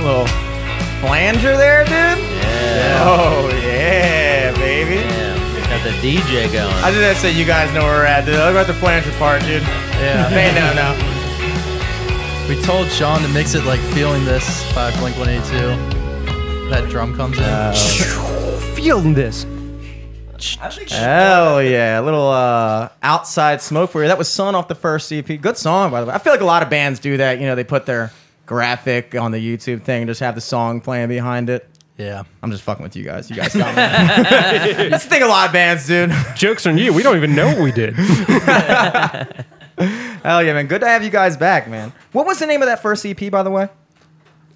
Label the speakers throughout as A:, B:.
A: little flanger there, dude.
B: Yeah.
A: Oh yeah, baby.
B: yeah. Got the DJ going.
A: I did that so you guys know where we're at, dude. I about the flanger part, dude. Yeah. they know now.
C: We told Sean to mix it like feeling this by Blink 182. That drum comes in.
D: Feeling this.
A: Hell yeah, a little uh, outside smoke for you. That was Sun off the first EP. Good song, by the way. I feel like a lot of bands do that. You know, they put their graphic on the YouTube thing and just have the song playing behind it.
C: yeah.
A: I'm just fucking with you guys. You guys got me. That's the thing a lot of bands, dude.
D: Joke's on you. We don't even know what we did.
A: Hell yeah, man. Good to have you guys back, man. What was the name of that first EP, by the way?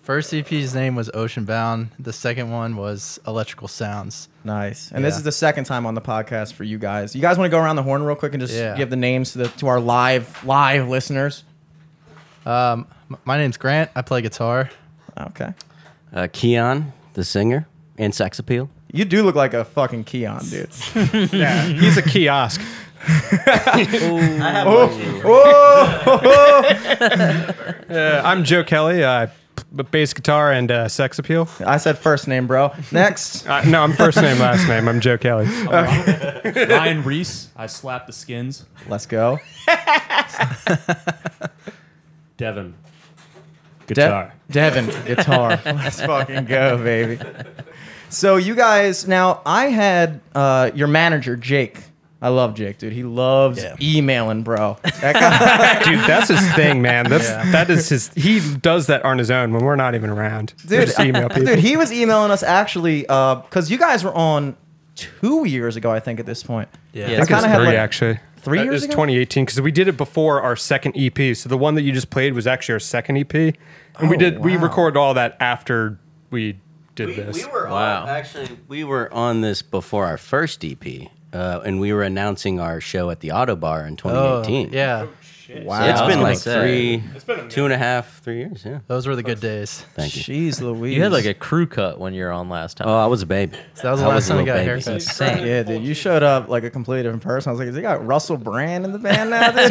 C: First EP's name was Ocean Bound. The second one was Electrical Sounds.
A: Nice. And this
C: Yeah.
A: is the second time on the podcast for you guys. You guys want to go around the horn real quick and just
C: Yeah.
A: give the names to, the, to our live live listeners?
C: Um, m- my name's Grant. I play guitar.
A: Okay.
B: Uh, Keon, the singer, and Sex Appeal.
A: You do look like a fucking Keon, dude.
D: He's a kiosk. Oh. Uh, Oh. I'm Joe Kelly. I p- bass guitar and uh, sex appeal.
A: I said first name, bro. Next.
D: Uh, no, I'm first name, last name. I'm Joe Kelly.
E: Ryan Reese, I slap the skins.
A: Let's go.
E: Devin,
A: De-
E: guitar.
A: Devin, guitar. Let's fucking go, baby. So you guys, now I had uh, your manager Jake. I love Jake, dude. He loves
C: Yeah.
A: emailing, bro. That guy,
D: Dude, that's his thing, man. That's
C: Yeah.
D: that is his. He does that on his own when we're not even around. We
A: Dude,
D: just email people.
A: dude, he was emailing us actually because you guys were on two years ago, I think, at this point.
C: Yeah.
D: I think
A: kinda
D: it's
A: had,
D: three
A: like,
D: actually.
A: three
D: That
A: years
D: is
A: ago?
D: 2018 because we did it before our second EP. So the one that you just played was actually our second EP, and we
A: Oh,
D: did we
A: wow.
D: recorded all that after we did this.
B: were
E: Wow.
B: actually we were on this before our first EP, uh, and we were announcing our show at the Auto Bar in 2018.
C: yeah.
A: Wow,
B: It's
A: I was
B: been
A: gonna
B: like
A: say.
B: three, two and a half, three years. Yeah.
C: Those were the good days.
B: Thank you.
A: Jeez, Louise.
F: You had like a crew cut when you were on last time.
B: Oh, I was a baby.
C: that was the last time I got a haircut.
F: Insane.
A: Yeah, dude, you showed up like a completely different person. I was like, "Is they got Russell Brand in the band now?" Dude?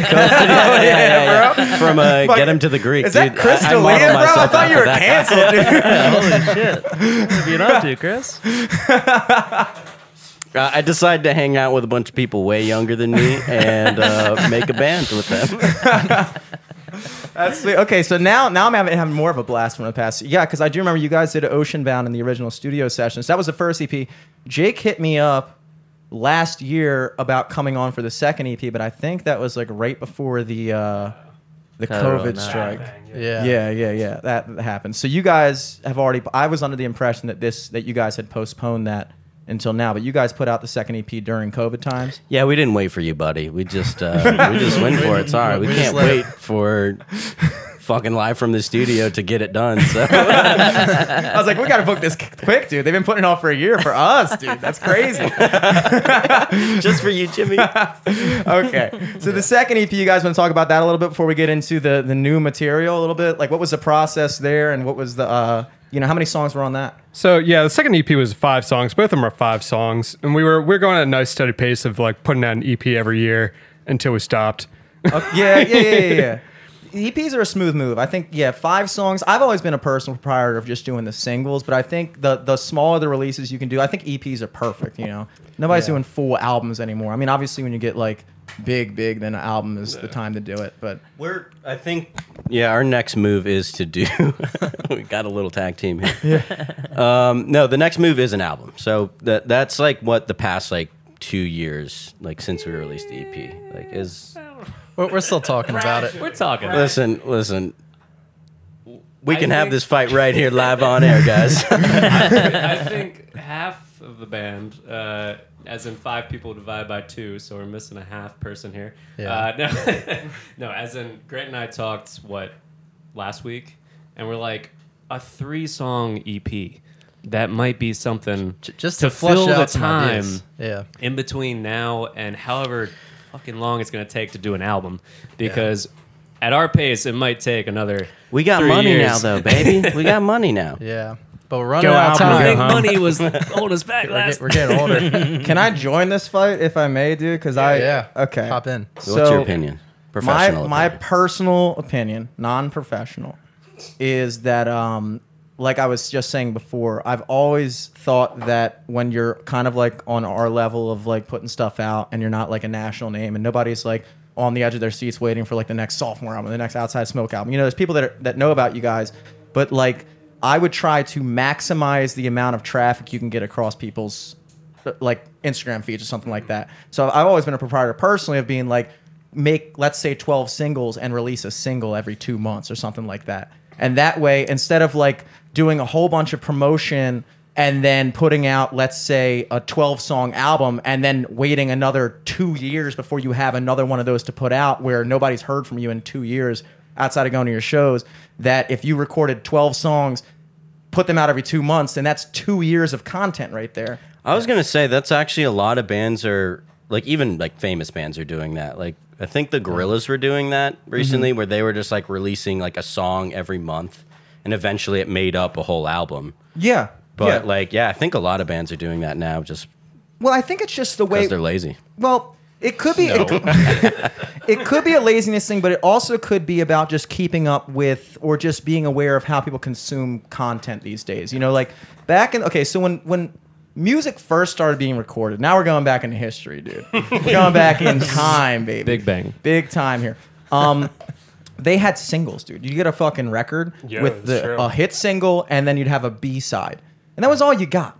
B: yeah, yeah, yeah, From uh,
A: Fuck.
B: Get Him to the Greek.
A: Is that
B: dude. I-
A: Chris
B: I
A: D'Elia, bro?
B: modeled
A: I
B: myself
A: thought you
B: after
A: were
B: that
A: canceled, dude.
B: guy.
F: Holy shit. What have you been up to, Chris?
B: Uh, I decided to hang out with a bunch of people way younger than me and uh, make a band with them.
A: That's sweet. Okay, so now now I'm having, having more of a blast from the past. Yeah, because I do remember you guys did Ocean Bound in the original studio sessions. That was the first EP. Jake hit me up last year about coming on for the second EP, but I think that was like right before the uh, the
F: Federal
A: COVID
F: nut.
A: strike.
C: Yeah.
A: Yeah, yeah, yeah. That happened. So you guys have already. I was under the impression that this that you guys had postponed that until now, but you guys put out the second EP during COVID times.
B: Yeah, we didn't wait for you, buddy. We just uh, we just went for it. Sorry, we,
C: We just
B: can't
C: let
B: wait for fucking live from the studio to get it done. So
A: I was like, we got to book this quick, dude. They've been putting it off for a year for us, dude. That's crazy.
B: just for you, Jimmy.
A: okay. So the second EP, you guys want to talk about that a little bit before we get into the the new material a little bit. Like, what was the process there, and what was the uh, you know, how many songs were on that?
D: So yeah, the second EP was five songs. Both of them are five songs, and we were we are going at a nice steady pace of like putting out an EP every year until we stopped.
A: yeah, yeah, yeah, yeah. yeah. EPs are a smooth move. I think, yeah, five songs. I've always been a personal proprietor of just doing the singles, but I think the the smaller the releases you can do, I think EPs are perfect. You know, nobody's doing full albums anymore. I mean, obviously, when you get like big, big, then an album is the time to do it. But
B: We're I think yeah, our next move is to do. we got a little tag team here. Yeah. Um, no, the next move is an album. So that that's like what the past like two years like since we released the EP like is.
C: We're, we're still talking about it.
E: We're talking.
B: Listen, listen. We
E: I
B: can have
E: think-
B: this fight right here live on air, guys.
E: I think half of the band, uh, as in five people divided by two, so we're missing a half person here.
C: Yeah.
E: Uh, no, no, as in Grant and I talked what last week, and we're like a three song EP. That might be something
C: J- just
E: to,
C: to, flush
E: fill
C: out
E: the
C: some
E: time
C: ideas. Yeah.
E: in between now and however fucking long it's going to take to do an album, because at our pace it might take another.
B: We got
E: three
B: money
E: years.
B: now, though, baby. We got money now.
C: Yeah. But we're running out of
D: album,
C: time.
D: go
E: Big money was holding us back
C: We're,
E: last.
C: get, we're getting older.
A: can I join this fight if I may, dude? Because I
C: Mm-hmm. yeah.
A: okay.
C: Hop in.
A: So-
B: What's your opinion?
A: my
B: Professional.
A: my
B: opinion.
A: personal opinion, non-professional, is that um, like I was just saying before, I've always thought that when you're kind of like on our level of like putting stuff out and you're not like a national name and nobody's like on the edge of their seats waiting for like the next sophomore album, the next Outside Smoke album. You know, there's people that are, that know about you guys, but like I would try to maximize the amount of traffic you can get across people's like Instagram feeds or something like that. So I've always been a proprietor personally of being like, make let's say 12 singles and release a single every two months or something like that. And that way, instead of like doing a whole bunch of promotion and then putting out, let's say, a 12 song album and then waiting another two years before you have another one of those to put out where nobody's heard from you in two years outside of going to your shows, that if you recorded 12 songs, put them out every two months, then that's two years of content right there.
B: I was gonna say that's actually a lot of bands are like even like famous bands are doing that. Like I think the Gorillas were doing that
A: Mm-hmm.
B: recently, where they were just like releasing like a song every month, and eventually it made up a whole album.
A: Yeah.
B: But
A: yeah.
B: like, yeah, I think a lot of bands are doing that now, just
A: well, I think it's just the way
B: because they're lazy.
A: Well, it could be it, it could be a laziness thing, but it also could be about just keeping up with or just being aware of how people consume content these days. You know, like back in okay, so when when music first started being recorded, now we're going back into history, dude. we're going back in time, baby.
E: Big Bang.
A: Big time here. Um They had singles, dude. You get a fucking record
D: Yeah,
A: with
D: that's
A: the
D: true.
A: a hit single, and then you'd have a B side, and that was all you got.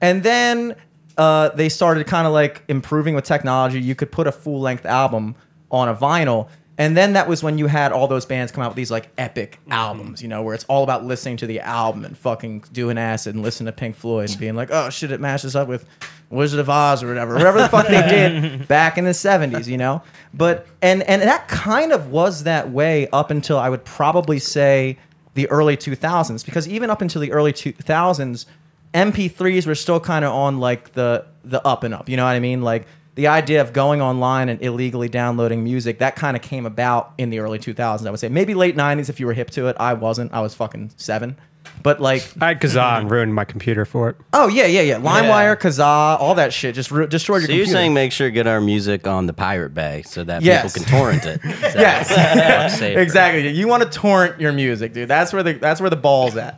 A: And then uh, they started kind of like improving with technology. You could put a full length album on a vinyl. And then that was when you had all those bands come out with these like epic albums, you know, where it's all about listening to the album and fucking doing acid and listening to Pink Floyd and being like, oh shit, it matches up with Wizard of Oz or whatever, whatever the fuck they did back in the 70s, you know? But, and, and that kind of was that way up until I would probably say the early 2000s, because even up until the early 2000s, MP3s were still kind of on like the the up and up. You know what I mean? Like the idea of going online and illegally downloading music that kind of came about in the early 2000s. I would say maybe late 90s if you were hip to it. I wasn't. I was fucking seven. But like,
D: I had Kazan
A: Mm-hmm.
D: ruined my computer for it.
A: oh yeah, yeah, yeah. LimeWire,
F: Yeah.
A: Kazaa, all that shit just ru destroyed your
B: So you're
A: computer.
B: saying make sure to get our music on the Pirate Bay so that
A: Yes.
B: people can torrent it.
A: yes,
F: Fuck's sake.
A: exactly. You want to torrent your music, dude. That's where the that's where the ball's at.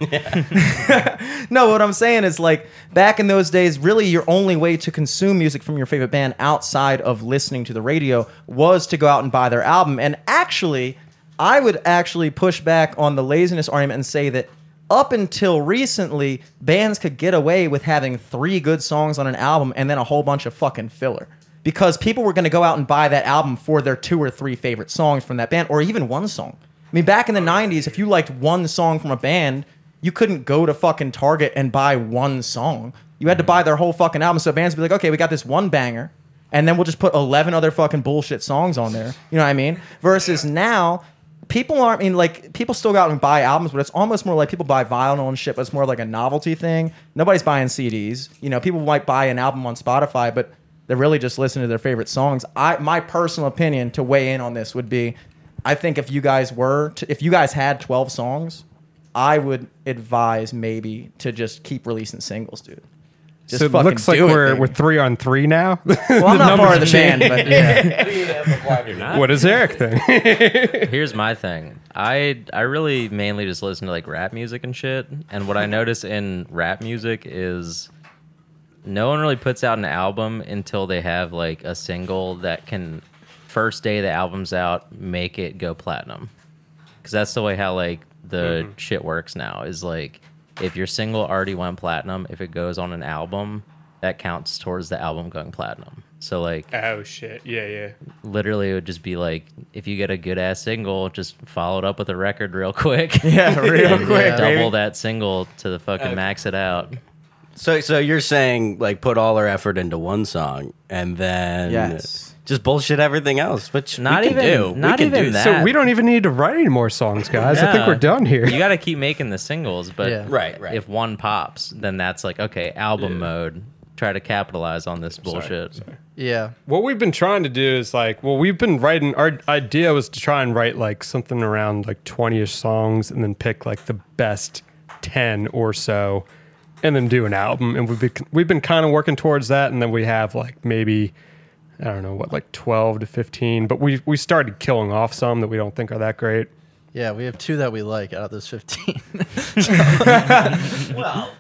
A: no, what I'm saying is like back in those days, really your only way to consume music from your favorite band outside of listening to the radio was to go out and buy their album. And actually, I would actually push back on the laziness argument and say that up until recently, bands could get away with having three good songs on an album and then a whole bunch of fucking filler. Because people were going to go out and buy that album for their two or three favorite songs from that band, or even one song. I mean, back in the 90s, if you liked one song from a band, you couldn't go to fucking Target and buy one song. You had to buy their whole fucking album. So bands would be like, okay, we got this one banger, and then we'll just put 11 other fucking bullshit songs on there. You know what I mean? Versus now, people aren't, I mean, like, people still go out and buy albums, but it's almost more like people buy vinyl and shit, but it's more like a novelty thing. Nobody's buying CDs. You know, people might buy an album on Spotify, but they're really just listening to their favorite songs. I, my personal opinion to weigh in on this would be, I think if you guys were, to, if you guys had 12 songs, I would advise maybe to just keep releasing singles, dude. Just
D: so it
A: fucking
D: looks like
A: do it,
D: we're
A: baby.
D: we're three on three now.
A: well, I'm not part of the
D: numbers
A: band, but yeah.
D: what does Eric think?
F: Here's my thing. I I really mainly just listen to like rap music and shit. And what I notice in rap music is no one really puts out an album until they have like a single that can first day the album's out make it go platinum. Cuz that's the way how like the shit works now is like if your single already went platinum, if it goes on an album, that counts towards the album going platinum. So like
D: oh shit! Yeah, yeah.
F: literally it would just be like if you get a good ass single just follow it up with a record real quick
A: yeah, real
F: And
A: quick,
F: double
A: baby.
F: that single to the fucking
B: Uh,
F: max it out
B: So, so you're saying like put all our effort into one song and then
A: Yes.
B: just bullshit everything else, which
F: Not
B: we can do.
F: even- not
B: we can
F: even
B: do
F: that.
D: So we don't even need to write any more songs, guys. I think
F: Yeah.
D: we're done here.
F: you got to keep making the singles but
A: Yeah.
B: Right, right.
F: if one pops then that's like okay album mode try to capitalize on this bullshit
C: Yeah.
D: what we've been trying to do is like, well, we've been writing. Our idea was to try and write like something around like twenty-ish songs, and then pick like the best ten or so, and then do an album. And we've been we've been kind of working towards that, and then we have like maybe I don't know what like twelve to fifteen, but we we started killing off some that we don't think are that great.
C: Yeah, we have two that we like out of those 15.
B: Well,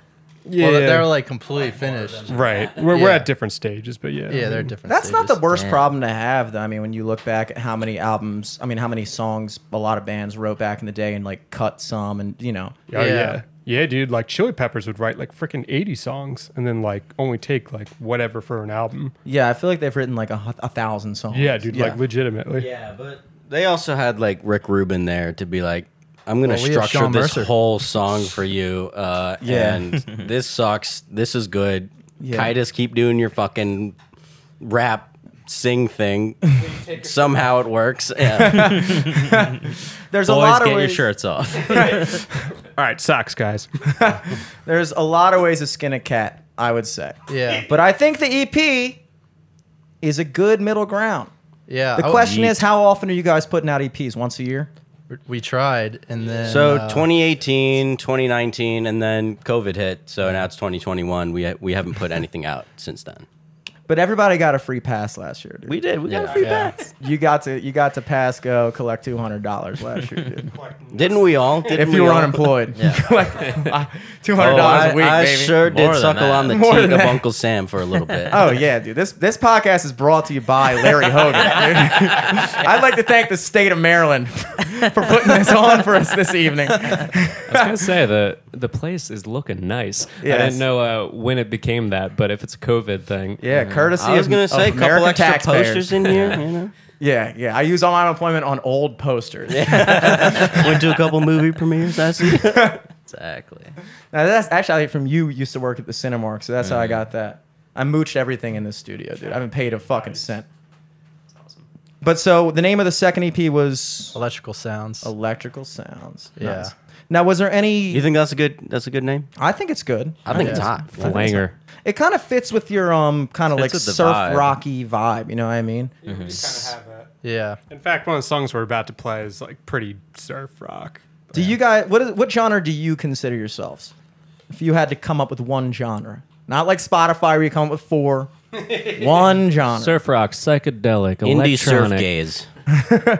D: Yeah,
C: Well, they're like completely finished.
D: right. We're, we're
C: Yeah.
D: at different stages, but yeah,
C: Yeah, they're different.
A: That's not the
C: stages.
A: worst
F: Damn.
A: problem to have, though. I mean, when you look back at how many albums, I mean, how many songs a lot of bands wrote back in the day and like cut some, and you know,
D: Oh, yeah.
C: Yeah.
D: yeah. dude. Like Chili Peppers would write like freaking eighty songs, and then like only take like whatever for an album.
A: yeah, I feel like they've written like a, hu- a thousand songs.
D: Yeah, dude. Like legitimately.
B: yeah, but they also had like Rick Rubin there to be like, I'm gonna
C: Well, we have
B: structure
C: Sean
B: this
C: Mercer.
B: whole song for you. Uh,
A: Yeah.
B: and this sucks. This is good.
A: Yeah.
B: Kitus, keep doing your fucking rap sing thing. Somehow it works. Yeah.
A: there's a
F: Boys,
A: lot of
F: get your
A: ways,
F: shirts off.
D: All right, socks, guys.
A: There's a lot of ways to skin a cat, I would say.
C: Yeah,
A: But I think the EP is a good middle ground.
C: yeah.
A: The
F: Oh,
C: I-
A: question is, how often are you guys putting out EPs? Once a year?
C: we tried, and then
B: so
C: uh,
B: 2018, 2019, and then COVID hit. So now it's 2021. We we haven't put anything out since then.
A: But everybody got a free pass last year, dude.
B: We did. We got a
F: Yeah.
B: free
C: Yeah.
B: pass.
A: You got to you got to pass go collect two hundred dollars last year, dude.
B: Didn't we all? Didn't
A: if you
B: we
A: were
B: all?
A: unemployed, uh, two
B: Oh,
A: hundred dollars
B: I,
A: a week,
B: I
A: baby.
B: sure
F: More
B: did
F: than
B: suckle
F: that.
B: on the
A: More
B: teat
A: than
B: of
A: that.
B: Uncle Sam for a little bit.
A: Oh yeah, dude. This this podcast is brought to you by Larry Hogan. dude. I'd like to thank the state of Maryland for putting this on for us this evening.
E: I was gonna say the the place is looking nice. I
A: Yes.
E: didn't know uh, when it became that, but if it's a COVID thing,
A: Yeah, courtesy.
B: Mm-hmm. I was
A: of-
B: gonna say a
A: of
B: couple
A: American
B: extra
A: taxpayers.
B: posters in here. You know,
A: Yeah, yeah. I use all my unemployment on old posters.
B: went to a couple movie premieres. I see.
F: exactly.
A: Now that's actually from you. Used to work at the Cinemark, so that's how
B: Mm-hmm.
A: I got that. I mooched everything in this studio, dude. I haven't paid a fucking cent. But so the name of the second EP was
C: electrical sounds.
A: Electrical Sounds.
C: Yeah.
A: Nice. Now, was there
B: You
A: any?
B: think that's a good? That's a good name.
A: I think it's good.
B: I think it's
C: Yeah.
B: hot.
E: Flanger.
A: It kind of fits with your um kind of
F: Fits
A: like
F: with the
A: surf
F: vibe.
A: rocky vibe. You know what I mean?
C: yeah,
D: In fact, one of the songs we're about to play is like pretty surf rock.
A: Do you guys what is what genre do you consider yourselves? If you had to come up with one genre, not like Spotify where you come up with four, one genre.
E: Surf rock, psychedelic,
B: Indie surf
E: electronic.
B: gaze.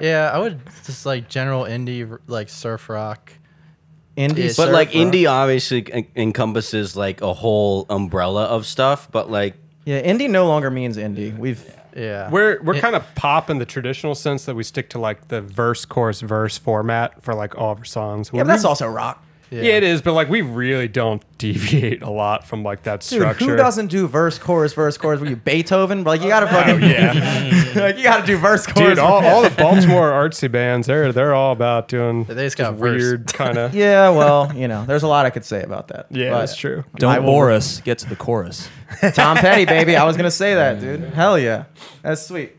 C: yeah. I would just like general indie, like surf rock.
A: indie,
C: Yeah,
B: But
A: surf
B: like
A: rock.
B: indie obviously en- encompasses like a whole umbrella of stuff. But like
A: Yeah, indie no longer means indie. We've
C: Yeah,
D: We're we're
C: It-
D: kind of pop in the traditional sense that we stick to like the verse, chorus, verse format for like all of our songs.
A: yeah, but that's also rock.
D: yeah. it is. But like we really don't deviate a lot from like that
A: Dude,
D: structure.
A: who doesn't do verse, chorus, verse, chorus? Were you Beethoven? Like you gotta
D: Oh,
A: fucking
D: yeah.
A: like you gotta do verse, chorus.
D: Dude, all, all the Baltimore artsy bands, they're they're all about doing
C: They just got verse.
D: weird kind of.
A: yeah, well, you know, there's a lot I could say about that.
D: Yeah,
A: But
D: that's true.
A: I
G: Don't
A: will-
G: bore us. Get to the chorus.
A: Tom Petty, baby. I was gonna say that, dude. Hell yeah, that's sweet.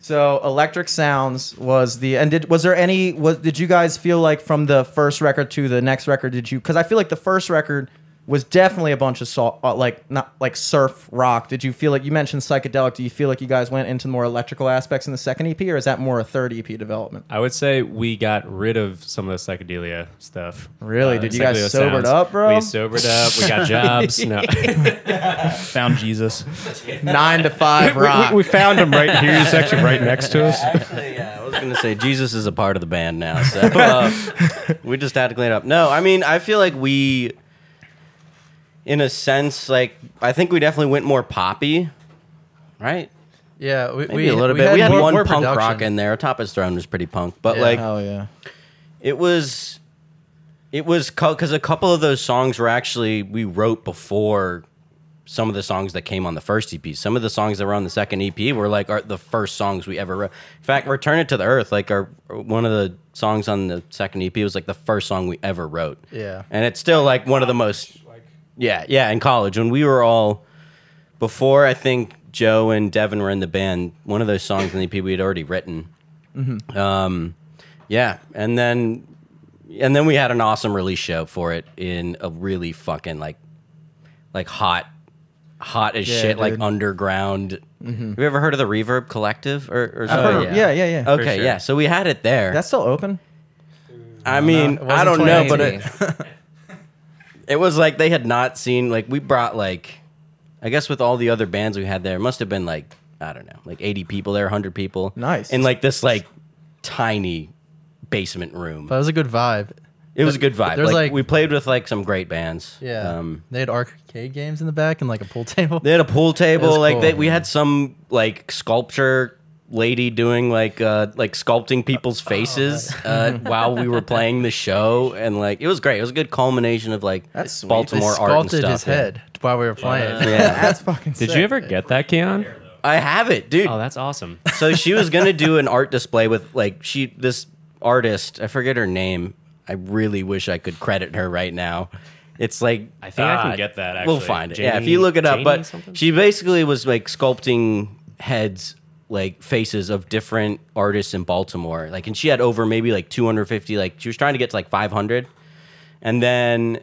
A: So electric sounds was the and did was there any was did you guys feel like from the first record to the next record did you because I feel like the first record was definitely a bunch of salt uh, like not like surf rock did you feel like you mentioned psychedelic do you feel like you guys went into more electrical aspects in the second EP or is that more a third EP development
E: I would say we got rid of some of the psychedelia stuff. Uh,
A: Really? Did you guys
E: psychedelia
A: sobered up, bro?
E: We sobered up. We got jobs. No.
G: Found Jesus.
A: nine to five
D: We,
A: rock
D: we, we found him right here. He's actually right next to us.
B: actually, yeah, I was gonna say Jesus is a part of the band now, so uh, we just had to clean it up. No, I mean, I feel like we, in a sense, like I think we definitely went more poppy, right?
C: Yeah, we,
B: Maybe
C: we
B: a little
C: we
B: bit. we had
C: more-
B: one
C: more
B: punk rock
C: production.
B: in there. Top is Throne was pretty punk, but
C: Yeah.
B: like
A: hell yeah
B: it was, it was because a couple of those songs were actually we wrote before some of the songs that came on the first EP. Some of the songs that were on the second EP were like are the first songs we ever wrote. In fact, "Return It to the Earth," like our one of the songs on the second EP was like the first song we ever wrote.
C: Yeah.
B: and it's still like one of the most. Yeah, yeah, in college when we were all before I think Joe and Devin were in the band. One of those songs in the EP we had already written.
A: Mm-hmm.
B: Um, yeah, and then and then we had an awesome release show for it in a really fucking like like hot hot as shit like
A: dude. Mm-hmm.
B: underground have you ever heard of the reverb collective or, or
A: I've
B: something
A: heard of- Oh, yeah yeah yeah,
B: okay yeah so we had it there
A: that's still open
B: i mean
C: It
B: i
C: wasn't
B: don't know but it,
F: 2018.
B: it was like they had not seen like we brought like i guess with all the other bands we had there it must have been like i don't know like 80 people there 100 people
A: Nice.
B: and like this like tiny basement room.
C: But it was a good vibe.
B: It was a good vibe.
C: there's
B: Like,
C: like-
B: we played with like some great bands.
C: Yeah.
B: Um,
C: they had arcade games in the back and like a pool table.
B: they had a pool table.
C: That's
B: like
C: cool.
B: they, we had some like sculpture lady doing like uh like sculpting people's faces uh, while we were playing the show and like it was great. It was a good culmination of like
A: That's sweet.
C: They
B: Baltimore art and
C: sculpted
B: stuff.
C: his
B: yeah.
C: head while we were playing.
B: Yeah.
A: That's fucking.
E: Did you ever get that, Keon?
B: I have it, dude.
E: Oh, that's awesome.
B: so she was gonna do an art display with like she this artist i forget her name i really wish i could credit her right now it's like
E: I think I can
B: ah,
E: get that,
B: we'll
E: actually.
B: find it yeah if
E: Janie-
B: you look it up
E: Janie
B: but
E: something?
B: she basically was like sculpting heads like faces of different artists in baltimore like and she had over maybe like 250 like she was trying to get to like 500 and then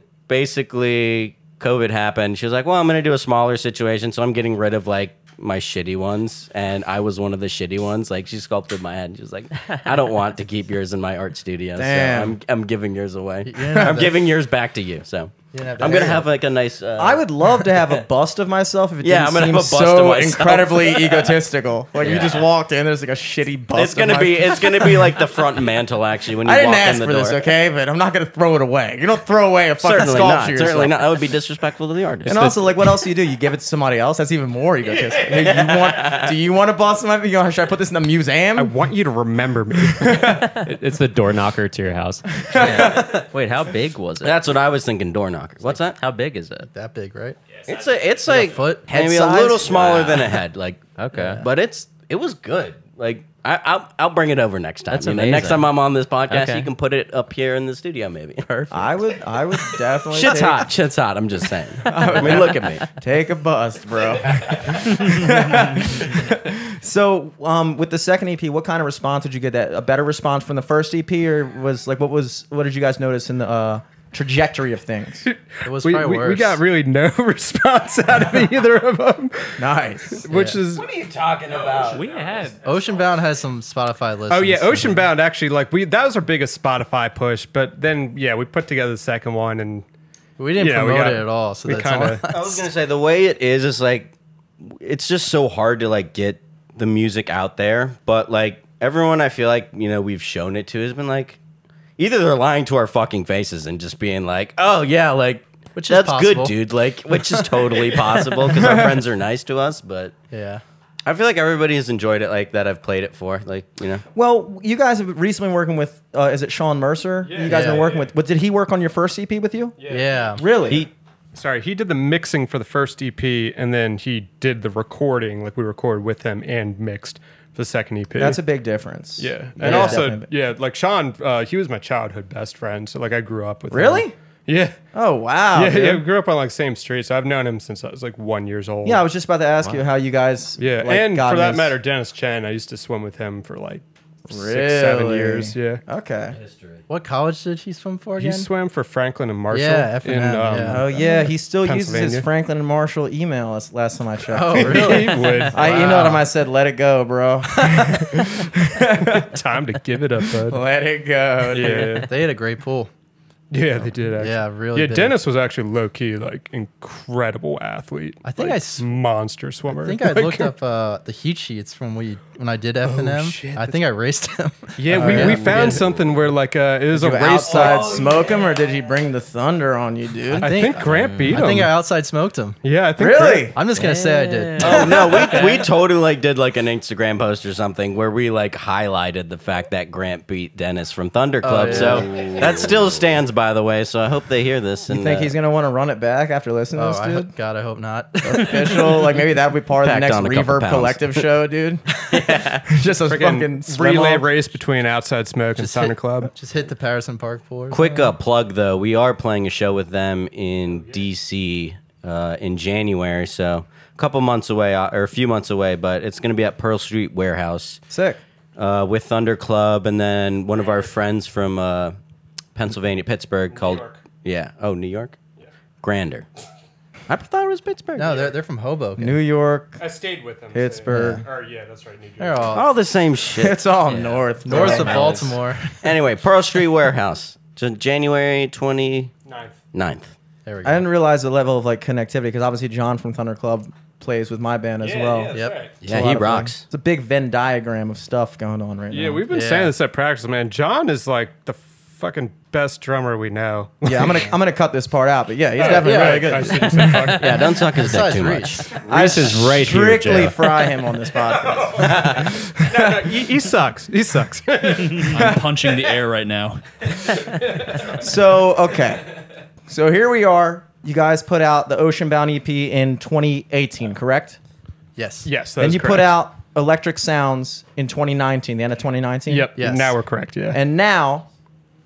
B: basically COVID happened. She was like, "Well, I'm going to do a smaller situation, so I'm getting rid of like my shitty ones." And I was one of the shitty ones. Like she sculpted my head. She was like, "I don't want to keep yours in my art
A: Damn.
B: studio, so I'm I'm giving yours away.
C: didn't have
B: I'm
C: to-
B: giving yours back to you." So
C: didn't have to
B: I'm going to
C: hang it.
B: have like a nice. Uh,
A: I would love to have a bust of myself if it
B: Yeah,
A: didn't
B: I'm gonna
A: seem
B: have a bust of
A: so
B: myself.
A: incredibly egotistical. Like you just walked in, there's like a shitty bust.
B: It's gonna
A: of my-
B: be it's gonna be like the front mantle actually when you
A: I didn't
B: walk
A: ask
B: in the
A: for
B: door.
A: this, okay? But I'm not gonna throw it away. You don't throw away a fucking
B: Certainly
A: sculpture.
B: not.
A: yourself.
B: Certainly not. That would be disrespectful to the artist.
A: And also, like, what else do you do? You give it to somebody else? That's even more egotistical. Hey, you want, do you want to bust my? You know, should I put this in a museum?
D: I want you to remember me.
E: It- It's the door knocker to your house.
F: Wait, how big was it?
B: That's what I was thinking. Door knocker. What's that?
F: how big is it?
C: that big, right?
B: It's a it's like
C: foot?
B: maybe
A: Head
B: a little
A: size?
B: smaller than a head. Like
F: Okay.
B: but it's it was good. Like I I'll, I'll bring it over next time.
F: That's
B: you know? Next
F: amazing.
B: time I'm on this podcast,
F: Okay.
B: you can put it up here in the studio. Maybe
F: Perfect.
A: I would, I would definitely
B: shit's
A: take,
B: hot. Shit's hot. I'm just saying. I mean, look at me.
A: take a bust, bro. so, um, with the second EP, what kind of response did you get? That a better response from the first EP, or was like, what was, what did you guys notice in the uh, trajectory of things?
C: It was
D: we,
C: probably
D: we,
C: worse.
D: we got really no response out of either of them,
A: Nice.
D: which is
B: What are you talking about?
E: We had
C: Oceanbound has some Spotify lists.
D: oh yeah, Ocean Bound actually like we that was our biggest Spotify push, but then yeah, we put together the second one and
C: We didn't
D: Yeah, we
C: promote
D: got-
C: it at all, so
D: we
C: that's
D: kinda-
C: all.
B: I was gonna say the way it is is like it's just so hard to like get the music out there, but like everyone I feel like, you know, we've shown it to has been like either they're lying to our fucking faces and just being like, "Oh yeah, like
C: Which is
B: that's
C: possible.
B: good, dude." Like which is totally possible cuz our friends are nice to us, but
C: Yeah.
B: I feel like everybody has enjoyed it like that I've played it for, like, you know.
A: Well, you guys have recently been working with, uh, is it Sean Mercer? You guys
C: Yeah.
A: been working with. What did he work on your first EP with you?
C: Yeah.
A: Really?
B: He
D: sorry, he did the mixing for the first EP and then he did the recording, like we recorded with him and mixed for the second E EP.
A: That's a big difference.
D: yeah,
A: That is
D: and also
A: definitely a big-
D: yeah, like Sean, uh, he was my childhood best friend, so like I grew up with him.
A: Really?
D: Yeah.
A: Oh wow.
D: yeah,
A: dude.
D: yeah, we grew up on like same street, so I've known him since I was like one years old.
A: Yeah, I was just about to ask you how you guys.
D: yeah,
A: like,
D: and
A: got
D: for that
A: this-
D: matter, Dennis Chen, I used to swim with him for like six, seven
A: Really?
D: years. Yeah,
A: Okay.
C: What college did he swim for
D: he
C: again?
D: swam for Franklin and Marshall.
C: Yeah, F&M,
D: in, um,
A: Oh yeah, he still uses his
D: Pennsylvania.
A: Franklin and Marshall email. As last time I checked,
C: oh, really?
D: he would.
A: I emailed him.
C: Wow.
A: I said, "Let it go, bro.
D: Time to give it up,
C: Oh,
D: bud.
A: Let it go." dude."
D: Yeah,
C: they had a great pool.
D: yeah, they did. Actually.
C: Yeah, really
D: Yeah,
C: big.
D: Dennis was actually low key like incredible athlete.
C: I think
D: like,
C: I s-
D: monster swimmer.
C: I think I
D: Like, Oh,
C: looked up uh, the heat sheets from we when I did F and M.
D: shit,
C: I think I raced him.
D: Yeah, we,
A: yeah,
D: we
A: we
D: found something where like uh, it was a
A: You
D: race. Like,
A: outside smoke him, or did he bring the thunder on you, dude?
D: I think Grant beat him.
C: I think I outside smoked him.
D: yeah, I think
A: really?
C: I'm just gonna say I did.
B: Oh no, we, we totally like did like an Instagram post or something where we like highlighted the fact that Grant beat Dennis from Thunder Club.
C: yeah.
B: So that still stands by the way. So I hope they hear this. And
A: You think
B: uh,
A: he's gonna want to run it back after listening
C: Oh,
A: to
C: I
A: this,
C: ho-
A: dude?
C: God, I hope not.
A: Official, like maybe that'll be part of the
B: Packed
A: next
B: on a couple
A: Reverb
B: pounds.
A: Collective show, dude. just a fucking
D: freaking
A: swim
D: relay
A: off.
D: race between outside smoke and
C: Just
D: Thunder
C: hit-
D: Club.
C: just hit the Patterson Park pool. or
B: Quick uh, plug though, we are playing a show with them in DC uh, in January, so a couple months away uh, or a few months away, but it's going to be at Pearl Street Warehouse
A: Sick.
B: uh, with Thunder Club and then one of our friends from uh, Pennsylvania, Pittsburgh called yeah, oh New York, Grander. I thought it was Pittsburgh.
C: No, they're, they're from Hoboken.
A: New York,
D: I stayed with him.
A: Pittsburgh.
D: Or yeah, that's right. New
C: they're all
B: all the same shit.
A: It's all north,
C: north
A: bro.
C: of Baltimore.
B: anyway, Pearl Street Warehouse, Jan- January 29th.
D: Ninth.
C: There we go.
A: I didn't realize the level of like connectivity because obviously John from Thunder Club plays with my band as well.
E: that's
C: Yep.
E: right.
A: It's a
B: Yeah,
A: lot
B: he
A: of fun.
B: rocks.
A: It's a big Venn diagram of stuff going on right now.
D: Yeah, we've been
C: Yeah.
D: saying this at practice, man. John is like the fucking best drummer we know.
A: yeah, I'm gonna I'm gonna cut this part out, but yeah, he's definitely
D: Yeah,
A: really
D: I
A: good.
D: shouldn't say fuck.
B: Yeah, don't suck his dick
C: Besides
B: too
C: Reese.
B: much.
A: I
G: Reese is right here,
A: strictly
G: Jeff.
A: fry him on this podcast.
D: No, he, he sucks. He sucks.
G: I'm punching the air right now.
A: so okay, so here we are. You guys put out the Ocean Bound EP in 2018, correct?
C: Yes.
D: yes,
A: Then
D: that's
A: you put
D: correct.
A: out Electric Sounds in 2019, the end of 2019.
D: Yep.
C: Yes.
D: Now we're correct. Yeah.
A: And now,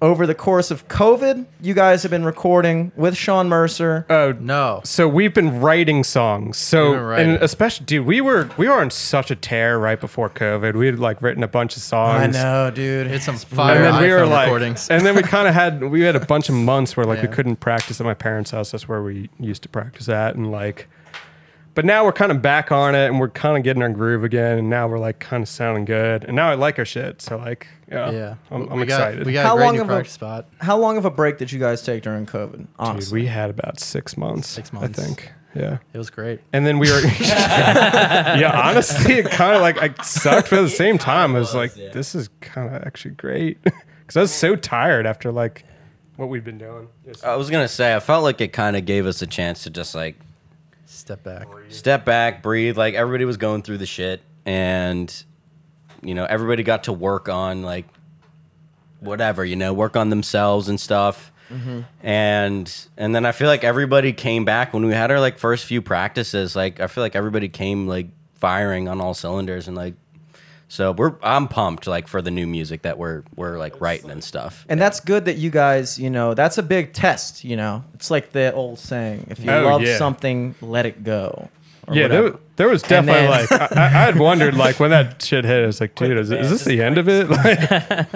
A: over the course of COVID, you guys have been recording with Sean Mercer.
D: oh
C: No.
D: So we've been writing songs. So
C: You've been writing.
D: and especially, dude, we were we were on such a tear right before COVID. We had like written a bunch of songs.
A: dude.
C: It's some
D: And
C: fire
D: then we were
C: iPhone
D: like,
C: recordings.
D: and then we kind of had we had a bunch of months where like we
C: Yeah.
D: couldn't practice at my parents' house. That's where we used to practice at, and like, but now we're kind of back on it, and we're kind of getting our groove again, and now we're like kind of sounding good, and now I like our shit. So like, yeah,
C: Yeah.
D: I'm, I'm
C: we got,
D: excited.
C: We got
A: How
C: a great
A: long
C: new
A: of a-
C: practice spot.
A: How long of a break did you guys take during COVID? Honestly.
D: Dude, we had about six months.
C: Six
D: I
C: months.
D: think. Yeah.
C: It was great.
D: And then we were, yeah, honestly, it kind of like I sucked, but at the same time, I was like, this is kind of actually great because I was so tired after like what we've been doing. Just-
B: I was gonna say I felt like it kind of gave us a chance to just like
C: Step back.
B: step back, breathe. Like everybody was going through the shit, and you know everybody got to work on like whatever you know, work on themselves and stuff. And and then I feel like everybody came back when we had our like first few practices. Like I feel like everybody came like firing on all cylinders and like. So we're I'm pumped like for the new music that we're we're like writing and stuff.
A: and that's good that you guys, you know, that's a big test, you know. It's like the old saying, if you
D: Oh,
A: love
D: yeah.
A: something, let it go. or
D: yeah, there,
A: whatever.
D: wa- there was
A: And
D: definitely
A: then-
D: like I, I I had wondered like when that shit hit, I was like, dude, is, is this the end of it? Like,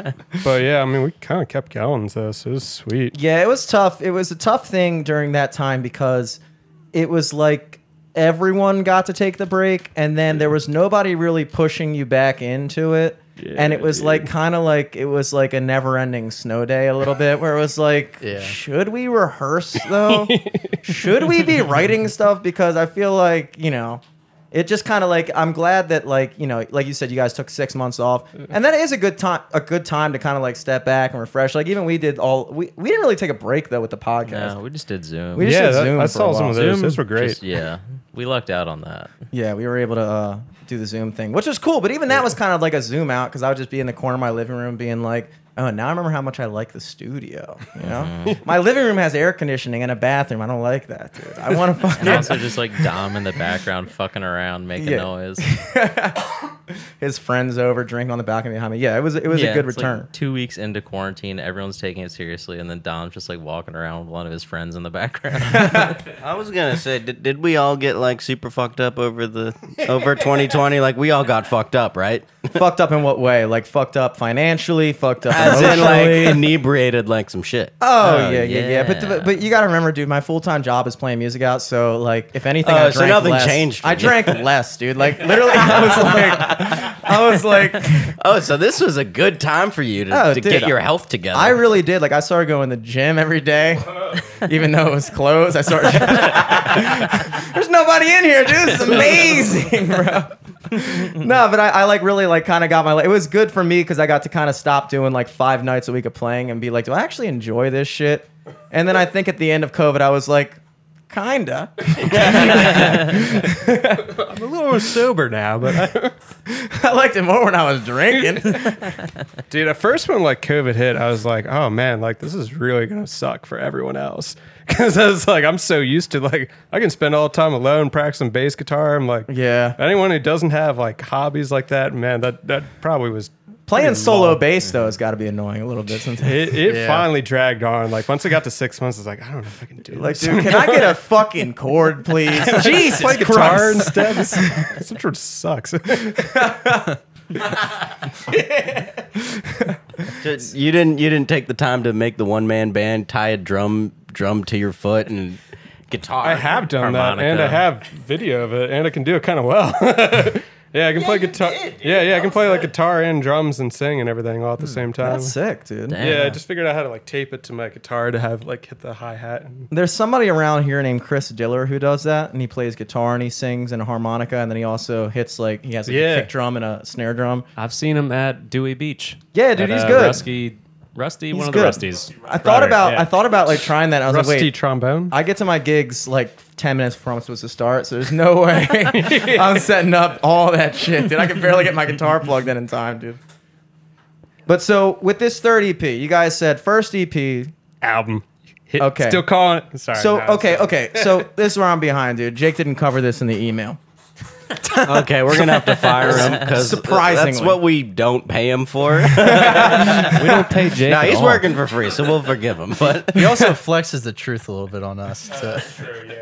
D: but yeah, I mean, we kind of kept going, so, so it was sweet.
A: Yeah, it was tough. It was a tough thing during that time because it was like everyone got to take the break, and then there was nobody really pushing you back into it. and it was like kind of like it was like a never-ending snow day a little bit, where it was like,
C: Yeah.
A: should we rehearse though? should we be writing stuff? Because I feel like you know. It just kind of like I'm glad that like you know like you said you guys took six months off and that is a good time a good time to kind of like step back and refresh like even we did all we, we didn't really take a break though with the podcast
F: No, we just did Zoom.
A: We just
D: Yeah,
A: did
D: that-
A: Zoom
D: I
A: for a
D: saw some
A: while.
D: of those.
F: Zoom
D: Those were great.
F: just- yeah, we lucked out on that.
A: Yeah, we were able to uh, do the Zoom thing, which was cool. But even that was kind of like a Zoom out because I would just be in the corner of my living room being like, oh, now I remember how much I like the studio. You know,
F: Mm-hmm.
A: my living room has air conditioning and a bathroom. I don't like that, dude. I want to
F: And
A: fucking
F: also just like Dom in the background fucking around, making
A: Yeah.
F: noise.
A: his friends over, drink on the balcony behind me. Yeah, it was it was a
F: Yeah,
A: good
F: it's, like,
A: return.
F: two weeks into quarantine, everyone's taking it seriously, and then Dom's just like walking around with one of his friends in the background.
B: I was gonna say, did, did we all get like super fucked up over the over 2020? Like we all got fucked up, right?
A: fucked up in what way? Like fucked up financially, fucked up
B: As in
A: emotionally.
B: like inebriated like some shit.
A: Oh,
F: Oh,
A: yeah, yeah, yeah, But
F: yeah.
A: but- but you gotta remember, dude. My full time job is playing music out. So like, if anything, I
B: Oh,
A: drank
B: so nothing
A: less.
B: changed for
A: I
B: you.
A: drank less, dude. Like literally, I was like, I was like,
B: Oh, so this was a good time for you to,
A: Oh,
B: to
A: dude,
B: get your health together.
A: I really did. Like I started going to the gym every day, even though it was closed. I started. There's nobody in here, dude. This is amazing, bro. no, but I, I like really like kind of got my. It was good for me because I got to kind of stop doing like five nights a week of playing and be like, do I actually enjoy this shit? And then I think at the end of COVID, I was like, kinda.
D: I'm a little more sober now, but
A: I liked it more when I was drinking.
D: Dude, at first when like COVID hit, I was like, oh man, like this is really gonna suck for everyone else. Cause I was like, I'm so used to like I can spend all the time alone practicing bass guitar. I'm like
A: Yeah.
D: Anyone who doesn't have like hobbies like that, man, that that probably was
A: Playing
D: pretty
A: solo
D: long.
A: bass though has got to be annoying a little bit sometimes.
D: It, it
C: Yeah.
D: finally dragged on. Like once I got to six months, I was like, I don't know if I can do
A: Like,
D: this.
A: dude, can I get a fucking chord, please? Jesus
D: play guitar
A: Christ.
D: instead. This, this intro sucks.
B: you didn't you didn't take the time to make the one man band, tie a drum drum to your foot and guitar.
D: I have done that, and I
F: Harmonica.
D: have video of it, and I can do it kind of well. Yeah, I can play guitar. yeah, yeah, I can play like guitar and drums and sing and everything all at the same time.
A: That's sick, dude.
F: Damn.
D: Yeah, I just figured out how to like tape it to my guitar to have like hit the hi hat. and
A: There's somebody around here named Chris Diller who does that, and he plays guitar and he sings and a harmonica, and then he also hits like he has like,
D: Yeah.
A: a kick drum and a snare drum.
E: I've seen him at Dewey Beach.
A: Yeah, dude,
E: At,
A: he's
E: uh,
A: good.
E: Rusty, Rusty, one of the
A: good.
E: Rusties.
A: I thought about
E: yeah.
A: I thought about like trying that. and I was
D: Rusty
A: like, wait,
D: trombone.
A: I get to my gigs like 10 minutes before I'm supposed to start, so there's no way I'm setting up all that shit, dude. I can barely get my guitar plugged in in time, dude. But so with this third EP, you guys said first E EP,
D: Album. Hit-
A: Okay.
D: Still calling it. Sorry.
A: So
D: no, it's-
A: okay, okay. So this is where I'm behind, dude. Jake didn't cover this in the email.
B: Okay, we're gonna have to fire him because that's
A: Surprisingly.
B: what we don't pay him for.
E: We don't pay Jake.
B: no,
E: at
B: he's
E: all.
B: working for free, so we'll forgive him. But
C: He also flexes the truth a little bit on us. So,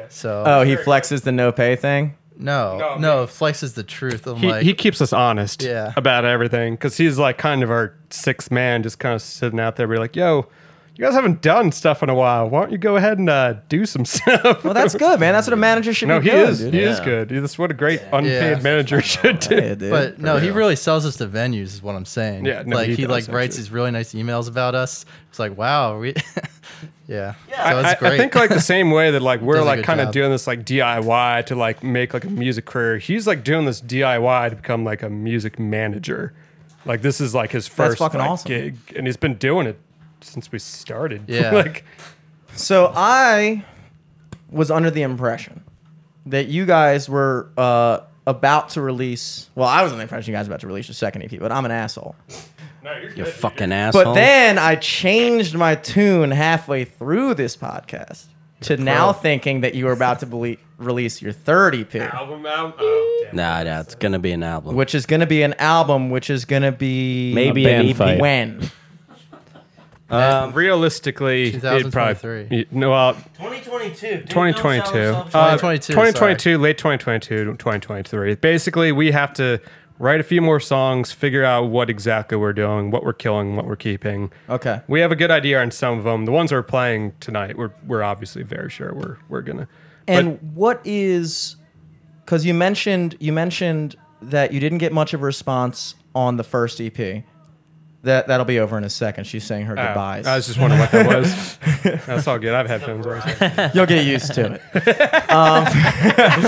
C: so
A: Oh, he flexes the no pay thing.
C: no,
D: No,
C: no, flexes the truth. I'm
D: He,
C: oh, like,
D: he keeps us honest
C: Yeah.
D: about everything because he's like kind of our sixth man, just kind of sitting out there, be like, "Yo, you guys haven't done stuff in a while. Why don't you go ahead and uh, do some stuff?"
A: Well, that's good, man. That's what a manager should
D: no,
A: be
D: he
A: doing,
D: is.
A: dude.
D: He is good. That's what a great unpaid
C: Yeah.
D: manager should do.
A: Yeah, dude.
C: but no, he really sells us to venues, is what I'm saying.
D: Yeah, no,
C: like
D: he
C: he,
D: does,
C: like writes
D: actually.
C: these really nice emails about us. It's like, wow, we, yeah, so
D: I,
C: it's
D: I- I
C: great.
D: think like the same way that like we're
C: Does a
D: like
C: good
D: kind of
C: job.
D: doing this like DIY to like make like a music career. He's like doing this DIY to become like a music manager. Like this is like his first
A: fucking
D: like,
A: awesome.
D: gig, and he's been doing it since we started.
C: Yeah.
D: like
A: So I was under the impression that you guys were uh, about to release. Well, I was under the impression you guys were about to release your second EP, but I'm an asshole.
B: you fucking asshole.
A: But then I changed my tune halfway through this podcast to now thinking that you were about to bele- release your third E EP.
D: album out. Oh, damn.
B: nah, nah, it's gonna be an album.
A: which is going to be an album, which is going to be
B: Maybe
E: A
B: an E
E: band
B: EP.
E: fight.
A: when
D: Um, realistically, it'd probably
C: 2023.
D: y- no, uh, well,
B: 2022.
D: 2022. Uh,
C: 2022,
D: 2022, late 2022, 2023. Basically, we have to write a few more songs, figure out what exactly we're doing, what we're killing, what we're keeping.
A: okay.
D: We have a good idea on some of them. The ones we're playing tonight, we're we're obviously very sure we're we're gonna.
A: And what is because you mentioned you mentioned that you didn't get much of a response on the first EP. That that'll be over in a second. She's saying her
D: but, uh,
A: goodbyes.
D: I was just wondering what that was. That's all good. I've had phones.
A: You'll get used to it. Um,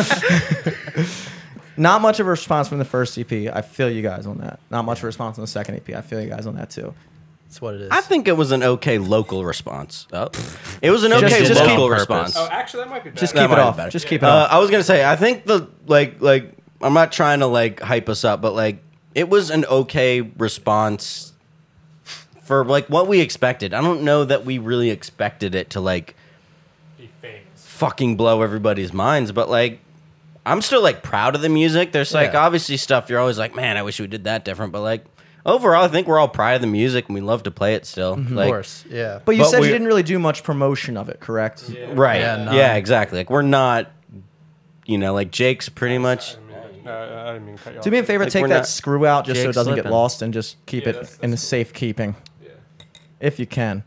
A: not much of a response from the first EP. I feel you guys on that. Not much of a response on the second EP. I feel you guys on that too.
C: that's what it is.
B: I think it was an okay local response. Oh, it was an
A: Just-
B: okay
A: just keep-
B: local
F: purpose.
B: response.
D: actually, that might be.
A: Just
B: That
A: keep
B: might
A: it
B: be
A: off.
B: better.
A: Just keep it
B: Uh,
A: off.
B: I was gonna say, I think the like like I'm not trying to like hype us up, but like it was an okay response for like what we expected. I don't know that we really expected it to like fucking blow everybody's minds, but like I'm still like proud of the music. There's like
C: Yeah.
B: obviously stuff you're always like, man, I wish we did that different, but like overall, I think we're all proud of the music and we love to play it still.
C: of
A: Mm-hmm.
B: Like,
C: course, yeah.
A: But you
B: But
A: said
B: we-
A: you didn't really do much promotion of it, correct?
B: Right.
C: Yeah,
B: Yeah,
C: nah.
B: exactly. Like we're not, you know, like Jake's pretty much.
D: I didn't mean to cut you off.
A: Do me a favor,
B: Like,
A: take
B: we're
A: that
B: not-
A: screw out just so it
B: Jake's
A: doesn't get
B: slipping.
A: lost and just keep it
D: that's-
A: in the safekeeping. If you can.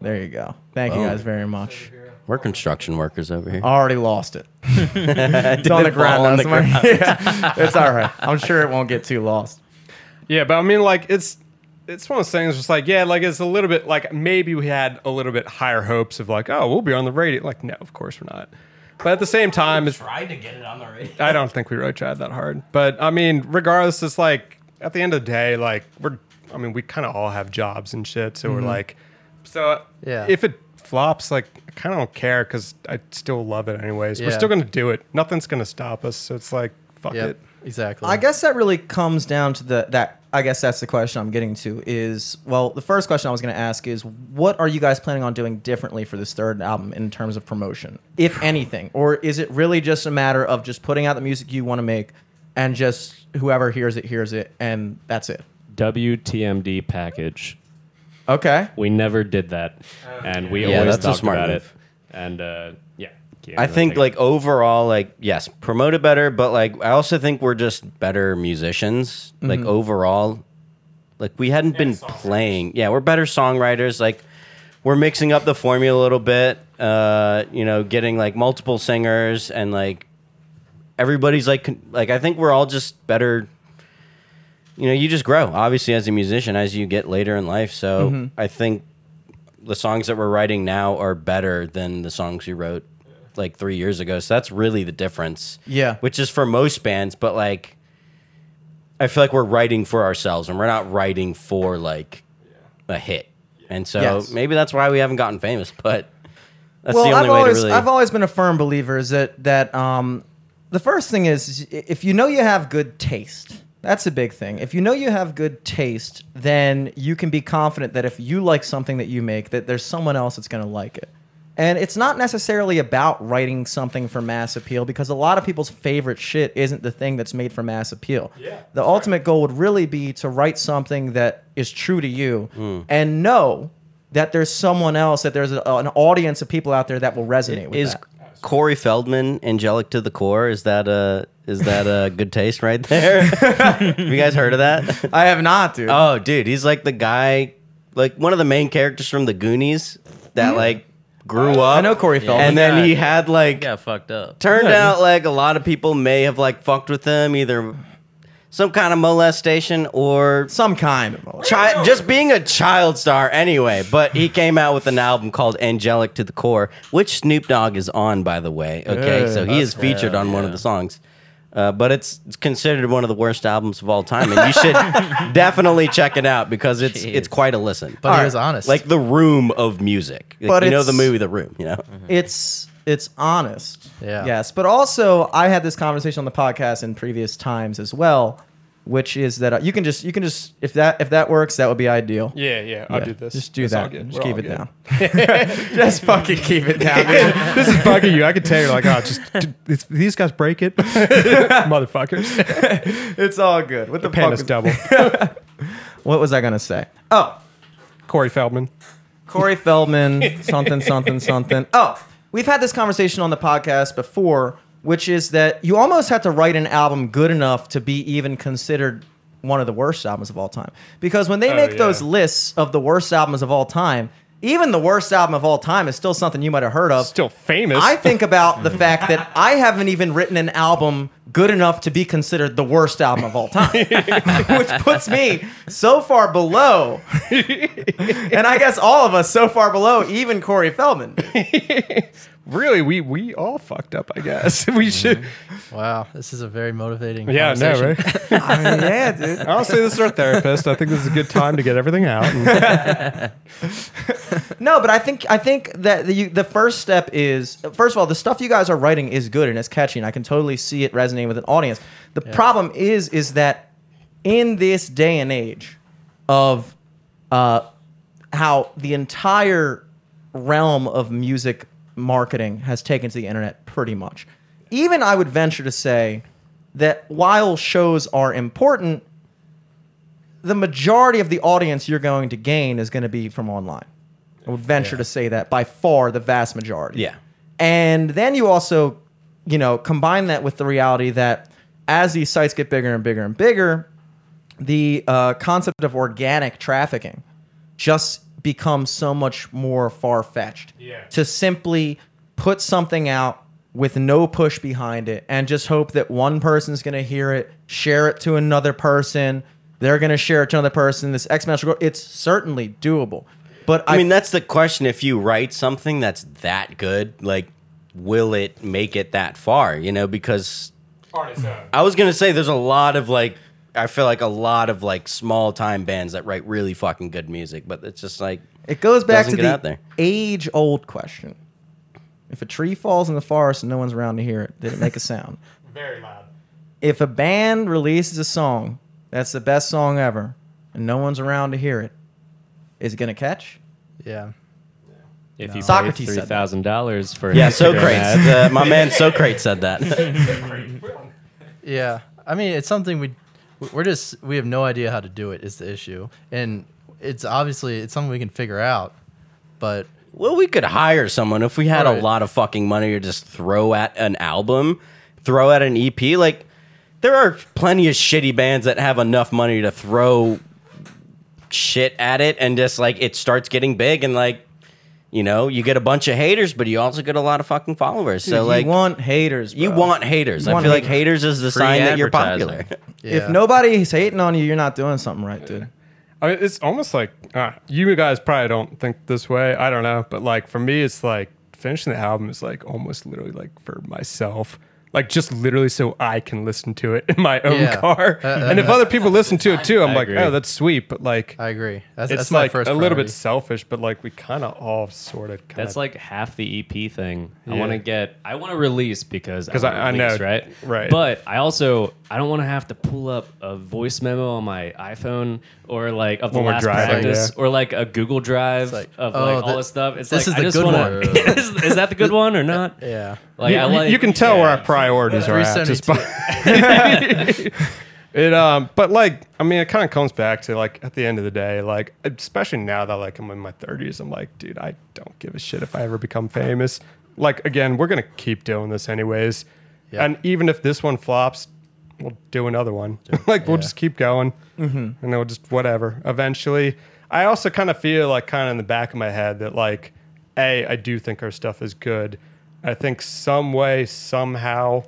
A: There you go. Thank you
B: Boom.
A: guys very much.
B: We're construction workers over
C: Oh,
B: here.
A: Already lost it. it's on the ground.
B: fall on
A: now
B: the
A: somewhere. Yeah. it's all right. I'm sure it won't get too lost.
D: Yeah, but I mean, like, it's it's one of those things. Just like, yeah, like it's a little bit like maybe we had a little bit higher hopes of like, oh, we'll be on the radio. Like, no, of course we're not. But at the same time, it's,
B: Tried to get it on the radio.
D: I don't think we really tried that hard. But I mean, regardless, it's like at the end of the day, like we're. I mean, we kind of all have jobs and shit, so we're like, so
C: Mm-hmm. Yeah.
D: If it flops, like I kind of don't care because I still love it anyways. We're
C: Yeah.
D: still gonna do it. Nothing's gonna stop us. So it's like, fuck
C: yeah,
D: it.
C: exactly.
A: I guess that really comes down to the that I guess that's the question I'm getting to is well, the first question I was gonna ask is what are you guys planning on doing differently for this third album in terms of promotion? If anything, or is it really just a matter of just putting out the music you want to make and just whoever hears it hears it and that's it?
E: WTMD package.
A: Okay.
E: We never did that, and we
B: Yeah,
E: always
B: that's a
E: talked
B: smart
E: about
B: move.
E: it. And uh, yeah, can't
B: I
E: really
B: think like overall, like yes, promote it better, but like I also think we're just better musicians. Like
C: Mm-hmm.
B: overall, like we hadn't been playing. Yeah, we're better songwriters. Like we're mixing up the formula a little bit. Uh, you know, getting like multiple singers and like everybody's like con- like I think we're all just better. You know, you just grow obviously as a musician as you get later in life. So
A: Mm-hmm.
B: I think the songs that we're writing now are better than the songs you wrote like three years ago. So that's really the difference.
A: Yeah.
B: Which is for most bands, but like I feel like we're writing for ourselves and we're not writing for like a hit. And so
A: Yes.
B: maybe that's why we haven't gotten famous, but that's
A: well,
B: the only
A: I've
B: way
A: always,
B: to really
A: I've always been a firm believer is that that um, the first thing is is if you know you have good taste, that's a big thing. If you know you have good taste, then you can be confident that if you like something that you make, that there's someone else that's going to like it. And it's not necessarily about writing something for mass appeal because a lot of people's favorite shit isn't the thing that's made for mass appeal. Yeah, the ultimate goal would really be to write something that is true to you and know that there's someone else, that there's a, an audience of people out there that will resonate with
B: is
A: that.
B: Corey Feldman angelic to the core? Is that a is that a good taste right there? Have you guys heard of that?
A: I have not, dude.
B: Oh, dude, he's like the guy, like one of the main characters from the Goonies that like grew up.
A: I know Corey Feldman.
B: and then
F: Yeah.
B: he had like
F: Yeah, fucked up.
B: turned out like a lot of people may have like fucked with him either some kind of molestation or
A: Some kind of molest-
B: chi- just being a child star anyway. But he came out with an album called Angelic to the Core, which Snoop Dogg is on, by the way. Okay, so he is featured on one of the songs. Uh, but it's it's considered one of the worst albums of all time, and you should definitely check it out because it's it's quite a listen.
C: But he was honest.
B: like the room of music, like,
A: But
B: you know
A: it's-
B: the movie The Room, you know.
A: it's it's honest.
C: Yeah.
A: Yes, but also I had this conversation on the podcast in previous times as well, which is that uh, you can just you can just if that if that works that would be ideal.
D: Yeah, yeah, I'll
A: Yeah,
D: do this.
A: Just do
D: It's all
A: that.
D: good.
A: Just
D: We're
A: keep
D: all
A: it
D: good.
A: down. just fucking keep it down.
D: this is bugging you. I could tell you're like, oh, just d- it's, these guys break it, motherfuckers.
A: it's all good. What the,
D: Pan
A: fuck?
D: is
A: is-
D: double.
A: What was I gonna say? Oh,
D: Corey Feldman.
A: Corey Feldman, something, something, something. Oh, we've had this conversation on the podcast before, which is that you almost have to write an album good enough to be even considered one of the worst albums of all time. Because when they make
D: yeah.
A: those lists of the worst albums of all time, even the worst album of all time is still something you might have heard of.
D: Still famous.
A: I think about the fact that I haven't even written an album good enough to be considered the worst album of all time, which puts me so far below, and I guess all of us so far below, even Corey Feldman.
D: really, we we all fucked up. I guess we should.
C: wow, this is a very motivating.
D: Yeah, no,
C: conversation.
D: right.
A: I mean, yeah, dude.
D: I'll say this is our therapist. I think this is a good time to get everything out. And
A: No, but I think I think that the, you, the first step is first of all the stuff you guys are writing is good and it's catchy, and I can totally see it resonating with an audience. The problem is is that in this day and age of uh, how the entire realm of music marketing has taken to the internet pretty much. Even I would venture to say that while shows are important, the majority of the audience you're going to gain is going to be from online. I would venture to say that by far the vast majority.
B: Yeah.
A: And then you also, you know, combine that with the reality that as these sites get bigger and bigger and bigger, the uh, concept of organic trafficking just becomes so much more far fetched.
D: Yeah.
A: To simply put something out with no push behind it and just hope that one person's going to hear it, share it to another person, they're going to share it to another person. This exponential growth, it's certainly doable. But I,
B: I mean, that's the question. If you write something that's that good, like, will it make it that far? You know, because I was gonna say there's a lot of like, I feel like a lot of like small time bands that write really fucking good music, but it's just like,
A: It goes back
B: Doesn't
A: to
B: get out
A: the
B: there.
A: age old question. If a tree falls in the forest and no one's around to hear it, did it make a sound?
D: Very loud.
A: if a band releases a song that's the best song ever and no one's around to hear it, is it going to catch?
C: Yeah.
E: If you
A: Socrates
E: pay
A: said
E: three
A: that.
E: thousand dollars for an
B: yeah,
E: Instagram ad.
B: Socrates. Uh, my man Socrates said that.
C: Yeah, I mean, it's something we we're just we have no idea how to do it is the issue, and it's obviously it's something we can figure out, but
B: well, we could hire someone if we had
C: Right.
B: a lot of fucking money to just throw at an album, throw at an EP. Like, there are plenty of shitty bands that have enough money to throw shit at it and just like it starts getting big and like You know, you get a bunch of haters, but you also get a lot of fucking followers.
A: Dude,
B: so like,
A: you want haters.
B: you
A: bro.
B: want haters.
A: You
B: I
A: want
B: feel like haters is the
F: Free
B: sign that you're popular.
F: advertising.
C: Yeah.
A: If nobody's hating on you, you're not doing something right, dude.
D: I mean, it's almost like uh, you guys probably don't think this way. I don't know, but like for me, it's like finishing the album is like almost literally like for myself, like just literally so I can listen to it in my own
C: Yeah.
D: car.
C: Uh, uh,
D: and if
C: uh,
D: other people listen to it too, I'm
B: I
D: like,
B: agree.
D: oh, that's sweet, but like
C: I agree. That's,
D: it's
C: that's my
D: like
C: first.
D: a little bit
C: priority.
D: selfish, but like we kind of all sort of.
E: That's like half the EP thing. I
D: Yeah.
E: want to get. I want to release because
D: 'Cause
E: wanna
D: I- I know,
E: release, right?
D: right.
E: But I also I don't want to have to pull up a voice memo on my iPhone or like of the
D: When we're
E: last
D: driving,
E: practice
D: yeah.
E: or like a Google Drive
C: like,
E: of
C: oh,
E: like all
C: th-
E: this stuff. It's
C: this is
E: like
C: the
E: I just
C: good
E: wanna,
C: one.
E: is, is that the good one or not?
C: Yeah.
E: Like I
D: You- you,
E: like
D: you can tell
E: yeah.
D: where our priorities are at. Just
C: 372.
D: by- it um, but like I mean, it kind of comes back to like at the end of the day, like especially now that like I'm in my 30s, I'm like, dude, I don't give a shit if I ever become famous. Like again, we're gonna keep doing this anyways,
C: Yeah.
D: and even if this one flops, we'll do another one. like we'll
C: Yeah.
D: just keep going,
E: Mm-hmm.
D: and then we'll just whatever. Eventually, I also kind of feel like kind of in the back of my head that like, a, I do think our stuff is good. I think some way somehow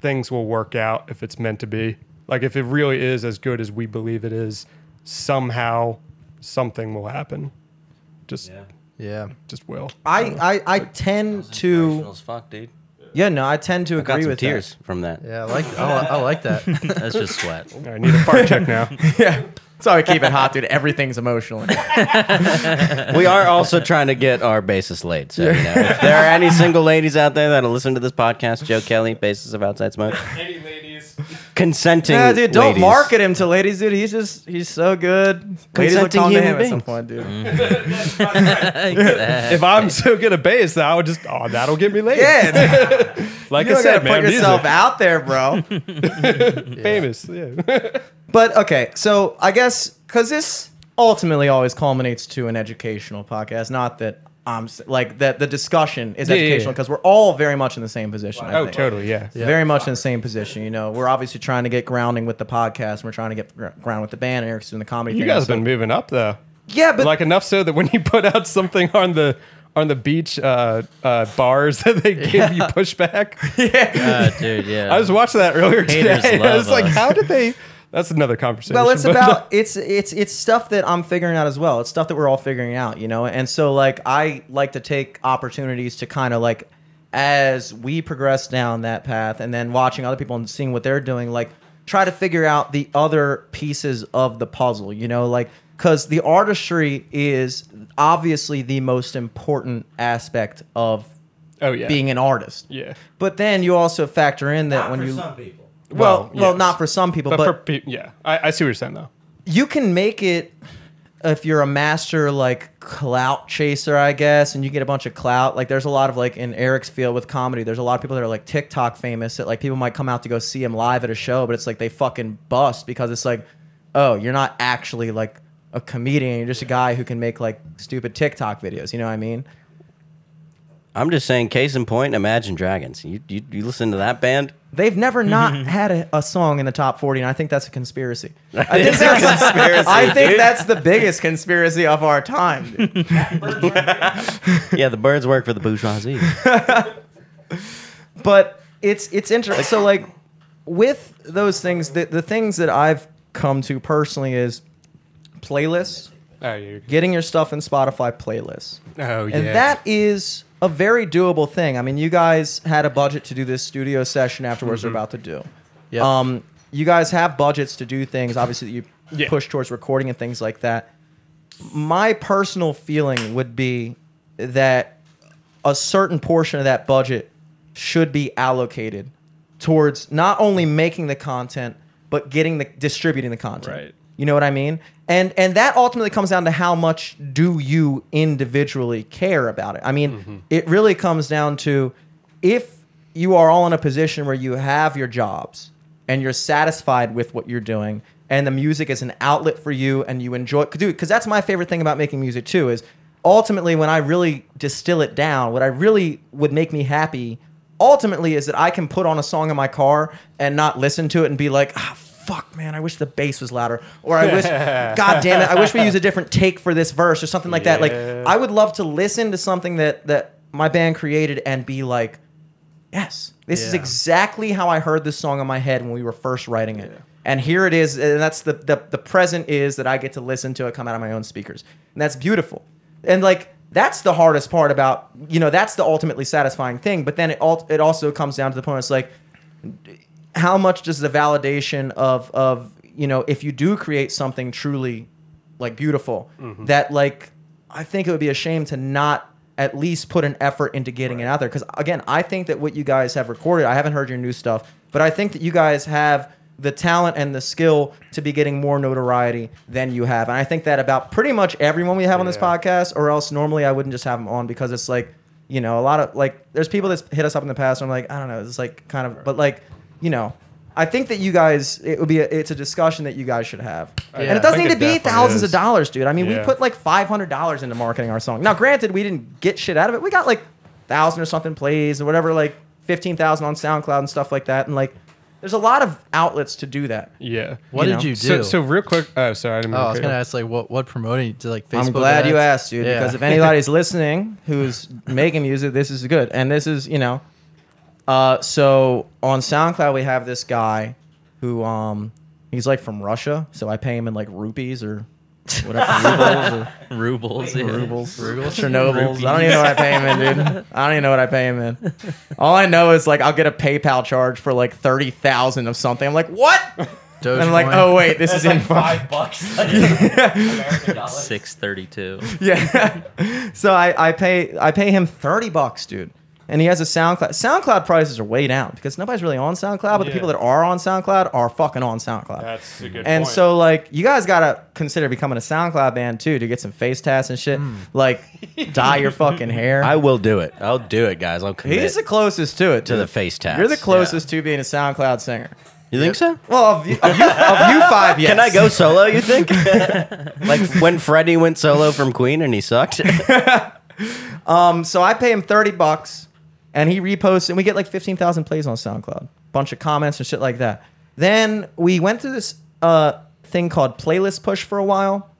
D: things will work out if it's meant to be. Like if it really is as good as we believe it is, somehow something will happen. Just
C: Yeah.
D: just will.
A: I, I, I tend to,
B: fuck, dude.
A: yeah, no, I tend to
B: I got
A: agree
B: some
A: with
B: tears from that.
C: Yeah. I like. I, li- I like that.
F: That's just sweat.
D: I need a fart check now.
A: that. Yeah. Sorry, keep it hot, dude. Everything's emotional. in here.
B: we are also trying to get our bassist laid. So, you know, if there are any single ladies out there that'll listen to this podcast, Joe Kelly, bassist of Outside Smoke,
E: Any ladies?
B: consenting.
A: yeah, dude, don't
B: ladies.
A: market him to ladies, dude. He's just, he's so good. Ladies will
B: Consenting
A: come to him
B: human
A: at some
B: beings. Mm.
A: point, dude.
D: if I'm so good at bass, then I would just oh that'll get me laid.
A: Yeah, dude,
D: like
A: you
D: I
A: don't
D: said,
A: gotta
D: man,
A: put yourself
D: music,
A: out there, bro.
D: famous. Yeah.
A: But okay, so I guess because this ultimately always culminates to an educational podcast. Not that I'm s- like that the discussion is
D: Yeah, yeah,
A: educational
D: yeah.
A: because we're all very much in the same position. I
D: oh,
A: think.
D: totally. Yeah.
A: Very much in the same position, you know. We're obviously trying to get grounding with the podcast. And we're trying to get gr- ground with the band. and Eric's doing the comedy.
D: You
A: thing
D: guys have
A: also.
D: been moving up though.
A: yeah, but
D: like enough so that when you put out something on the on the beach uh, uh, bars that they give you pushback.
F: Uh, dude, yeah.
D: I was watching that earlier
F: Haters
D: today. I
F: love
D: was like,
F: us.
D: how did they? That's another conversation.
A: well it's
D: but-
A: about it's it's it's stuff that i'm figuring out as well it's stuff that we're all figuring out you know and so like i like to take opportunities to kind of like as we progress down that path and then watching other people and seeing what they're doing like try to figure out the other pieces of the puzzle you know like because the artistry is obviously the most important aspect of
D: oh yeah,
A: being an artist
D: yeah.
A: but then you also factor in that when you
B: people.
A: well well,
D: yes.
A: not for some people
D: But,
A: but,
D: for pe- yeah, I, I see what you're saying though.
A: you can make it if you're a master like clout chaser, I guess, and you get a bunch of clout. Like there's a lot of like in Eric's field with comedy, there's a lot of people that are like TikTok famous that like people might come out to go see him live at a show, but it's like they fucking bust because it's like, oh, you're not actually like a comedian, you're just a guy who can make like stupid TikTok videos. You know what I mean?
B: I'm just saying, case in point, Imagine Dragons. You, you, you listen to that band?
A: They've never not had a, a song in the top 40, and I think that's a conspiracy. I
B: It's
A: think,
B: a
A: that's,
B: conspiracy,
A: I think
B: dude.
A: that's the biggest conspiracy of our time. dude.
B: Yeah, the birds work for the bourgeoisie.
A: but it's it's interesting. So like with those things, the, the things that I've come to personally is playlists,
D: Oh, you're,
A: getting your stuff in Spotify playlists,
D: oh yeah.
A: and that is a very doable thing. I mean, you guys had a budget to do this studio session afterwards. We're about to do.
C: Yep.
A: Um, you guys have budgets to do things. Obviously, that you
D: Yeah.
A: push towards recording and things like that. My personal feeling would be that a certain portion of that budget should be allocated towards not only making the content but getting the distributing the content.
D: Right.
A: You know what I mean? And and that ultimately comes down to how much do you individually care about it? I mean,
D: Mm-hmm.
A: it really comes down to if you are all in a position where you have your jobs and you're satisfied with what you're doing and the music is an outlet for you and you enjoy dude because that's my favorite thing about making music too is ultimately when i really distill it down what i really would make me happy ultimately is that i can put on a song in my car and not listen to it and be like ah, fuck, man, I wish the bass was louder. Or I wish, God damn it, I wish we use a different take for this verse or something like that. Like, I would love to listen to something that, that my band created and be like, yes, this is
C: Yeah.
A: exactly how I heard this song in my head when we were first writing it. And here it is, and that's the, the the present is that I get to listen to it come out of my own speakers, and that's beautiful. And like that's the hardest part about you know that's the ultimately satisfying thing. But then it all it also comes down to the point. It's like how much does the validation of of you know if you do create something truly like beautiful that like I think it would be a shame to not at least put an effort into getting it out there because again I think that what you guys have recorded I haven't heard your new stuff but I think that you guys have the talent and the skill to be getting more notoriety than you have and I think that about pretty much everyone we have on this
D: Yeah.
A: podcast or else normally I wouldn't just have them on because it's like you know a lot of like there's people that's hit us up in the past and I'm like I don't know it's like kind of but like you know I think that you guys it would be a, it's a discussion that you guys should have and
C: Yeah.
A: it doesn't
D: I
A: need
D: think
A: to
D: it
A: be
D: definitely
A: thousands of
D: is.
A: dollars dude I mean we
D: Yeah.
A: put like five hundred dollars into marketing our song now granted we didn't get shit out of it we got like thousand or something plays or whatever like fifteen thousand on SoundCloud and stuff like that and like there's a lot of outlets to do that
D: Yeah.
C: What
A: You
C: did
A: know.
C: you do?
D: So, so real quick. Oh, sorry. I didn't
C: oh,
D: mean to
C: I was
D: cut
C: gonna
D: you off.
C: ask like what what promoting to like Facebook.
A: I'm glad you
C: ads?
A: asked, dude,
C: Yeah.
A: because if anybody's listening who's making music, this is good. And this is, you know, uh, so on SoundCloud we have this guy who um he's like from Russia, so I pay him in like rupees or whatever
F: Rubles. yeah.
A: rubles or rubles,
C: Rubles?
A: Chernobyls. I don't even know what I pay him in, dude. I don't even know what I pay him in. All I know is like I'll get a PayPal charge for like thirty thousand of something. I'm like, what? And I'm like,
C: Dogecoin.
A: oh wait, this is in
H: five bucks. American dollars.
F: Six thirty-two.
A: Yeah. so I, I pay I pay him thirty bucks, dude. And he has a SoundCloud. SoundCloud prices are way down because nobody's really on SoundCloud, but the
D: Yeah.
A: people that are on SoundCloud are fucking on SoundCloud.
D: That's a good
A: and
D: point.
A: so like you guys gotta consider becoming a SoundCloud band too to get some face tats and
D: Hmm.
A: shit. Like dye your fucking hair.
B: I will do it. I'll do it, guys. I'll commit
A: He's the closest to it.
B: to the
A: dude.
B: face tats.
A: You're the closest to being a SoundCloud singer.
B: You think so?
A: Well, of you, of you, of you five, yes.
B: Can I go solo? You think? like when Freddie went solo from Queen and he sucked.
A: Um, so I pay him 30 bucks and he reposts and we get like 15,000 plays on SoundCloud. Bunch of comments and shit like that. Then we went through this uh, thing called playlist push for a while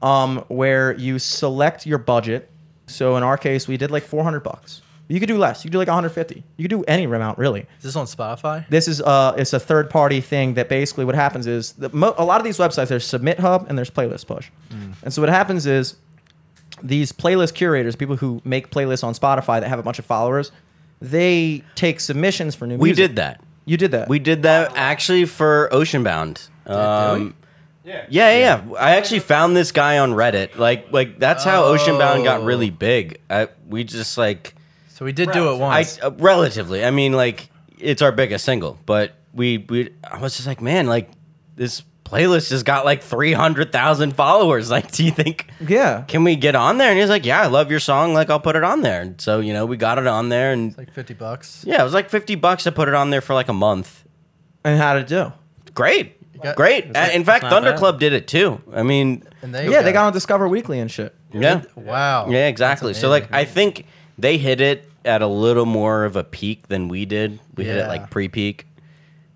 A: um, where you select your budget. So in our case, we did like 400 bucks. You could do less. You could do like 150. You could do any amount really
C: Is this on Spotify?
A: this is uh it's a third party thing that basically what happens is the mo- a lot of these websites there's submit hub and there's playlist push
B: Mm.
A: and so what happens is these playlist curators people who make playlists on spotify that have a bunch of followers they take submissions for new
B: we
A: music
B: did that.
A: you did that
B: We did that actually for Oceanbound. Um,
D: Yeah.
B: yeah, yeah, yeah. I actually found this guy on Reddit. Like, like that's how Oceanbound got really big. I, we just like
C: So we did do it
B: I
C: once.
B: uh, relatively. I mean, like it's our biggest single, but we we I was just like, man, like this playlist has got like three hundred thousand followers. Like, do you think?
A: yeah
B: Can we get on there? And he's like, Yeah, I love your song. Like, I'll put it on there. And so, you know, we got it on there. And
C: like fifty bucks.
B: yeah, it was like 50 bucks to put it on there for like a month.
A: and how to do
B: Great.
C: got-
B: Great. Uh, In fact,
F: not
B: Thunder
F: bad.
B: Club did it too. I mean,
C: And they
A: yeah they got on discover weekly and shit
B: yeah.
C: wow.
B: Yeah, exactly.
C: That's
B: So, like,
C: amazing.
B: I think they hit it at a little more of a peak than we did. We hit it
C: Yeah.
B: like pre peak.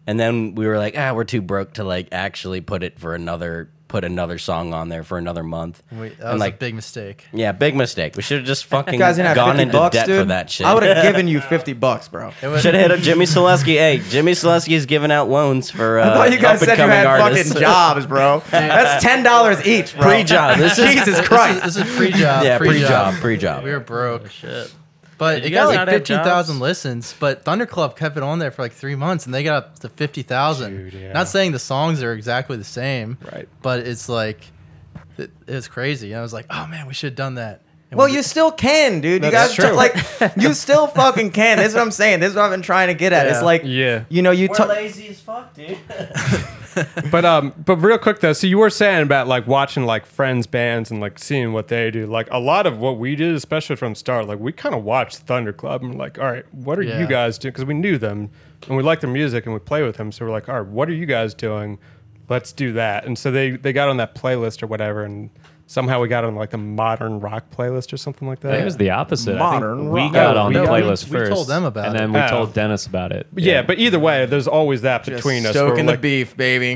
B: And then we were like, ah, we're too broke to like actually put it for another, put another song on there for another month.
C: We, that
B: And,
C: was
B: like,
C: a big mistake.
B: yeah, big mistake. We should have just fucking
A: you guys didn't have
B: gone
A: 50
B: into
A: bucks
B: debt
A: dude
B: for that shit.
A: i would have given you 50 bucks bro
C: It was,
B: Should have hit up Jimmy Selesky. Hey, Jimmy Selesky is giving out loans for uh,
A: I thought you guys said you
B: up-and-coming
A: had
B: artists.
A: fucking jobs, bro. That's ten dollars each, bro.
B: Pre-job. This is-
A: Jesus
C: this
A: Christ.
C: is, this is pre-job.
B: yeah, pre
C: pre-job.
B: job, pre job.
C: We were broke.
F: Shit.
C: But
F: Did
C: it
F: you
C: got
F: guys
C: like
F: not have
C: fifteen thousand
F: jobs?
C: listens, but Thunder Club kept it on there for like three months, and they got up to fifty thousand.
D: Dude, yeah.
C: Not saying the songs are exactly the same,
D: Right.
C: But it's like it, it was crazy. And I was like, oh man, we should have done that. And
A: Well,
C: we
A: you
C: did-
A: still can, dude. You guys
D: That's true.
A: like you still fucking can. This is what I'm saying. This is what I've been trying to get at. It's
C: Yeah.
A: like
D: Yeah.
A: you know, you talk.
H: lazy as fuck, dude.
D: But um, but real quick though, so you were saying about like watching like friends bands and like seeing what they do. Like a lot of what we did, especially from start, like we kind of watched Thunder Club and we're like, all right, what are
C: Yeah.
D: you guys doing? Because we knew them and we liked their music and we play with them, so we're like, all right, what are you guys doing? Let's do that. And so they they got on that playlist or whatever, and somehow we got on like the modern rock playlist or something like
E: I think
D: that.
E: it was the opposite. I think
A: Modern
E: we
A: rock.
E: got
D: No,
E: on
D: we-
E: the
D: no, we-
E: playlist
C: we
E: first.
C: told them about
E: and
C: it.
E: then we
D: Oh.
E: told Dennis about it.
D: yeah, but either way, there's always that between us. where we're
A: Stoking the
D: like,
A: beef, baby.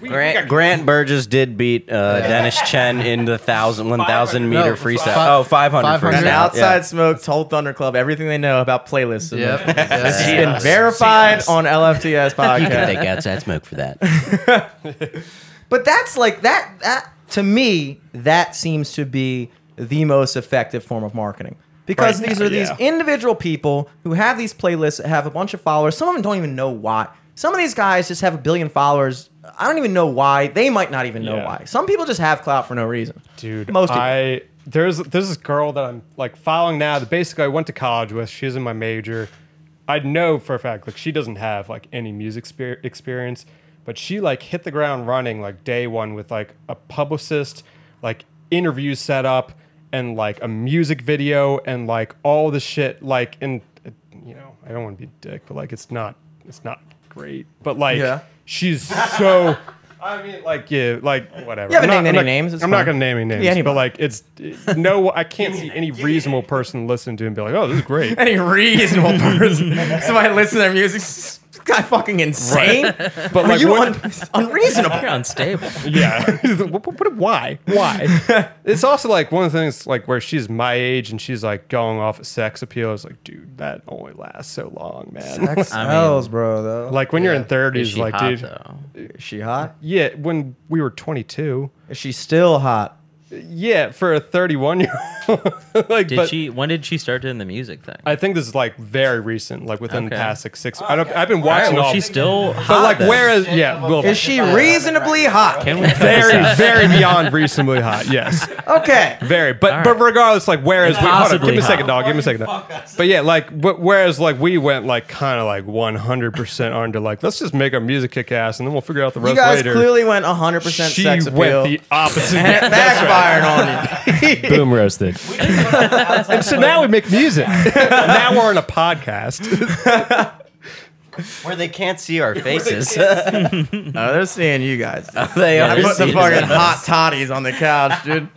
B: Grant, Grant Burgess did beat uh, Dennis Chen in the thousand, 1,000 meter
C: No,
B: freestyle.
C: fi-
B: oh, 500
C: 500.
A: And
B: freestyle.
C: Yeah.
A: outside smoke told Thunder Club everything they know about playlists. and
C: Yep.
A: This has been
C: yes.
A: verified on LFTS
B: Yeah. You can
A: podcast.
B: take outside smoke for that.
A: But that's like that. That to me, that seems to be the most effective form of marketing because
D: Right
A: these
D: now,
A: are these
D: yeah.
A: individual people who have these playlists, that have a bunch of followers. Some of them don't even know why. Some of these guys just have a billion followers. I don't even know why. They might not even know
D: Yeah.
A: why. Some people just have clout for no reason.
D: dude
A: most people.
D: i there's there's this girl that i'm like following now that basically i went to college with she's in my major i know for a fact like she doesn't have like any music spe- experience but she like hit the ground running like day one with like a publicist like interview set up and like a music video and like all the shit like and uh, you know i don't want to be a dick but like it's not it's not great but like
A: Yeah.
D: she's so i mean like yeah like whatever
A: You haven't
D: I'm
A: named any
D: I'm
A: names, it's
D: I'm
A: fine.
D: not going to name any names,
A: Yeah, anybody.
D: but like it's no, I can't see any reasonable person listening to him be like, "Oh, this is great."
A: Any reasonable person, somebody listen to their music. This guy fucking insane. But Are
D: like,
A: you
D: what-
A: un- unreasonable?
F: You're unstable.
D: yeah. what, what- what- why? Why? it's also like one of the things like where she's my age and she's like going off at sex appeal. It's like, dude, that only lasts so long, man.
A: X
F: I mean,
A: sells, bro. Though,
D: like when you're in
F: Is
D: thirties,
F: she
D: like,
F: hot,
D: dude,
F: though?
A: is she hot?
D: yeah. When we were 22,
A: Is she still hot?
D: yeah, for a 31 year old, like,
F: Did
D: but
F: she? When did she start doing the music thing?
D: I think this is like very recent, like within the
F: Oh, Okay.
D: past like six. I don't, I've been
F: All right,
D: watching
F: well,
D: all.
F: she's still hot.
D: but like,
F: then.
D: where is yeah? Well,
A: Is she reasonably hot?
F: Can we
D: very, very beyond reasonably hot. Yes,
A: Okay.
D: very. But
F: All right.
D: but regardless, like whereas we hold on, give
F: Possibly
D: me a second,
F: hot.
D: dog, give me a second. Dog. But yeah, like wh- whereas like we went like kind of like one hundred percent onto like let's just make our music kick ass and then we'll figure out the
A: You
D: rest
A: guys
D: later.
A: clearly went 100%
D: she
A: sex appeal.
D: went the opposite.
A: and it
D: That's right.
A: backfired on you.
G: Boom roasted.
D: And so now we make music. now we're on a podcast.
B: Where they can't see our faces.
A: No, they're seeing you guys.
B: they
A: I
B: are
A: put the
B: seeing
A: fucking
B: us.
A: hot toddies on the couch, dude.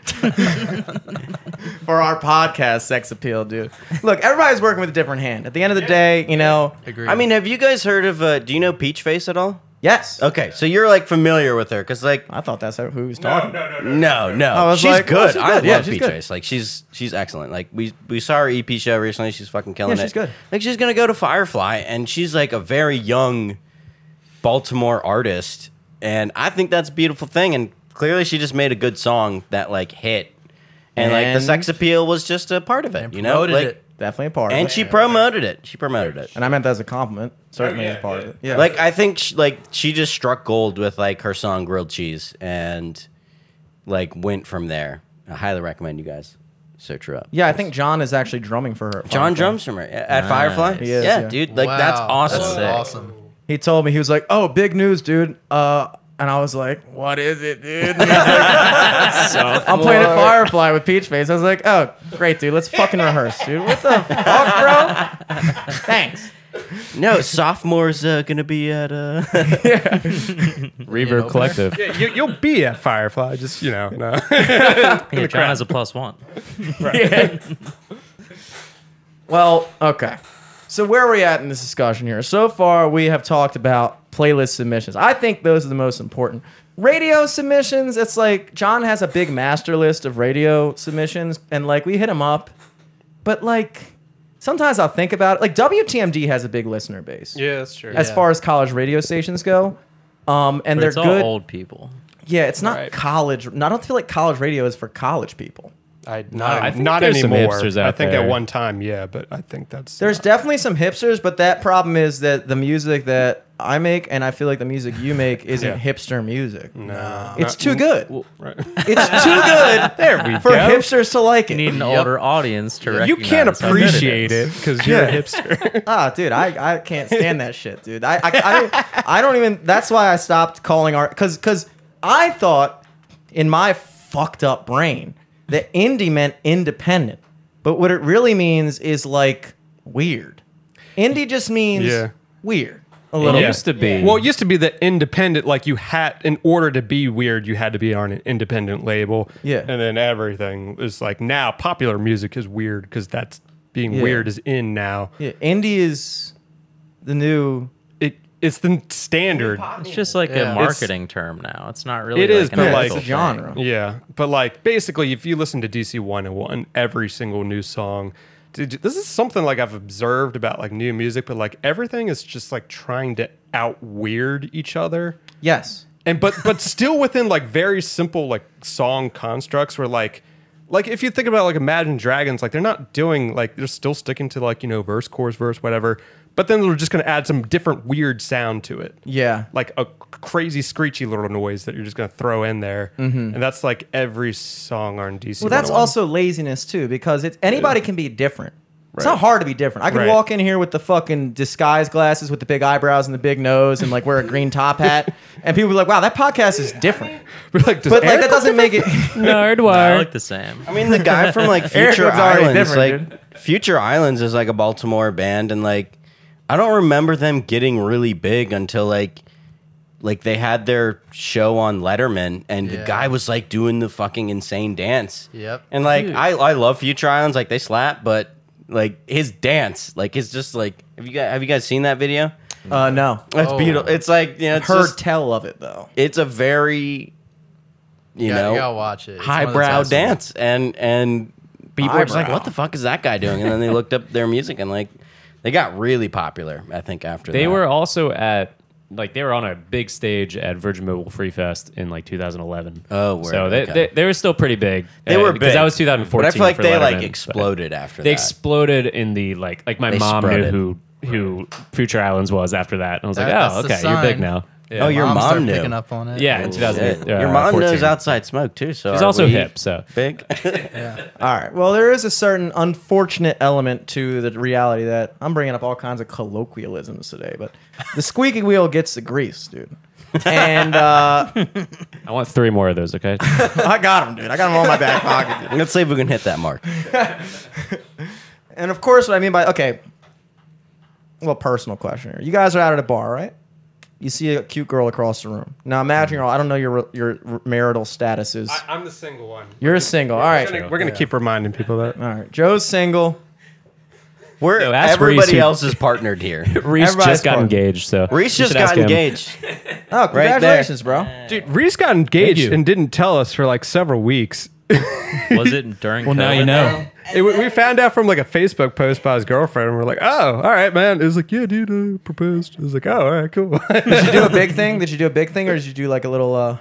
A: For our podcast sex appeal, dude. Look, everybody's working with a different hand. At the end of the day, you know.
C: Agreed.
B: I mean, have you guys heard of, uh, do you know Peach Face at all?
A: Yes.
B: Okay, so you're like familiar with her because like
A: I thought that's who was talking.
B: No, no.
A: I was
B: she's
A: like,
B: good.
A: oh, she's
B: I
A: good.
B: love
A: Yeah, she's
B: Peach
A: good.
B: Face. Like she's she's excellent. Like we we saw her EP show recently. She's fucking killing
A: Yeah,
B: it.
A: she's good.
B: Like she's gonna go to Firefly, and she's like a very young Baltimore artist, and I think that's a beautiful thing. And clearly, she just made a good song that like hit, and, like the
A: And-
B: sex appeal was just a part of it. You know,
C: promoted
B: like
C: it.
A: Definitely a part
B: and
A: of it.
B: she promoted it. She promoted it.
A: and I meant that as a compliment. Certainly a part of it. Yeah.
B: Like I think she, like she just struck gold with like her song grilled cheese and like went from there. I highly recommend you guys search her up.
A: yeah, I think John is actually drumming for her. at
B: John
A: Firefly.
B: drums from her at Firefly.
A: He is,
B: yeah,
A: yeah.
B: dude, like that's
C: Wow,
B: awesome.
C: That's
F: Sick.
C: awesome.
A: he told me he was like, "Oh, big news, dude." Uh, and I was like, "What is it, dude?" I'm playing at Firefly with Peach Face. I was like, "Oh, great, dude. Let's fucking rehearse, dude. What the fuck, bro? Thanks."
B: No, sophomore's uh, gonna be at uh,
G: Reverb Collective.
D: Yeah, you, you'll be at Firefly. Just you know, no.
F: Yeah, John has a plus one.
A: Well, okay. So where are we at in this discussion here? So far, we have talked about playlist submissions. I think those are the most important. Radio submissions, it's like John has a big master list of radio submissions, and like we hit him up, but like sometimes I'll think about it. Like WTMD has a big listener base
D: yeah, that's true.
A: as
C: Yeah.
A: far as college radio stations go. Um, and
F: But
A: they're
F: it's all
A: good.
F: old people.
A: Yeah, it's not
D: Right.
A: college. I don't feel like college radio is for college people.
D: I not,
G: I think
D: not
G: there's some
D: anymore.
G: hipsters
D: I
G: out
D: think
G: there.
D: at one time, yeah, but I think that's
A: There's definitely some hipsters, but that problem is that the music that I make and I feel like the music you make isn't
D: Yeah.
A: hipster music.
D: no.
A: It's too good.
D: Right.
A: It's too good there we for
D: go.
A: hipsters to like
F: You need
A: it.
F: an older audience to recognize.
D: You can't
F: how good
D: appreciate
F: is.
D: it because you're a hipster.
A: Ah, dude, I, I can't stand that shit, dude. I I, I, don't, I don't even. That's why I stopped calling art because because I thought in my fucked up brain that indie meant independent, but what it really means is like weird. Indie just means
D: Yeah.
A: weird. A little
E: It
A: bit.
E: used to be.
D: Well, it used to be that independent, like you had, in order to be weird, you had to be on an independent label.
A: Yeah.
D: And then everything is like now popular music is weird because that's being
A: Yeah.
D: weird is in now.
A: Yeah, indie is the new.
D: It It's the standard.
F: It's just like
C: Yeah.
F: a
C: It's-
F: marketing term now. It's not really.
D: It
F: like
D: is,
F: an
D: but,
A: Yeah,
D: like-
A: it's
F: official
A: a genre.
F: thing.
D: Yeah. But like basically, if you listen to DC 101, every single new song, did you- this is something like I've observed about like new music, but like everything is just like trying to out weird each other.
A: Yes.
D: and but but still within like very simple like song constructs where like like if you think about like Imagine Dragons, like they're not doing like they're still sticking to like you know verse, chorus, verse, whatever. But then they're just going to add some different weird sound to it,
A: Yeah.
D: like a crazy screechy little noise that you're just going to throw in there, and that's like every song on DC.
A: Mm-hmm. Well, that's
D: 101.
A: also laziness too, because it's anybody can be different. It's not hard to be different. I could
D: Right.
A: walk in here with the fucking disguise glasses, with the big eyebrows and the big nose, and like wear a green top hat, and people be like, "Wow, that podcast is different."
D: We're like, does
A: But like
D: Eric
A: that doesn't make it.
F: I look the same.
B: I mean, the guy from like Future
A: looks already
B: Islands,
A: different,
B: like Future Islands is like a Baltimore band, and like I don't remember them getting really big until like like they had their show on Letterman, and the
C: Yeah.
B: guy was like doing the fucking insane dance.
C: Yep.
B: And like I I love Future Islands, like they slap, but like his dance, like it's just like have you guys have you guys seen that video?
A: Uh, no,
B: That's
C: Oh.
B: beautiful. It's like you know, it's
A: heard
B: just-
A: tell of it though.
B: it's a very you
C: You, gotta,
B: know
C: you gotta watch it. It's one of the
B: highbrow
C: best ones.
B: dance and and people were just like
A: Highbrow.
B: what the fuck is that guy doing and then they looked up their music and like they got really popular i think after
E: They
B: that.
E: were also at like they were on a big stage at Virgin Mobile Free Fest in like 2011.
B: Oh, word,
E: so they,
B: okay.
E: they they were still pretty big. uh,
B: they were big
E: because that was
B: but
E: 2014.
B: i feel like
E: for
B: they
E: Letterman,
B: like
E: but
B: exploded after
E: They
B: that
E: exploded in the like like my
B: They
E: mom
B: sprouted.
E: knew who who Future Islands was after that, and I was like,
C: That-
E: oh,
C: that's
E: okay,
C: the
E: you're big
C: sign.
E: now. Yeah.
B: oh your
C: Mom
B: mom
C: started
B: knew
C: picking up on it.
E: yeah, in
B: Shit.
E: 2008. uh,
B: your mom
E: 14.
B: knows outside smoke too so
E: She's
B: are
E: also
B: we
E: hip, so
B: big
A: All right. Well, there is a certain unfortunate element to the reality that I'm bringing up all kinds of colloquialisms today, but the squeaky wheel gets the grease, dude. And uh,
E: I want three more of those. Okay,
A: I got him, dude. I got him all in my back pocket. dude.
B: let's see if we can hit that mark
A: And of course, what I mean by okay, a little personal question here. You guys are out at a bar, right? You see a cute girl across the room. Now imagine you're all, I don't know your your marital status is.
D: I'm the single one.
A: You're single. All right.
D: we're gonna keep reminding people that.
A: All right. Joe's single.
B: we're
E: No, ask Reese
B: everybody
E: who-
B: else is partnered here
E: Reese
A: Everybody's
E: just got
A: fun.
E: engaged, so
B: reese
E: you
B: just
E: should ask
B: got
E: him.
B: engaged
A: Oh,
B: there.
A: congratulations, bro.
D: Dude, Reese got engaged
G: you.
D: and didn't tell us for like several weeks.
F: Was it during?
G: Well, now you
F: COVID?
G: know.
D: It, we we found out from like a Facebook post by his girlfriend, and we're like, "Oh, all right, man." It was like, "Yeah, dude, I proposed." It was like, "Oh, all right, cool."
A: Did you do a big thing? Did you do a big thing, or did you do like a little? uh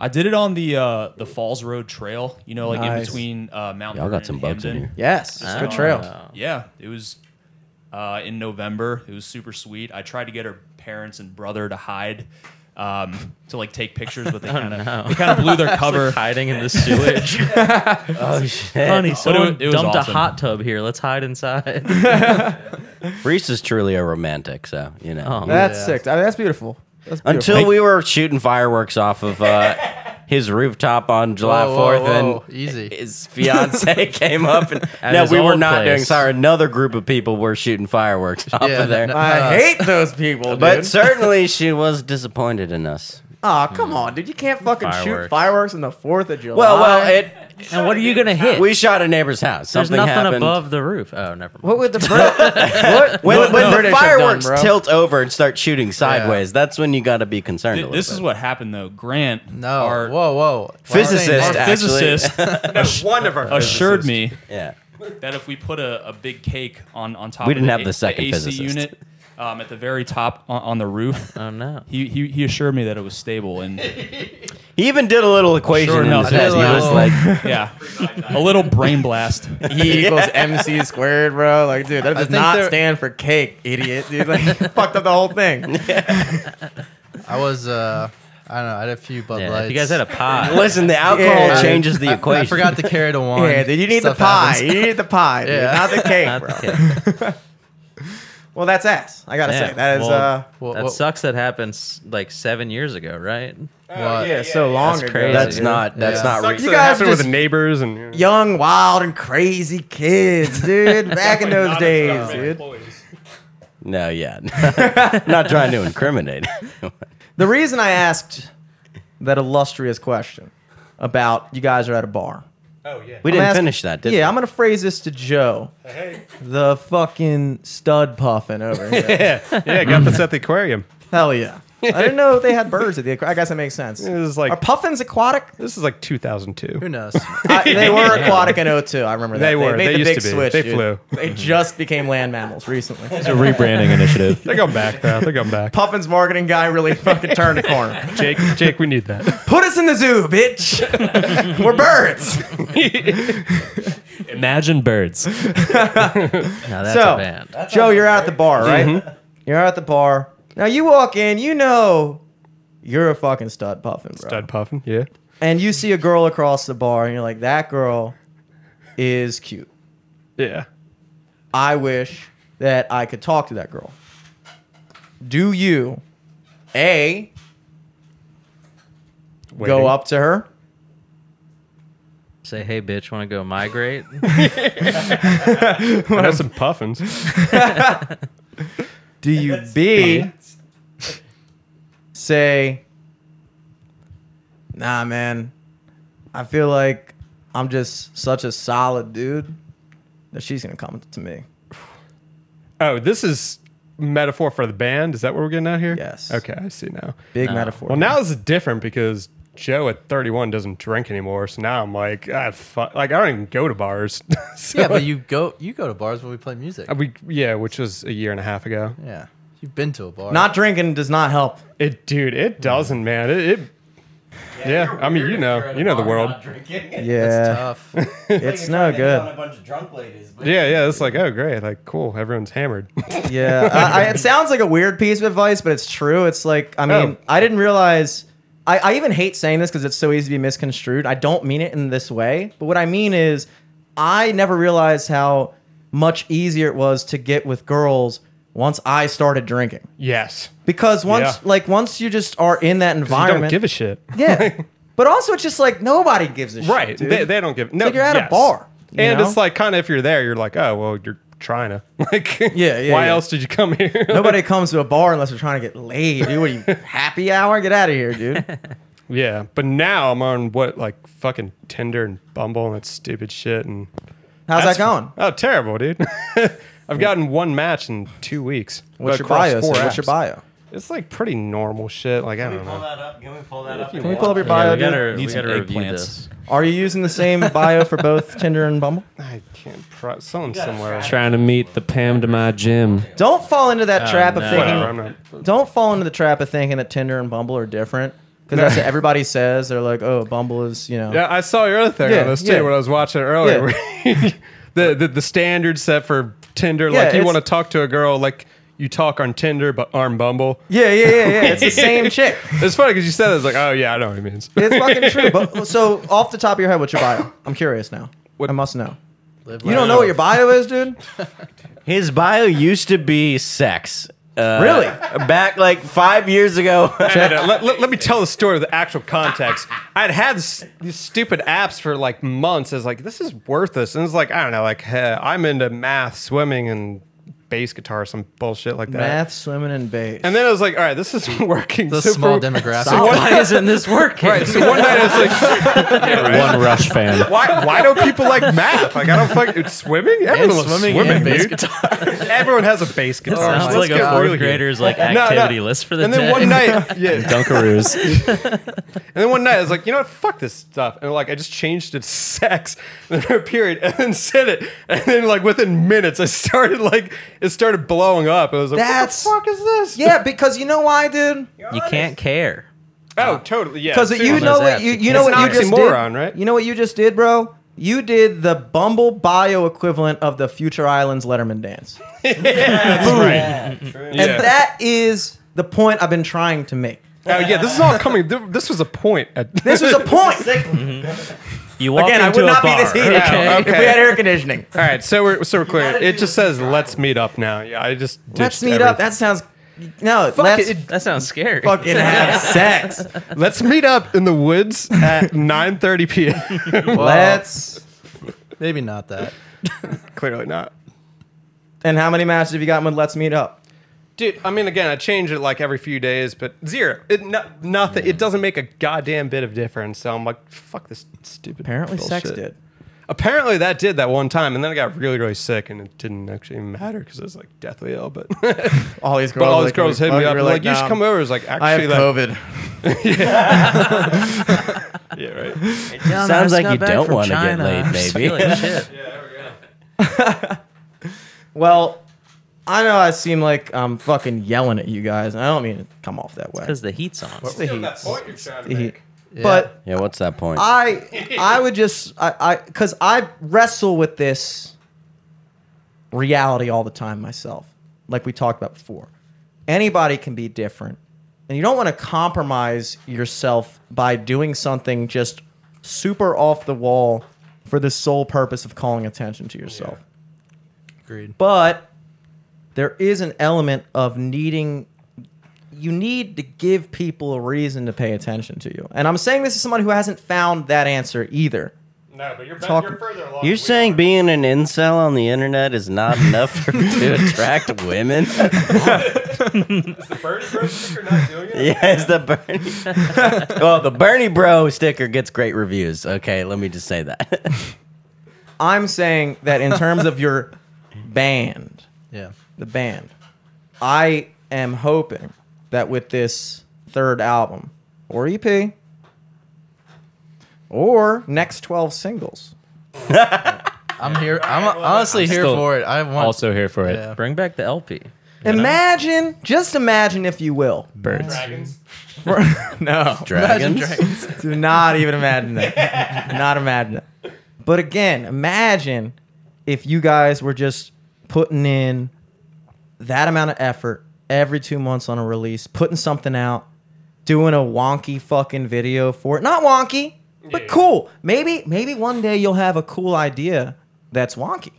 G: I did it on the uh, the Falls Road Trail. You know, like in
A: Nice.
G: between uh, Mount.
B: Y'all
G: Vernon
B: got some
G: and
B: bugs in
G: Hamden.
A: Yes,
F: Oh,
A: good trail.
G: Yeah, it was uh, in November. It was super sweet. I tried to get her parents and brother to hide. Um, to like take pictures, but they kind of they kind of blew their cover.
F: Hiding in the sewage.
B: oh shit
F: Honey, someone
G: it was
F: dumped
G: awesome.
F: a hot tub here. Let's hide inside.
B: reese is truly a romantic so you know
F: Oh.
A: That's
C: Yeah.
A: sick. I mean, that's beautiful. That's beautiful.
B: until we were shooting fireworks off of uh, his rooftop on July
C: Whoa, whoa,
B: Fourth,
C: whoa.
B: and
C: Easy.
B: his fiance came up. And,
F: At
B: no,
F: his
B: we were
F: old
B: not doing.
F: place.
B: Sorry, another group of people were shooting fireworks off
C: Yeah,
B: of there.
C: no, no.
A: I hate those people, dude.
B: but certainly, she was disappointed in us.
A: Aw, come on, dude. You can't fucking shoot
F: Fireworks.
A: fireworks on the Fourth of July.
B: Well, well, it.
F: and what are you gonna hit?
B: We shot a neighbor's house.
F: There's
B: Something
F: nothing
B: happened.
F: above the roof. Oh, never mind.
A: What would the Brit- what?
B: When,
A: what
B: when the
A: British have done,
B: fireworks
A: bro?
B: tilt over and start shooting sideways, that's when you got to be concerned.
G: Th-
B: a
G: this
B: little
G: is
B: bit.
G: what happened though. Grant,
C: No.
G: our,
C: whoa, whoa.
B: physicist
G: our
B: actually.
G: physicist,
D: One of our
G: assured me
B: Yeah.
G: that if we put a, a big cake on on top,
B: We
G: of
B: didn't have
G: A-
B: the second
G: AC
B: physicist.
G: unit um, at the very top on, on the roof.
F: Oh no.
G: He, he, he assured me that it was stable and
B: He even did a little equation
G: Sure
B: in
G: enough,
B: his head. He
C: that's
B: was
C: what-
B: like,
G: yeah, a little brain blast.
A: E equals MC squared, bro. Like, dude, that does
C: think
A: not
C: they're-
A: stand for cake, idiot. Dude, like, you fucked up the whole thing.
C: I was, uh, I don't know, I had a few Bud
F: Yeah,
C: Lights.
F: if you guys had a pod,
B: "Listen, the alcohol
A: Yeah.
B: changes the
C: Ah. I-
B: equation."
C: I forgot to carry the one.
A: Yeah, dude, you need
C: Stuff
A: the pie.
C: happens.
A: You need the pie, dude,
C: Yeah.
A: not the cake,
F: not
A: bro.
F: the cake.
A: Well, that's ass. I gotta
F: Yeah,
A: say, that is
F: well,
A: uh,
C: What-
F: that
C: what-
F: sucks. That happens like seven years ago, right?
C: what-
A: yeah, so long
F: That's
A: ago.
F: crazy.
B: That's
F: Yeah.
B: not. That's
C: Yeah.
B: not.
D: Sucks
A: You
D: you
A: guys
D: guys happened
A: just-
D: with the neighbors and
A: Young, wild, and crazy kids, dude. Back in those days, dude.
B: No, yeah. Not trying to incriminate.
A: The reason I asked that illustrious question about you guys are at a bar.
B: We
A: I'm
B: didn't
A: asking-
B: finish that, did
A: yeah,
B: we?
A: I'm gonna phrase this to Joe, the fucking stud puffin over here.
D: Yeah, yeah, got this at the aquarium.
A: Hell yeah! I didn't know they had birds at the. aqu- I guess that makes sense.
D: It was like-
A: are puffins aquatic?
D: This is like 2002.
C: Who knows?
A: I, they were aquatic in 02. I remember that.
D: They were.
A: made
D: They
A: the
D: used
A: big
D: to be.
A: switch.
D: They
A: dude.
D: flew.
A: They just became land mammals recently.
I: It's a rebranding initiative.
D: They're going back, though. They're going back.
A: Puffins marketing guy really fucking turned a corner.
D: Jake, Jake, we need that.
A: Put us in the zoo, bitch. We're birds.
E: Imagine birds.
F: Now that's
A: So- uh,
F: a band.
A: Joe, you're out at the bar, right?
D: Mm-hmm.
A: You're out at the bar. Now you walk in, you know you're a fucking stud puffin, bro.
D: Stud puffin. Yeah.
A: And you see a girl across the bar, and you're like, that girl is cute.
D: Yeah.
A: I wish that I could talk to that girl. Do you, A, go
D: Waiting.
A: up to her?
F: Say, hey, bitch, want to go migrate?
D: I have some puffins.
A: Do you B say, nah, man, I feel like I'm just such a solid dude that she's gonna come to me.
D: Oh, this is metaphor for the band. Is that what we're getting at here?
A: Yes.
D: Okay, I see now.
A: Big metaphor.
D: Well, now this is different because Joe at 31 doesn't drink anymore. So now I'm like, ah, fuck. Like, I don't even go to bars. So-
C: yeah, but you go you go to bars where we play music.
D: Uh, We yeah, which was a year and a half ago.
C: yeah, you've been to a bar.
A: not drinking does not help.
D: It, dude, it doesn't, man. It, it yeah. I mean, you know, you know the world.
H: Drinking.
A: Yeah,
C: tough.
A: it's no
H: On a
A: good.
H: bunch of drunk ladies. but-
D: Yeah, yeah. It's like, oh, great. Like, cool. Everyone's hammered.
A: Yeah, I, I, it sounds like a weird piece of advice, but it's true. It's like I mean,
D: Oh.
A: I didn't realize. I, I even hate saying this because it's so easy to be misconstrued. I don't mean it in this way, but what I mean is, I never realized how much easier it was to get with girls once I started drinking.
D: yes.
A: Because once,
D: Yeah.
A: like, once you just are in that
D: You don't
A: environment,
D: give a shit.
A: yeah. But also, it's just like nobody gives a
D: Right.
A: shit. dude.
D: They, they don't give. No,
A: like you're at a
D: yes.
A: bar, you
D: And
A: know?
D: it's like, kind of, if you're there, you're like, oh, well, you're trying to. Like,
A: Yeah, yeah,
D: Why
A: yeah.
D: else did you come here?
A: Nobody comes to a bar unless they're trying to get laid. Dude, what are you happy hour? Get out of here, dude.
D: Yeah, but now I'm on what like fucking Tinder and Bumble and that stupid shit and
A: How's
D: That's
A: that going?
D: oh terrible, dude. I've gotten one match in two weeks.
A: What's
D: but
A: your
D: across
A: bio?
D: four
A: Sid? What's your
D: apps.
A: bio?
D: It's like pretty normal shit. Like I
H: Can we
D: don't
H: pull
D: know.
H: that up? Can we pull that up?
A: Can we pull up your
F: Yeah,
A: bio?
F: we gotta,
A: dude?
F: we
G: Need some
F: gotta review
G: eggplants.
F: this.
A: Are you using the same bio for both Tinder and Bumble?
D: I can't. Pro- someone somewhere.
E: Trying to meet the Pam to my gym.
A: Don't fall into that trap of
F: Oh, no.
A: thinking.
D: Whatever. I'm not.
A: Don't fall into the trap of thinking that Tinder and Bumble are different because that's what everybody says. They're like, oh, Bumble is you know.
D: Yeah, I saw your other thing
A: Yeah,
D: on this too
A: yeah.
D: when I was watching it earlier. where the, the the standard set for Tinder,
A: Yeah,
D: like you
A: it's-
D: want to talk to a girl, like you talk on Tinder, but arm Bumble.
A: Yeah, yeah, yeah, yeah. It's the same chick.
D: It's funny because you said it, it's like, oh yeah, I know what it means.
A: It's fucking true. But so off the top of your head, what's your bio? I'm curious now. I must know.
C: Live
A: You don't know what your bio is, dude?
B: His bio used to be sex. Uh,
A: Really?
B: Back like five years ago.
D: No, no, let, let, let me tell the story with the actual context. I'd had s- these stupid apps for like months. I was like, this is worthless. And it's like, I don't know, like, heh, I'm into math, swimming, and bass guitar, or some bullshit like that.
A: Math, swimming, and bass.
D: And then I was like, all right, this isn't working.
C: the
D: So
C: small
D: for-
C: demographic.
A: So
F: Why isn't this working?
D: Right, so one night I was like,
I: One Rush fan.
D: why, why don't people like math? Like, I don't fucking, it's swimming?
C: And
D: Everyone loves
C: swimming,
D: swimming,
C: and bass
D: dude.
C: guitar.
D: Everyone has a bass guitar.
F: Sounds
D: Let's
F: like a
D: get
F: fourth
D: real here.
F: grader's like
D: No, no.
F: activity list for the
D: And
F: day.
D: then one night, yeah,
I: Dunkaroos.
D: And then one night I was like, you know what, fuck this stuff. And like I just changed it to sex and then period and then said it. And then like within minutes I started like it started blowing up. It was like
A: That's-
D: what the fuck is this?
A: yeah, because you know why, dude?
F: you can't care.
D: Oh, totally. Yeah.
A: Because you
D: seriously.
A: know
F: those
A: what
F: apps,
A: you,
F: you
A: you know
D: can't-
A: what you
D: It's an
A: just
D: oxymoron,
A: did,
D: right?
A: You know what you just did, bro. You did the Bumble bio equivalent of the Future Islands Letterman dance,
D: yeah.
A: and that is the point I've been trying to make.
D: Oh yeah, this is all coming th- this was a point at
A: This was a point.
F: You walk
A: Again, I
F: into
A: would
F: a
A: not
F: bar.
A: be this heated
D: Okay.
A: if we had air conditioning.
D: All right, so we're so we're clear. It just says let's meet up now. Yeah, I just
A: Let's
D: ditched
A: meet up.
D: everything.
A: That sounds no. let's
F: That sounds scary.
A: fucking have sex.
D: Let's meet up in the woods at 9:30 p.m.
A: Let's.
C: Maybe not that.
D: Clearly not.
A: And how many matches have you gotten with Let's Meet Up?
D: Dude, I mean, again, I change it like every few days, but zero. It, no, nothing. It doesn't make a goddamn bit of difference. So I'm like, fuck this stupid.
A: Apparently, sex
D: bullshit.
A: did.
D: Apparently, that did that one time, and then I got really, really sick, and it didn't actually even matter because I was like deathly ill. But
A: All these
D: but
A: girls,
D: all these
A: like,
D: girls hit me
A: were
D: up, like, like you should
A: "Nah,
D: come over. I was like, actually,
A: I have
D: like,
A: COVID.
D: Yeah, right.
B: Sounds like you don't want to get laid, baby.
A: Well, I know I seem like I'm fucking yelling at you guys, and I don't mean to come off that way.
F: because the heat's on.
A: It's the heat.
D: That point you're trying to
A: The heat.
D: make.
A: But
B: yeah, what's that point?
A: I I would just I because I, wrestle with this reality all the time myself, like we talked about before. Anybody can be different, and you don't want to compromise yourself by doing something just super off the wall for the sole purpose of calling attention to yourself.
C: Agreed.
A: But there is an element of needing you need to give people a reason to pay attention to you. And I'm saying this is someone who hasn't found that answer either.
D: No, but you're,
A: Talk-
D: you're further along.
B: You're saying being an incel on the internet is not enough for, to attract women?
D: the Bernie Bros sticker not doing it?
B: yeah, it's the Bernie. well, the Bernie Bro sticker gets great reviews. Okay, let me just say that.
A: I'm saying that in terms of your band,
C: Yeah.
A: the band, I am hoping that with this third album or EP or next 12 singles,
C: I'm here. I'm honestly here
H: still
C: for it. I want.
H: Also here for it.
C: yeah.
F: Bring back the LP.
A: imagine, just imagine if you will.
H: Birds.
A: no.
B: Dragons.
A: Do not even imagine that. not imagine it. But again, imagine if you guys were just putting in that amount of effort every two months on a release, putting something out, doing a wonky fucking video for it. Not wonky, but cool. Maybe maybe one day you'll have a cool idea that's wonky.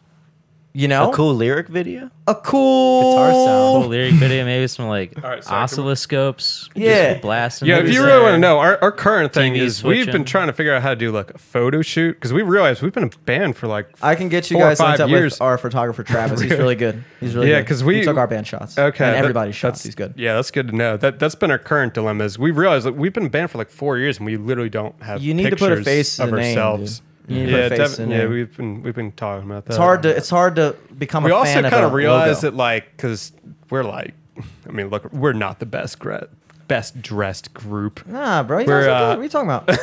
A: You know,
B: A cool lyric video.
A: a cool
C: Guitar sound.
F: Whole lyric video, maybe some like
D: All right, sorry, come on.
F: oscilloscopes.
A: Yeah.
F: just blasting.
D: Yeah, if
F: through
D: you
F: there.
D: really want to know, our, our current thing
F: TV
D: is we've
F: switching.
D: been trying to figure out how to do like a photo shoot because we realized we've been a band for like
A: I can get you
D: Four or
A: guys linked
D: five
A: up
D: years.
A: with our photographer Travis. He's
D: Really?
A: really good. He's really
D: Yeah,
A: good.
D: 'cause we-
A: he took our band shots.
D: Okay,
A: and
D: that-
A: everybody's shots.
D: that's-
A: He's good.
D: Yeah, that's good to know. That that's been our current dilemma is we realized that we've been banned for like four years and we literally don't have.
A: You need to put a
D: pictures
A: face
D: of
A: and a name,
D: ourselves.
A: dude. You need to
D: yeah,
A: put a face
D: defi-
A: and a
D: yeah,
A: name.
D: we've been we've been talking about that.
A: It's hard to it's hard to become.
D: We
A: a
D: also
A: fan
D: kind of
A: a
D: realized
A: logo.
D: that like because we're like, I mean, look, we're not the best gre- best dressed group.
A: Nah, bro, he's
D: we're,
A: also
D: uh,
A: good. What are you talking about?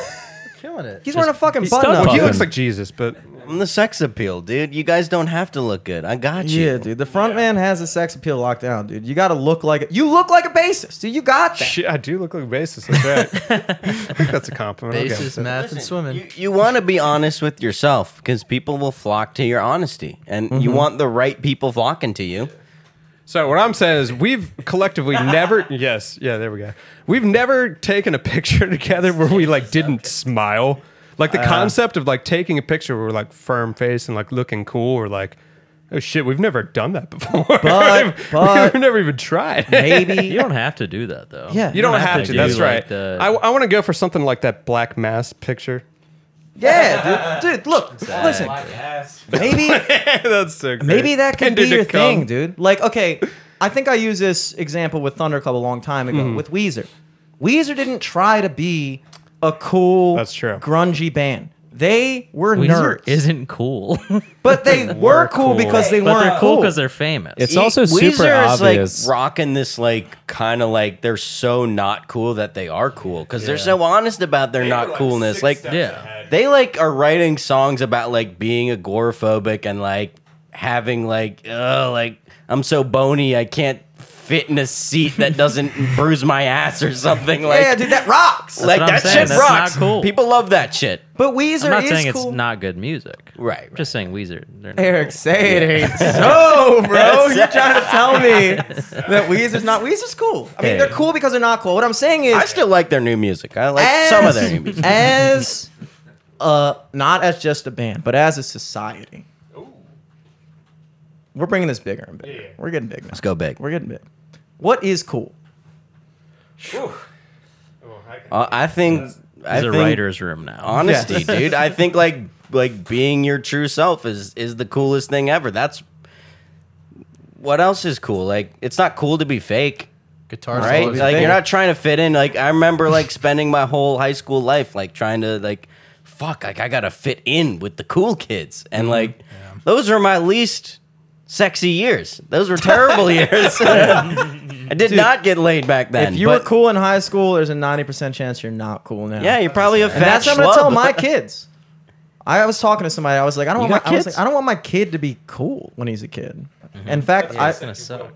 C: Killing it.
A: He's wearing a fucking button
D: Well,
A: up.
D: he
A: dude.
D: looks like Jesus, but
B: I'm the sex appeal, dude. You guys don't have to look good. I got you.
A: Yeah, dude. The front man has a sex appeal locked down, dude. You got to look like a, you look like a bassist, dude. You got that.
D: shit, I do look like a bassist. That's right. I think that's a compliment. I'll go
C: Basis,
D: with that.
C: math, and swimming.
B: You, you want to be honest with yourself because people will flock to your honesty, and you
D: Mm-hmm.
B: want the right people flocking to you.
D: So what I'm saying is we've collectively never yes, yeah, there we go. We've never taken a picture together where we like didn't smile. Like
A: Uh,
D: the concept of like taking a picture where we're like firm face and like looking cool or like oh shit, we've never done that before.
A: But-
D: we've,
A: but-
D: we've never even tried.
A: Maybe
F: You don't have to do that though.
A: Yeah.
D: you don't have to.
F: do,
D: That's
F: like,
D: right.
F: the-
D: I, I want to go for something like that black mass picture.
A: yeah, dude. Dude, look, listen. Maybe
D: that's so great.
A: Maybe that could be
D: Intended to
A: your
D: come.
A: thing, dude. Like, okay, I think I used this example with Thunder Club a long time ago with Weezer. Weezer didn't try to be a cool,
D: That's true.
A: grungy band. They were
F: Weezer
A: nerds,
F: isn't cool, but
A: but they were cool because they weren't
F: they're cool because they're famous.
I: It's also
B: Weezer
I: super
B: is
I: obvious.
B: like rocking this like kind of like they're so not cool that they are cool because they're so honest about their not coolness. Like
F: yeah,
B: they like are writing songs about like being agoraphobic and like having like uh like I'm so bony I can't fit in a seat that doesn't bruise my ass or something like
A: yeah, dude, that rocks.
B: like
F: what I'm
B: that
F: saying.
B: shit
F: That's not
B: rocks.
F: cool.
B: People love that shit.
A: but Weezer
F: I'm not
A: is
F: saying
A: cool.
F: it's not good music.
B: Right.
F: I'm just saying Weezer. they're not
A: Eric,
F: cool.
A: say it ain't so, bro. You're trying to tell me that Weezer's not Weezer's cool. I mean,
B: Hey.
A: they're cool because they're not cool. What I'm saying is,
B: I still like their new music. I like
A: as,
B: some of their new music.
A: as uh, not as just a band, but as a society. We're bringing this bigger and bigger. We're getting big now.
B: Let's go big.
A: We're getting big. What is cool?
B: Uh, I think I
F: It's a
B: think
F: writer's room now.
B: honesty,
A: Yeah.
B: dude. I think like like being your true self is is the coolest thing ever. That's what else is cool? Like, it's not cool to be fake.
C: Guitar
B: right?
C: solos.
B: Like you're not trying to fit in. Like I remember like spending my whole high school life like trying to like fuck like I gotta fit in with the cool kids.
A: Mm-hmm.
B: And like those were my least sexy years. Those were terrible years. I did not get laid back then.
A: if you
B: but-
A: were cool in high school, there's a 90% chance you're not cool now.
B: Yeah, you're probably a
A: And
B: fat
A: that's what I'm gonna
B: schlub.
A: tell my kids. I was talking to somebody. I was like, I don't
B: You
A: want
B: got
A: my, I, was
B: kids? Mm-hmm.
A: like, I don't want my kid to be cool when he's a kid. In fact,
F: Yeah, it's
A: I,
F: gonna suck.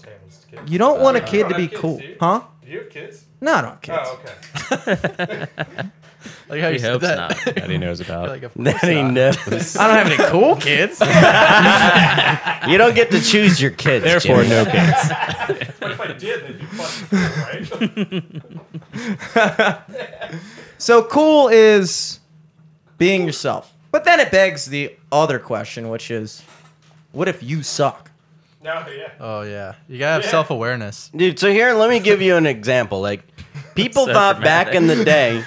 A: you don't want a kid
D: don't
A: to be
D: have kids,
A: cool,
D: dude.
A: huh?
D: Do you have kids?
A: No, I don't have kids.
D: Oh, okay.
C: Like how
F: He
C: you said
F: hopes
C: that.
F: not.
I: that he knows about.
C: Like, of
B: that
C: course
B: he
C: not.
B: knows.
A: I don't have any cool kids.
B: you don't get to choose your kids.
I: Therefore,
B: Jimmy.
I: no kids.
D: But if I did, they'd be fucking cool, right?
A: So cool is being yourself. But then it begs the other question, which is, what if you suck?
D: no, yeah.
C: Oh yeah, you gotta have self awareness.
B: Dude, so here, let me give you an example. Like, people
F: So
B: thought back
F: dramatic.
B: in the day,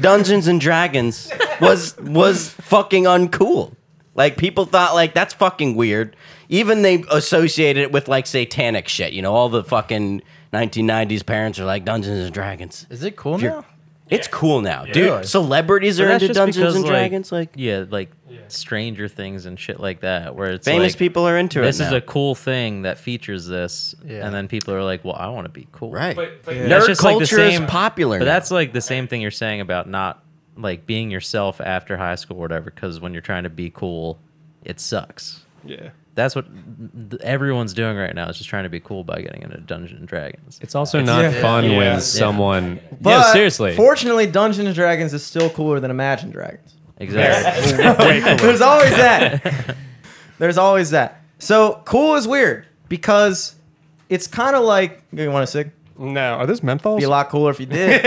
B: Dungeons and Dragons was was fucking uncool. Like, people thought like that's fucking weird. Even they associated it with like satanic shit. You know, all the fucking 1990s parents are like Dungeons and Dragons.
C: Is it cool
B: you're-
C: now?
B: It's cool now, dude.
C: Really?
B: Celebrities
F: But
B: are
F: that's
B: into
F: just
B: Dungeons
F: because,
B: and
F: like-
B: Dragons. Like,
F: Yeah, like Stranger Things and shit like that, where it's
B: famous
F: like,
B: people are into
F: This
B: it.
F: is
B: now.
F: a cool thing that features this,
C: Yeah.
F: and then people are like, "Well, I want to be cool."
B: right.
D: But, but
F: That's
B: Nerd
F: just like
B: culture
F: the
B: is
F: same-
B: popular.
F: But
B: now.
F: that's like the same thing you're saying about not like being yourself after high school or whatever. Because when you're trying to be cool, it sucks.
D: yeah.
F: That's what th- everyone's doing right now. Is just trying to be cool by getting into Dungeons and Dragons.
H: It's also not
A: yeah.
H: fun
D: Yeah.
H: when
D: Yeah.
H: someone.
A: But
H: yeah, seriously.
A: Fortunately, Dungeons and Dragons is still cooler than Imagine Dragons.
F: Exactly.
A: There's always that. There's always that. So cool is weird because it's kind of like you want to sig.
D: No, are those menthols?
A: Be a lot cooler if you did.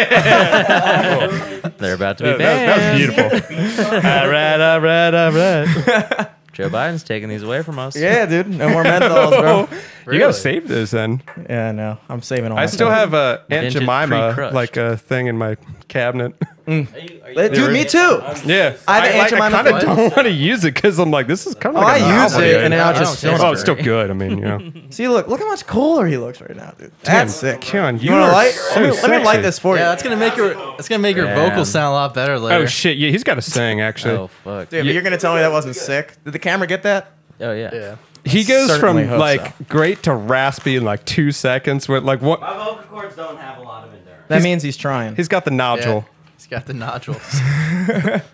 F: They're about to be banned.
D: that, that was beautiful.
H: all right, all right, all right.
F: Joe Biden's taking these away from us.
A: yeah, dude. No more menthols, bro.
D: You
C: Really?
D: gotta save those then.
A: Yeah, no. I'm saving all.
D: I
A: my
D: still
A: stuff.
D: have a Aunt
F: Vintage
D: Jemima
F: pre-crushed.
D: like a thing in my cabinet.
A: Let- Dude, me too.
D: Yeah,
A: I have an Aunt
D: like, I
A: Jemima
D: kind of
A: one.
D: don't want to use it because I'm like, this is kind
A: Oh,
D: of. like a
A: I use
D: novelty
A: it and then
D: item.
A: I'll
C: I
A: just
C: don't
A: still.
D: oh, it's still good. I mean, you know,
A: See, look, look how much cooler he looks right now, dude. That's sick.
D: Keon, you
A: You want
D: are
A: to light? let,
D: so
A: me, let me light
D: sexy.
A: this for you.
C: Yeah, that's gonna make your that's gonna make your
F: Damn.
C: vocals sound a lot better later.
D: Oh shit! Yeah, he's got to sing actually.
F: Oh fuck.
A: Dude, but you're gonna tell me that wasn't sick? Did the camera get that?
F: Oh yeah.
C: Yeah.
D: he goes
A: certainly
D: from
A: hope
D: like great to raspy in like two seconds. With like what?
B: my vocal cords don't have a lot of endurance.
A: That means he's trying.
D: He's got the
C: yeah.
D: nodule,
C: He's got the nodules.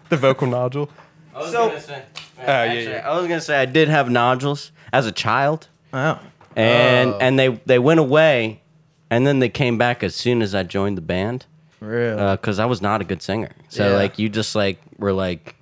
D: the vocal nodule.
B: I was
A: So-
B: gonna say.
D: yeah,
B: actually,
D: yeah.
B: I was gonna say I did have nodules as a child,
A: Wow.
B: and and they they went away, and then they came back as soon as I joined the band
A: Real.
B: because I was not a good singer. So
C: Yeah.
B: like you just like were like,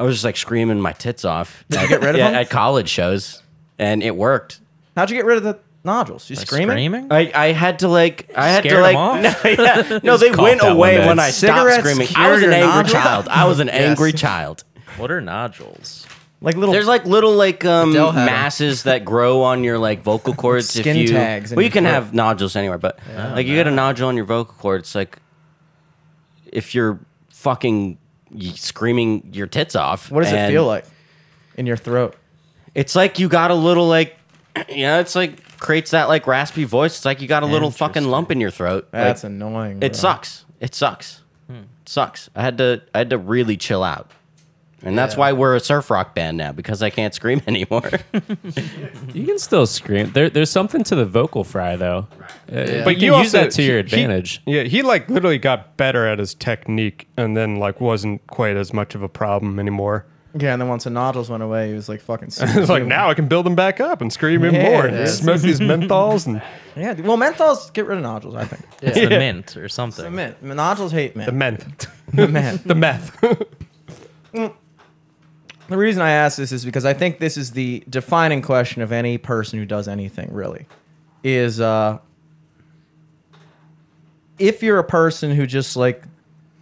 B: I was just like screaming my tits off. Did at,
A: get rid of
B: yeah,
A: them?
B: at college shows, and it worked.
A: How'd you get rid of the nodules? You screaming?
F: Screaming?
B: I, I had to like I had to
F: Scared
B: like
F: 'em off?
B: no, yeah. no they went
I: out one
B: away
I: day.
B: when I stopped
A: Cigarettes
B: screaming. I
A: cured
B: was an
A: your
B: angry
A: nodules?
B: child. I was an angry child.
F: What are nodules?
A: Like little.
B: There's like little like um
C: Adele had 'em.
B: masses that grow on your like vocal cords.
A: Skin
B: if you,
A: tags in
B: Well, you
A: your
B: can
A: throat. Oh,
B: have nodules anywhere, but like you get a nodule on your vocal cord. It's like if you're fucking y- screaming your tits off.
A: what does it
B: and
A: feel like in your throat?
B: It's like you got a little like you know. It's like creates that like raspy voice. It's like you got a little fucking lump in your throat.
A: That's
B: like,
A: annoying. bro.
B: it sucks. It sucks.
A: Hmm.
B: It sucks. I had to. I had to really chill out. And that's why we're a surf rock band now because I can't scream anymore.
H: You can still scream. There, there's something to the vocal fry though.
E: Uh,
D: But you,
H: can
D: also,
H: use that to your
D: he- he-
H: advantage.
D: yeah, he like literally got better at his technique, and then like wasn't quite as much of a problem anymore.
A: Yeah, and then once the nodules went away, he was like fucking.
D: It's like now I can build them back up and scream even
A: Yeah,
D: more and
A: dude.
D: smoke these menthols and
A: Yeah. dude. Well, menthols get rid of nodules. I think.
F: It's the mint or
A: The
F: something.
A: mint. Nodules hate mint.
D: the meth.
A: The mint.
D: The meth.
A: The reason I ask this is because I think this is the defining question of any person who does anything really is uh if you're a person who just like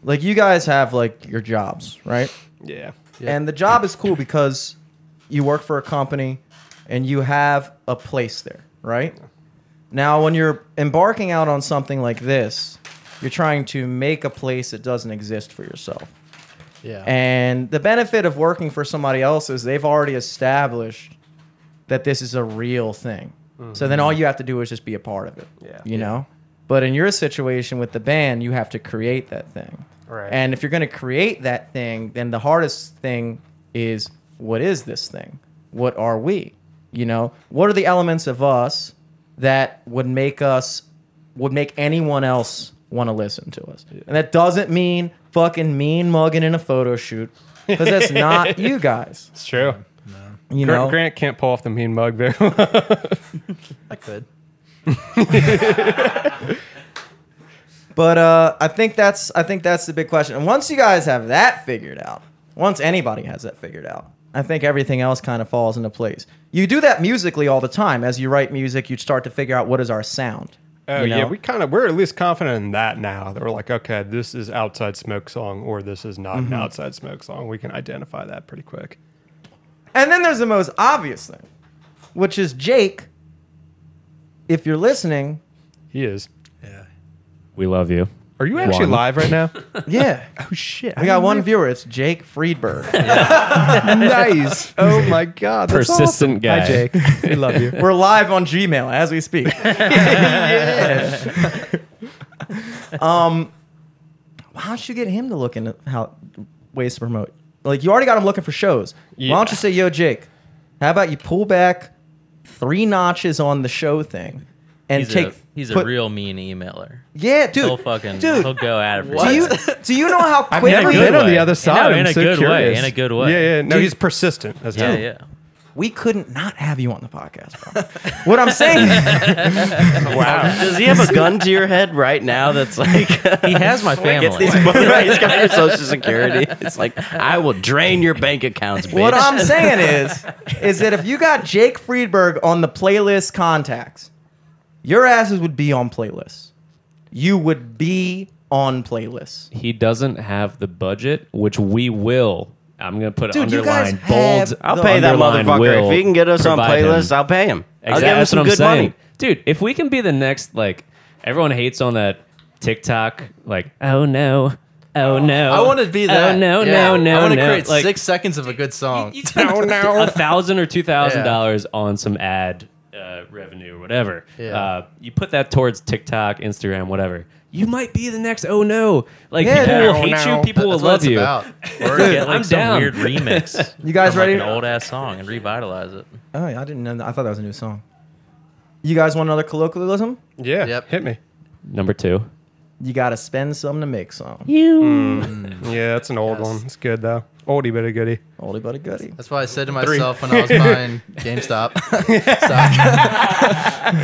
A: like you guys have like your jobs, right?
D: yeah.
A: And the job is cool because you work for a company and you have a place there, right? Now, when you're embarking out on something like this, you're trying to make a place that doesn't exist for yourself.
C: Yeah.
A: And the benefit of working for somebody else is they've already established that this is a real thing. So then all you have to do is just be a part of it.
D: Mm-hmm. Yeah.
A: You know? But in your situation with the band, you have to create that thing.
D: Right.
A: And if you're going to create that thing, then the hardest thing is what is this thing? What are we? You know, what are the elements of us that would make us would make anyone else want to listen to us? And that doesn't mean fucking mean mugging in a photo shoot because that's not you guys.
D: It's true.
A: You
D: Grant,
A: know,
D: Grant can't pull off the mean mug very well.
C: I could.
A: But uh, I think that's I think that's the big question. And once you guys have that figured out, once anybody has that figured out, I think everything else kind of falls into place. You do that musically all the time. As you write music, you start to figure out what is our sound.
D: Oh
A: you know?
D: yeah, we kind of we're at least confident in that now. That we're like, okay, this is outside smoke song, or this is not an outside smoke song. We can identify that pretty quick.
A: And then there's the most obvious thing, which is Jake. If you're listening,
D: He is.
I: We love you.
D: Are you actually
I: One.
D: live right now?
A: yeah,
D: oh shit!
A: we got one viewer. It's Jake Friedberg.
D: nice. Oh my god, that's
I: Persistent
D: awesome.
I: guy.
D: Hi Jake, we love you.
A: We're live on Gmail as we speak. um, why don't you get him to look into how ways to promote? Like you already got him looking for shows. Why don't you say, "Yo, Jake, how about you pull back three notches on the show thing and
F: He's,
A: take
F: a, he's
A: put-
F: a real mean emailer.
A: yeah, dude,
F: he'll fucking
A: dude."
F: he'll go at it for
A: do you do you know how quick
D: Never
F: good
D: been on
F: way.
D: the other
F: No,
D: side.
F: in
D: I'm
F: a
D: so
F: good way,
D: curious.
F: in a good way.
D: Yeah, yeah. No,
A: Dude.
D: he's persistent. That's
F: Yeah,
D: all.
F: yeah.
A: we couldn't not have you on the podcast, bro. what I'm saying,
B: Wow. Does he have a gun to your head right now that's like,
F: He has my
B: get
F: family.
B: these right, he's got your social security. It's like, I will drain your bank accounts, bitch.
A: what I'm saying is, is that if you got Jake Friedberg on the playlist contacts, your asses would be on playlists. You would be on playlists.
I: He doesn't have the budget, which we will. I'm gonna put
A: Dude, you guys
I: underline bold.
A: have
B: I'll
A: the-
B: pay that
I: Underline
B: motherfucker.
I: will
B: If he can get us on
I: provide him.
B: playlists, I'll pay him. I'll
I: Exactly.
B: give him
I: That's
B: some
I: what I'm
B: good
I: saying.
B: money.
I: Dude, if we can be the next, like, everyone hates on that TikTok, like, oh no, oh no.
C: I want to be that.
I: Oh no,
C: Yeah.
I: no, no.
C: I want to
I: no.
C: create
I: like,
C: six seconds of a good song.
I: no, no. A thousand or two thousand
C: Yeah.
I: dollars on some ad uh, revenue or whatever.
C: Yeah.
I: Uh, you put that towards TikTok, Instagram, whatever. You might be the next. Oh no! Like
A: Yeah,
I: people
A: dude.
I: will hate you. People will
C: Oh That's what
I: love
C: it's
I: you.
C: about.
F: Or get like
I: I'm
F: some
I: down.
F: weird remix.
A: You guys
F: from,
A: ready?
F: Like an old ass song and revitalize it.
A: Oh, yeah, I didn't know that. I thought that was a new song. You guys want another colloquialism?
D: Yeah.
C: Yep.
D: Hit me.
I: Number two.
A: You gotta spend some to make some.
D: Yeah, that's an old one. It's good though. Oldie but a goodie.
A: Oldie but a goodie.
C: That's why I said to myself when I was buying GameStop. stock.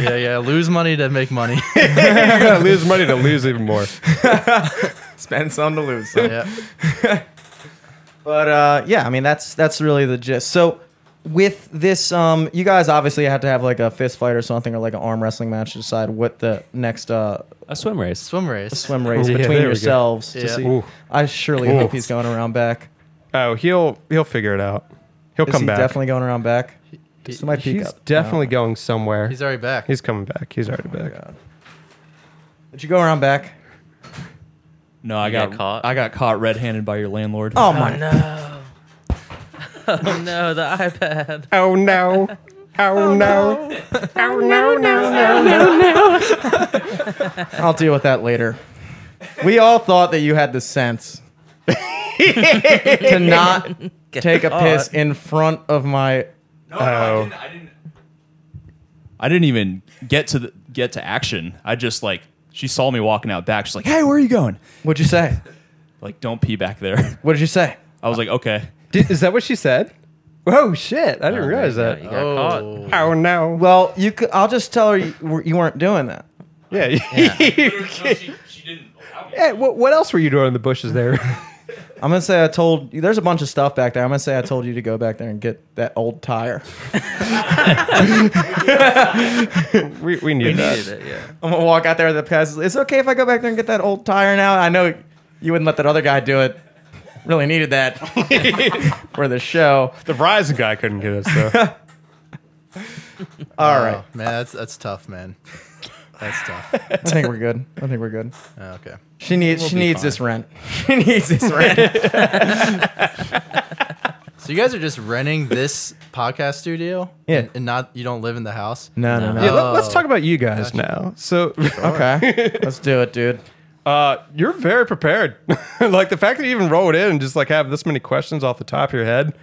C: yeah, yeah. Lose money to make money.
D: You're gonna lose money to lose even more.
A: Spend some to lose some.
C: yeah.
A: But uh, yeah, I mean that's that's really the gist. So with this, um, you guys obviously had to have like a fist fight or something, or like an arm wrestling match to decide what the next uh,
I: A swim race.
C: Swim race.
A: swim race
D: Oh, Yeah,
A: between
D: there we go.
A: yourselves. To
C: Yeah.
A: see.
D: Ooh.
A: I surely
D: Ooh.
A: hope he's going around back.
D: Oh, he'll he'll figure it out. He'll
A: Is
D: come
A: he
D: back.
A: definitely going around back?
C: He-
A: Somebody peek
D: He's
A: up.
D: definitely
A: No.
D: going somewhere.
C: He's already back.
D: He's coming back. He's already back.
A: Did you go around back?
G: No, I
F: You
G: got,
F: got caught?
G: I got caught red-handed by your landlord.
A: Oh my!
F: no. oh no, the iPad.
D: Oh no. Oh no. Oh no, no, no, no.
A: I'll deal with that later. We all thought that you had the sense to not take a piss in front of my.
G: No,
D: Oh.
G: I didn't. I didn't. I didn't even get to the, get to action. I just like she saw me walking out back. She's like, "Hey, where are you going?"
A: What'd you say?
G: Like, don't pee back there.
A: What did you say?
G: I was like, "Okay."
D: Did, is that what she said? Oh shit. I didn't realize that.
F: You got caught.
D: Oh no.
A: Well, you. Could, I'll just tell her you, were- you weren't doing that.
D: yeah.
G: she, she didn't allow me.
D: Hey, what, what else were you doing in the bushes there?
A: I'm gonna say I told. There's a bunch of stuff back there. I'm gonna say I told you to go back there and get that old tire.
D: we, we knew that.
F: Did it, yeah.
A: I'm gonna walk out there with the pass. It's okay if I go back there and get that old tire now. I know you wouldn't let that other guy do it. Really needed that for the show.
D: The Verizon guy couldn't get us though.
A: All
C: All
A: right,
C: right, Oh, man. That's that's tough, man. That's tough.
A: I think we're good. I think we're good.
C: Oh, okay.
A: She needs. she needs this rent. She needs this rent.
C: So you guys are just renting this podcast studio?
A: Yeah.
C: And, and not you don't live in the house?
A: No, no, no.
D: Yeah, let, let's
C: Oh,
D: talk about you guys now. So,
A: Okay, let's do it, dude.
D: uh, you're very prepared. like the fact that you even rolled in and just like have this many questions off the top of your head.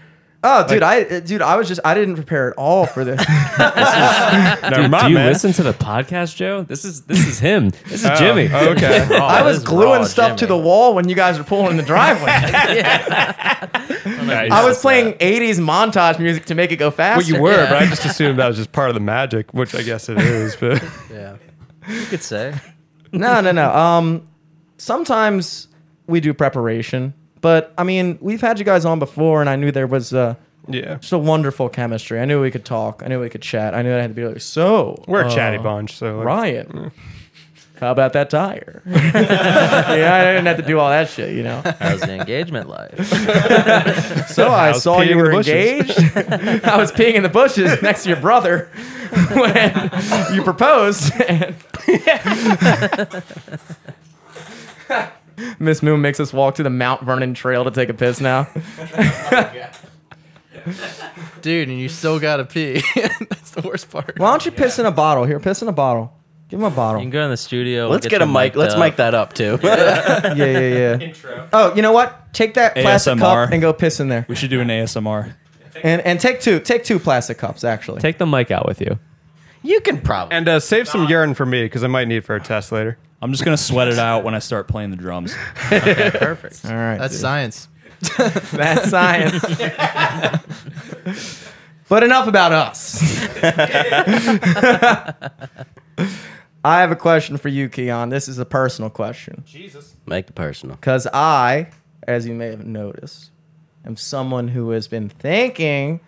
A: Oh, dude, I uh, dude, I was just I didn't prepare at all for this.
D: Never mind,
H: Do you
D: man.
H: listen to the podcast, Joe? This is this is him. This is
D: Oh,
H: Jimmy.
D: okay.
A: I was
F: this is
A: gluing
F: raw,
A: stuff to the
F: Jimmy.
A: wall when you guys were pulling in the driveway. I was playing '80s montage music to make it go faster.
D: well, you were, but I just assumed that was just part of the magic, which I guess it is. But
C: Yeah.
F: You could say.
A: no, no, no. Um, sometimes we do preparation, but I mean, we've had you guys on before, and I knew there was uh,
D: yeah,
A: just a wonderful chemistry. I knew we could talk. I knew we could chat. I knew I had to be like, so
D: we're a
A: uh,
D: chatty bunch. So like, mm.
A: Ryan. How about that tire? yeah, I didn't have to do all that shit, you know.
F: How's the engagement life?
A: So I,
D: was
A: saw
D: peeing
A: you
D: in the
A: were engaged.
D: bushes.
A: I was peeing in the bushes next to your brother when you proposed. And Miss Moon makes us walk to the Mount Vernon Trail to take a piss now.
C: Dude, and you still gotta pee. That's the worst part.
A: Why don't you piss in a bottle? Here, piss in a bottle. Give him a
F: You can
A: bottle.
F: go in the studio.
B: Let's get a
F: you
B: mic.
F: mic'd
B: Let's
F: up.
B: mic that up too.
A: Yeah, yeah, yeah. Oh, you know what? Take that plastic
G: ASMR.
A: cup and go piss in there.
G: We should do an ASMR.
A: And and take two, take two plastic cups actually.
H: Take the mic out with you.
B: you can probably.
D: and uh, save some urine for me because I might need it for a test later.
G: I'm just gonna sweat it out when I start playing the drums.
F: Perfect.
A: All right.
C: That's
A: dude.
C: science.
A: That's science. but enough about us. I have a question for you, Keon. This is a personal question.
B: Make the personal.
A: Because I, as you may have noticed, am someone who has been thinking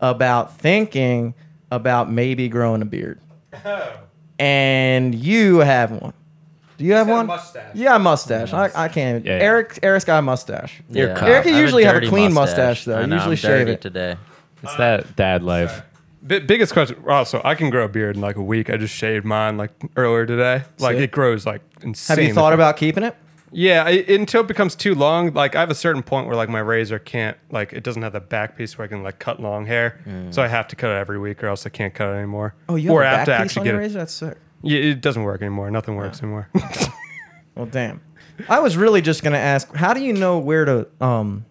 A: about thinking about maybe growing a beard. And you have one. Do you have one?
D: mustache.
A: Yeah, a mustache. I, I can't.
H: Yeah, yeah.
A: Eric, Eric's got a mustache.
F: You're
B: a
F: yeah.
B: cop.
A: Eric, you
F: I
A: usually have a
F: dirty
A: clean mustache, though.
F: I
A: You
F: know,
A: usually
F: I'm
A: shave
F: dirty
A: it.
F: today.
H: It's that dad life.
D: B- biggest question. Also, I can grow a beard in like a week. I just shaved mine like earlier today. Like
A: See?
D: it grows like insane.
A: Have you thought about keeping it?
D: Yeah, I, until it becomes too long. Like I have a certain point where like my razor can't like it doesn't have the back piece where I can like cut long hair.
A: Mm.
D: So I have to cut it every week, or else I can't cut it anymore.
A: Oh,
D: or I have to actually get it.
A: That's sick.
D: Yeah, it doesn't work anymore. Nothing works anymore.
A: Well, damn. I was really just gonna ask, how do you know where to um,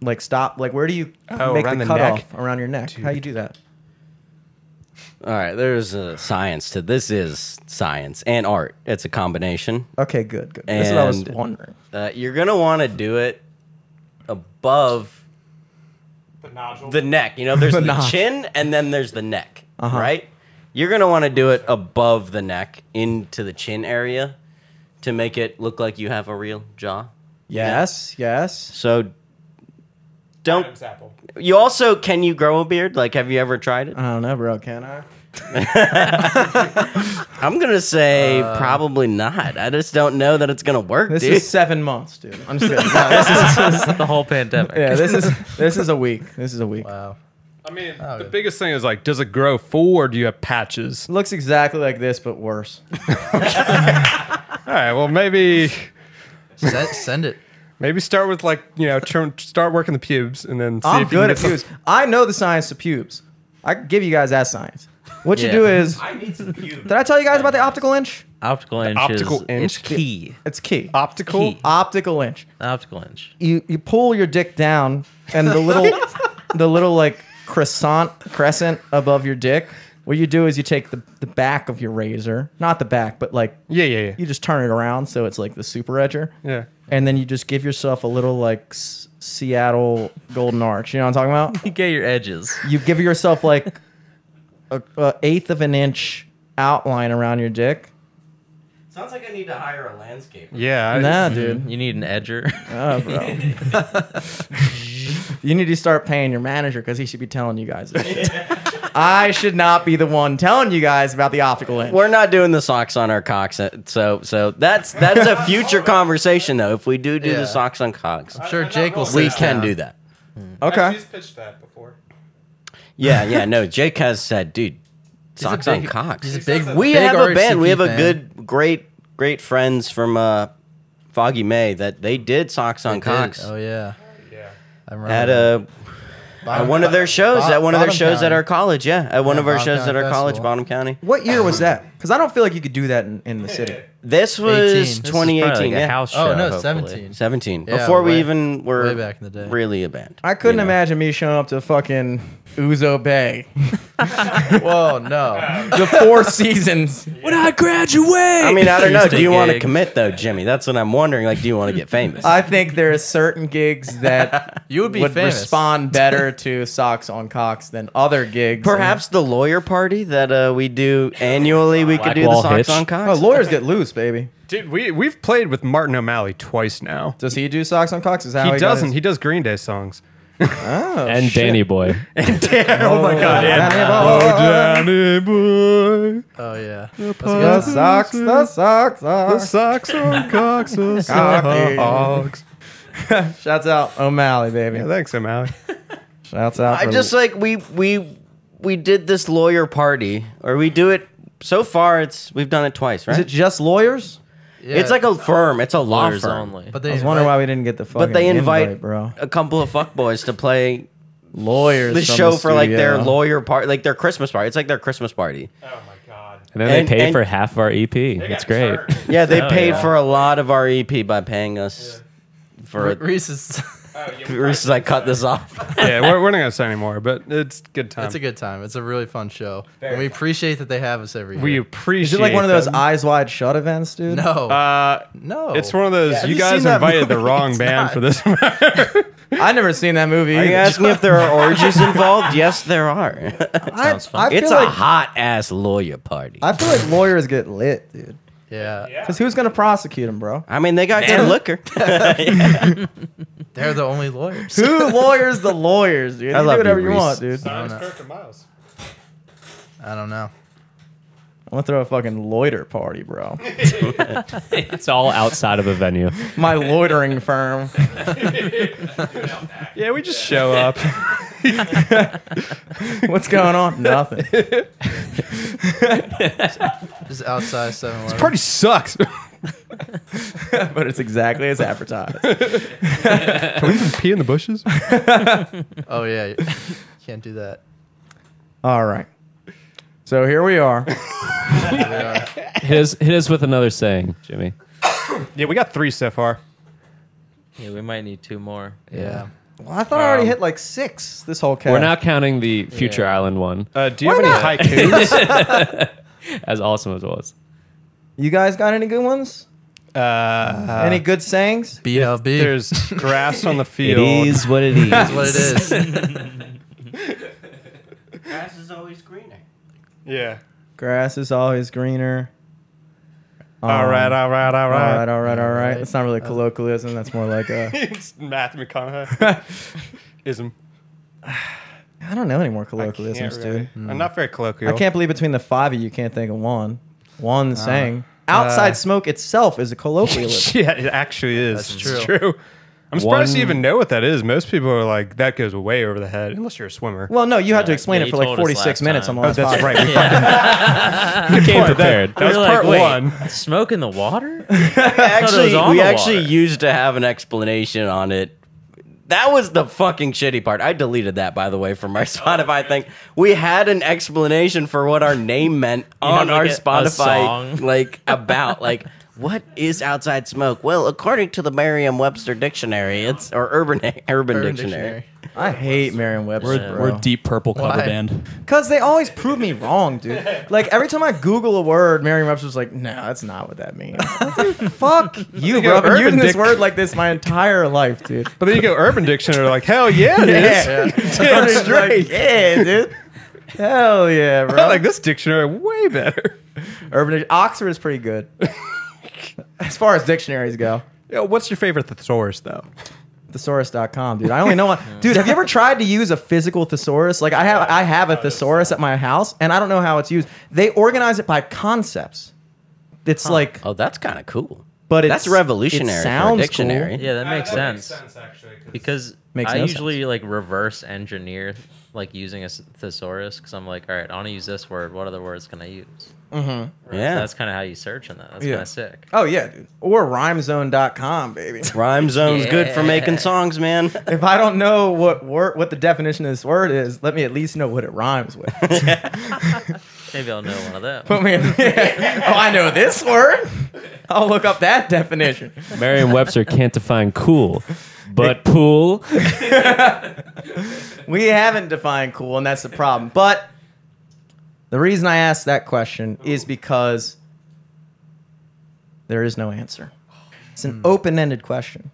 A: like stop? Like, where do you
D: Oh,
A: make
D: around
A: the
D: the
A: cutoff
D: neck.
A: around your neck? How you do that?
B: All right, there's a science to this. Is science and art. It's a combination.
A: Okay, good, good. That's what I was
B: And-
A: wondering.
B: Uh, you're gonna want to do it above the, neck. You know, there's
A: The
B: the,
A: nodule.
B: chin and then there's the neck,
F: Uh-huh.
B: right? You're gonna want to do it above the neck into the chin area to make it look like you have a real jaw.
A: Yes, yes.
B: So don't. You also can you grow a beard? Like, have you ever tried it?
A: I don't know, bro. Can I?
B: I'm gonna say probably not. I just don't know that it's gonna work,
A: This
B: dude.
A: is seven months, dude. I'm just kidding. No, this is,
F: the whole pandemic.
A: yeah, this is this is a week. This is a week.
C: Wow.
D: I mean,
C: Oh,
D: the
C: yeah.
D: biggest thing is like, does it grow full or do you have patches?
A: Looks exactly like this, but worse.
D: All right, well maybe
C: Send, send it.
D: maybe start with like you know turn, start working the pubes and then see
A: I'm
D: if you
A: good
D: can
A: at
D: get some-
A: pubes. I know the science of pubes. I can give you guys that science. What you
F: Yeah.
A: do is. Did I tell you guys about the optical inch?
F: Optical inch
D: optical
F: is
D: inch?
F: it's key.
A: It's key.
D: Optical.
F: Key.
A: optical inch.
F: Optical inch.
A: You you pull your dick down, and the little the little like crescent crescent above your dick. What you do is you take the, the back of your razor, not the back, but like
D: Yeah, yeah, yeah.
A: you just turn it around so it's like the super edger.
D: Yeah.
A: And then you just give yourself a little like S- Seattle golden arch. You know what I'm talking about?
F: You get your edges.
A: you give yourself like a, a eighth of an inch outline around your dick.
B: Sounds like I need to hire a landscaper.
D: Yeah, I-
A: Nah, dude.
F: You need an edger.
A: Oh, bro. you need to start paying your manager because he should be telling you guys this shit. I should not be the one telling you guys about the optical lens.
B: We're not doing the socks on our cocks, uh, so so that's that's a future conversation though. If we do do
C: Yeah.
B: the socks on cocks,
C: I'm sure Jake will
B: we
C: sit
B: can
C: down.
B: do that.
A: Okay.
D: pitched that before.
B: Yeah, yeah. No, Jake has said, dude,
C: a
B: socks on
C: big-
B: cocks.
C: He's a big.
B: we
C: big
B: have a band. We
C: RCP
B: have a
C: fan.
B: good, great, great friends from uh, Foggy May that they did socks on
C: Dude,
B: cocks
C: Oh yeah.
D: Yeah.
C: I remember.
B: at a At one of their shows,
C: Bo-
B: at one of their
C: Bottom
B: shows at
C: County.
B: our college, yeah. At one
C: Yeah,
B: of our
C: Bottom
B: shows
C: County
B: at our college,
C: Festival.
B: Bottom County.
A: What year was that? Because I don't feel like you could do that in, in the city.
B: This was
C: 18. This is
F: Probably
B: 2018,
F: like a
B: yeah.
F: house
C: Oh
F: show,
C: no,
F: hopefully.
C: seventeen.
B: 17.
C: Yeah,
B: Before we
C: way-
B: even were
C: way back in the day.
B: really a band.
A: I couldn't
B: you know.
A: imagine me showing up to fucking Uzo Bay,
C: Whoa, no.
A: the Four Seasons.
B: I mean, I don't know. Do
F: Tuesday
B: you want to
F: gig.
B: commit though, Jimmy? That's what I'm wondering. Like, do you want to get famous?
A: I think there are certain gigs that
C: You would be
A: would
C: famous.
A: respond better to socks on cocks than other gigs.
B: Perhaps the lawyer party that uh, we do annually, we could do the
H: Blackwall
B: socks
H: Hitch.
B: on
A: Oh,
B: cocks.
A: lawyers get loose, baby.
D: Dude, we we've played with Martin O'Malley twice now.
A: Does he do socks on cocks? Is that how
D: He
A: got
D: doesn't.
A: his-
D: He does Green Day songs.
H: and Danny Boy.
D: oh my god!
A: Yeah,
D: Yeah.
A: yeah, oh, oh,
D: Danny boy,
C: Oh yeah.
A: oh, The socks, the socks,
D: the
A: the
D: socks on cocks, the
A: Cocky.
D: socks.
A: socks. Shouts out O'Malley, baby.
D: Yeah, thanks, O'Malley.
A: Shouts out.
B: I
A: for-
B: just like we we we did this lawyer party, or we do it. So far, it's we've done it twice,
A: Is
B: right?
A: it just lawyers?
C: Yeah.
B: It's like a firm. It's a law
F: Lawyers
B: firm.
F: only.
C: But
A: I
C: they
A: was wondering why
C: invite-
A: we didn't get the fucking
B: But they invite,
A: bro.
B: a couple of fuckboys to play
A: Lawyers.
B: the
A: from
B: show for like their
A: studio.
B: lawyer party, like their Christmas party. It's like their Christmas party.
H: And then
B: And-
H: they pay
B: and-
H: for half of our EP. It's great.
B: Yeah, they paid
F: yeah.
B: for a lot of our EP by paying us for it.
C: Reese is.
B: Um, Reese is like, cut this off.
D: yeah, we're, we're not gonna say anymore, but it's good time.
C: It's a good time. It's a really fun show, and we appreciate that they have us every year.
D: we appreciate.
A: Is it like one of those
D: them.
A: eyes wide shut events, dude?
C: no,
D: Uh,
C: no.
D: it's one of those.
A: Oh. Have
D: You
A: you
D: guys
A: seen that
D: invited the
A: movie?
D: wrong band for this.
A: I never seen that movie.
B: Are you
A: either.
B: asking me if there are orgies involved? Yes, there are.
A: I, I feel
B: It's a
A: like
B: hot ass lawyer party.
A: I feel like lawyers get lit, dude.
C: yeah.
A: Because who's gonna prosecute him, bro?
B: I mean, they got good liquor.
C: They're the only lawyers.
A: Who lawyers the lawyers, dude?
B: I
A: You
B: love
A: do whatever
B: you,
A: you,
B: Reese.
A: want, dude. I'm
C: I don't know.
A: gonna throw a fucking loiter party, bro.
H: It's all outside of a venue.
A: My loitering firm.
D: yeah, we just show up.
A: What's going on? Nothing.
C: Just outside Seven Eleven.
D: Party sucks. Can
A: But it's exactly as advertised.
D: we even pee in the bushes?
C: Oh yeah, you can't do that.
A: All right. So here we are.
H: Hit us, hit us with another saying, Jimmy.
D: Yeah, we got three so far.
F: Yeah, we might need two more.
C: Yeah.
A: Well, I thought I already hit like six this whole cast.
H: We're not counting the Future Island one,
D: Uh, do you have any haikus?
H: as awesome as it was.
A: You guys got any good ones?
D: uh,
A: any good sayings?
C: BLB.
D: there's grass on the field.
B: what it is.
C: That's what it is.
B: Grass is always greener.
D: Yeah.
A: Grass is always greener.
D: All right,
A: Um,
D: all right, all
A: All
D: right.
A: right, all right, all right. That's not really colloquialism. That's more like a.
D: it's Matthew McConaughey. Ism.
A: I don't know any more
D: I
A: colloquialisms,
D: can't
A: dude.
D: really- I'm not very colloquial.
A: I can't believe between the five of you can't think of one. One saying. Outside smoke itself is a colloquialism.
D: yeah, it actually is.
C: That's
D: It's
C: true.
D: I'm surprised you
H: One-
D: even know what that is. Most people are like, that goes way over the head, unless you're a swimmer. Oh,
A: well, no, you had to explain
F: yeah,
A: it
F: you
A: for like
F: told us
A: 46
F: last
A: minutes
F: time.
A: on the last
D: That's
A: podcast.
D: right. We
H: You came
D: fucking-
H: prepared.
D: That, that was
F: We're like,
D: part
F: wait,
D: one.
F: Smoke in the water?
B: Actually,
F: was on
B: we
F: the
B: actually
F: water.
B: used to have an explanation on it. That was the fucking shitty part. I deleted that, by the way, from our Spotify thing. We had an explanation for what our name meant on
F: had, like,
B: our
F: a- a
B: Spotify,
F: song.
B: like about like what is outside smoke. Well, according to the Merriam-Webster dictionary, it's or urban urban,
C: Urban
B: dictionary.
A: I hate Merriam-Webster,
G: We're,
A: bro.
G: we're deep purple cover
C: Why?
G: band.
A: Because they always prove me wrong, dude. Like every time I Google a word, Merriam Webster's like, no, that's not what that means. Dude, fuck you, bro. I've been
D: Urban
A: using this
D: dic-
A: word like this my entire life, dude.
D: But then you go Urban Dictionary, like, hell yeah, it is.
A: Yeah. I'm straight. yeah, dude. Hell yeah, bro.
D: I like this dictionary way better.
A: Urban Oxford is pretty good. as far as dictionaries go.
D: Yo, what's your favorite thesaurus, though?
A: Thesaurus.com, dude. I only know one. Dude, have you ever tried to use a physical thesaurus? Like I have I have a thesaurus at my house and I don't know how it's used. They organize it by concepts. It's like
B: Oh, that's kind of cool.
A: but it's
B: That's revolutionary
A: it
B: for a
A: sounds
B: dictionary.
A: cool.
F: Yeah, that makes sense. Because
A: Makes
F: I
A: no
F: usually like reverse engineer like using a s- thesaurus because I'm like, all right, I want to use this word. What other words can I use?
B: Yeah.
F: That's kind of how you search in that. That's
A: Yeah.
F: kind of sick.
A: Oh yeah, dude. Or rhymezone.com, baby.
B: Rhyme zone's good for making
F: Yeah.
B: songs, man.
A: if I don't know what word, what the definition of this word is, let me at least know what it rhymes with.
F: Maybe I'll know one of them.
A: Put me in. Oh, I know this word. I'll look up that definition.
H: Merriam-Webster can't define cool, but pool.
A: We haven't defined cool, and that's the problem. But the reason I asked that question is because there is no answer. It's an open ended question.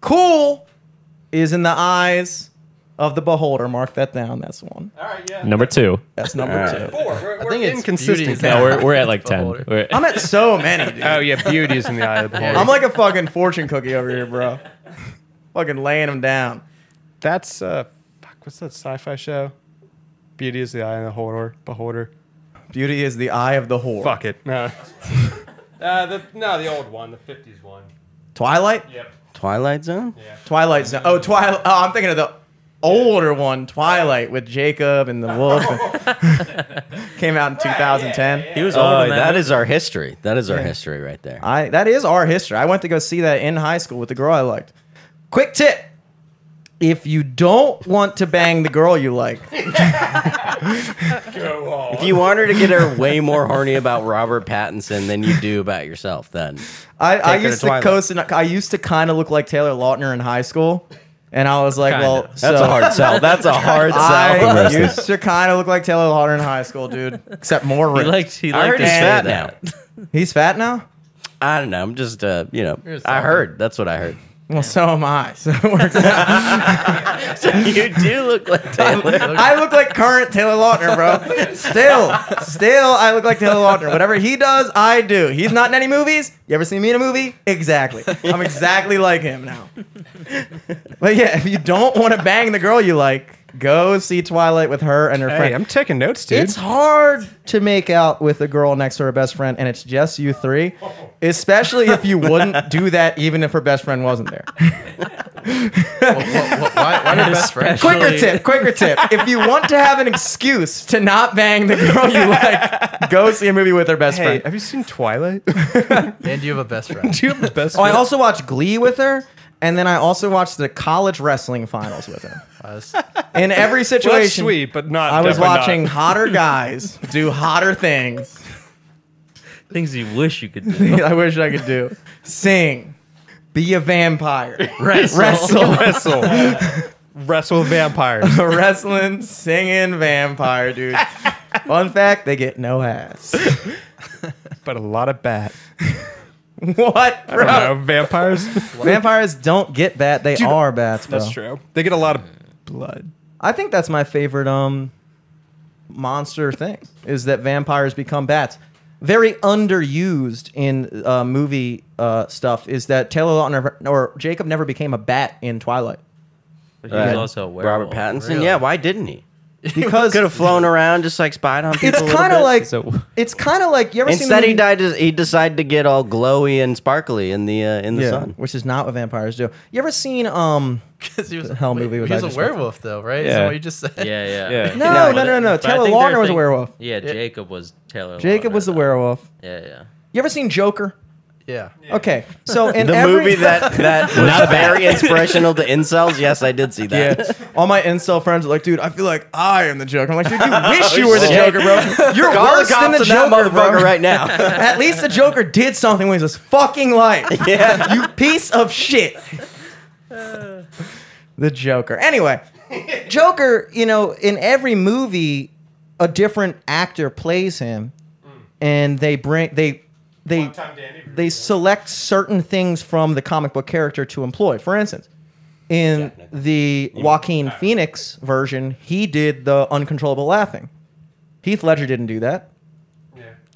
A: Cool is in the eyes of the beholder. Mark that down. That's one.
H: Number two.
A: That's number
B: Alright.
A: two.
D: We're,
C: I think it's
D: inconsistent.
C: beauty.
H: No, we're, we're at like ten.
C: Beholder.
H: We're at-
A: I'm at so many, dude.
D: Oh yeah, beauty is in the eye of the beholder.
A: I'm like a fucking fortune cookie over here, bro. fucking laying them down.
D: That's uh, fuck. What's that sci-fi show? Beauty is the eye of the beholder. Beholder.
A: Beauty is the eye of the whore.
D: Fuck it. No. uh, the, no, the old one, the '50s one.
A: Twilight?
D: Yep.
B: Twilight Zone?
A: Twilight Zone. Oh, Twilight. Oh, I'm thinking of the older one, Twilight, with Jacob and the wolf. Came out in 2010.
F: He was older
B: Oh,
F: than
B: that
F: that.
B: is our history. That is our
A: Yeah.
B: history right there.
A: I that is our history. I went to go see that in high school with the girl I liked. Quick tip. If you don't want to bang the girl you like,
B: If you want her to get her way more horny about Robert Pattinson than you do about yourself, then
A: I, I
B: her to
A: used to
B: Twilight.
A: coast and I used to kind of look like Taylor Lautner in high school, and I was like,
F: Kinda.
A: well,
B: that's a hard sell. That's a hard sell.
A: I
B: Listen,
A: used to kind of look like Taylor Lautner in high school, dude. Except more
F: He
A: ripped.
F: liked. He
B: I
F: liked
B: heard
F: to
B: he's
F: say
B: fat
F: that.
B: now.
A: He's fat now.
B: I don't know. I'm just, uh, you know,
C: You're
B: I
C: soft.
B: heard. That's what I heard.
A: Well, so am I. So it works out.
B: you do look like Taylor.
A: I look like current Taylor Lautner, bro. Still, still, I look like Taylor Lautner. Whatever he does, I do. He's not in any movies. You ever seen me in a movie? Exactly. I'm exactly like him now. But yeah, if you don't want to bang the girl you like, go see Twilight with her and her
D: Hey,
A: friend.
D: I'm taking notes, dude.
A: It's hard to make out with a girl next to her best friend, and it's just you three, especially if you wouldn't do that even if her best friend wasn't there.
C: Wha- wha- why, why did best friend?
A: Quicker tip, quicker tip. If you want to have an excuse to not bang the girl you like, go see a movie with her best
D: hey,
A: friend.
D: have you seen Twilight?
C: And you have a best friend.
D: Do you have the best?
A: Oh, I also watched Glee with her, and then I also watched the college wrestling finals with her.
C: Us.
A: In every
D: Well, that's
A: situation,
D: sweet, but not.
A: I was
D: definitely not.
A: watching hotter guys do hotter things.
F: Things you wish you could do.
A: I wish I could do. Sing. Be a vampire.
F: Wrestle.
A: Wrestle.
D: wrestle, wrestle with vampires.
A: A wrestling, singing vampire, dude. Fun fact, they get no ass.
D: but a lot of bat.
A: What,
D: I don't know,
A: bro?
D: vampires.
A: Vampires don't get bat. They
D: Dude,
A: are bats, bro.
D: true. They get a lot of blood.
A: I think that's my favorite um monster thing is that vampires become bats. Very underused in uh, movie uh, stuff is that Taylor Lautner or Jacob never became a bat in Twilight
F: But he was
B: Right.
F: also a werewolf.
B: Robert Pattinson? Yeah, why didn't he?
A: because
B: Could have flown around, just like spied on people.
A: it's
B: a little
A: kind of
B: bit.
A: like
H: So-
A: it's kind of like you ever seen the
B: Instead, he
A: movie-
B: died. He decided to get all glowy and sparkly in the uh, in the
A: Yeah,
B: sun.
A: which is not what vampires do. You ever seen um?
C: Because he was,
A: The hell
C: wait,
A: movie was
C: he
A: I
C: was a
A: just watching?
C: werewolf, though, right? Is
H: Yeah.
C: that what you just said?
F: Yeah, yeah.
H: Yeah.
A: No, no, no, no, no.
F: but I
A: Taylor
F: think
A: Lautner
F: they're
A: was a
F: think-
A: werewolf.
F: Yeah, Jacob was Taylor.
A: Jacob
F: Lautner,
A: was the
F: though.
A: werewolf.
F: Yeah, yeah.
A: You ever seen Joker?
C: Yeah.
A: Okay, so in
B: the
A: every,
B: movie that that was very inspirational to incels. Yes, I did see that.
A: Yeah. All my incel friends are like, dude, I feel like I am the Joker. I'm like, dude, you wish you were the Joker, bro. You're
B: Call
A: worse
B: the cops
A: than the
B: on that
A: Joker,
B: motherfucker
A: bro.
B: right now.
A: At least the Joker did something with his fucking life.
B: Yeah.
A: You piece of shit. the Joker. Anyway, Joker, you know, in every movie, a different actor plays him, and they bring they they they select certain things from the comic book character to employ. For instance, in the Joaquin Phoenix version, he did the uncontrollable laughing. Heath Ledger didn't do that.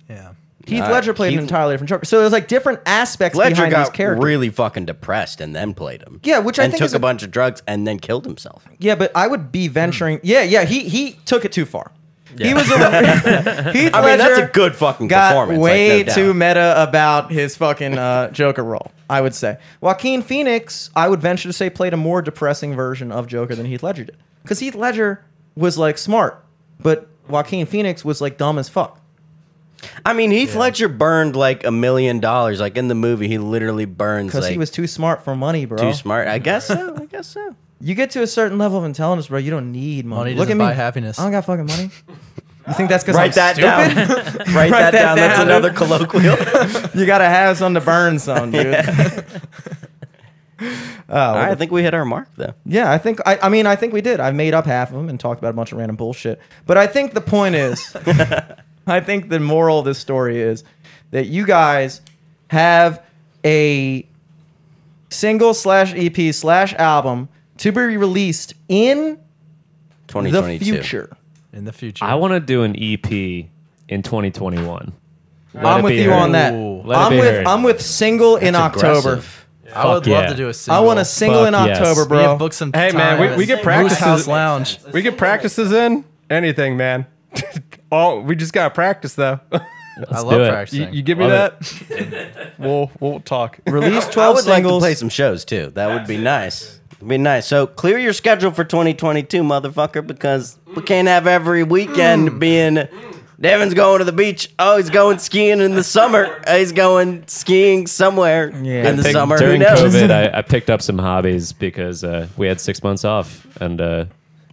C: Yeah.
A: Heath
B: Uh,
A: Ledger played an
B: Heath-
A: entirely different Joker. So there's like different aspects
B: Ledger
A: behind his
B: got
A: character.
B: really fucking depressed and then played him.
A: Yeah, which I
B: and
A: think
B: took
A: is
B: a
A: a-
B: bunch of drugs and then killed himself.
A: yeah, but I would be venturing. Yeah, yeah. He he took it too far. He was a Heath
B: I mean, that's
A: Ledger
B: a good fucking
A: got
B: performance.
A: way
B: like, no
A: too
B: doubt.
A: meta about his fucking uh, Joker role. I would say Joaquin Phoenix. I would venture to say played a more depressing version of Joker than Heath Ledger did, because Heath Ledger was like smart, but Joaquin Phoenix was like dumb as fuck.
B: I mean, Heath Ledger burned like a million dollars. Like in the movie, he literally burns
A: Because
B: like
A: he was too smart for money, bro.
B: too smart. I guess so. I guess so.
A: You get to a certain level of intelligence, bro. You don't need money.
C: Money
A: Look at
C: doesn't
A: me.
C: buy happiness.
A: I don't got fucking money. You think that's because
B: Write
A: I'm
B: that
A: stupid?
B: down. Write that, down. That's
A: down,
B: another colloquial.
A: you gotta have something to burn, some dude. Oh,
B: All right, I think we hit our mark though.
A: Yeah, I think I, I mean I think we did. I made up half of them and talked about a bunch of random bullshit. But I think the point is, I think the moral of this story is that you guys have a single slash EP slash album to be released in the
B: 2022.
A: future.
C: in the future.
H: I want to do an EP in 2021. Let
A: I'm
H: it
A: with
H: be
A: you
H: heard.
A: on that.
C: Ooh,
H: let it
A: I'm
H: be
A: with
H: heard.
A: I'm with single in
B: That's
A: October.
B: aggressive.
C: I would
H: Fuck
C: love
H: yeah.
C: to do a single.
A: I want a single in
H: Fuck yes.
A: October,
C: We
A: bro.
C: have booked some
D: Hey, man, we-
C: time.
D: we get
C: Moose House
D: practices-
C: Lounge.
D: We get practices in anything, man. All we just gotta practice though.
C: I
H: do it.
C: love
D: you,
C: practicing.
D: you give me that, we'll we'll talk.
A: Release
B: I
A: 12
B: would like to
A: singles.
B: play some shows too. That would be nice. It'd be nice. So clear your schedule for 2022, motherfucker, because we can't have every weekend being. Devin's going to the beach. Oh, he's going skiing in the summer. Uh, He's going skiing somewhere
A: Yeah.
B: in the
H: Think
B: summer. Who
H: During
B: knows?
H: COVID, I, I picked up some hobbies because uh, we had six months off, and uh,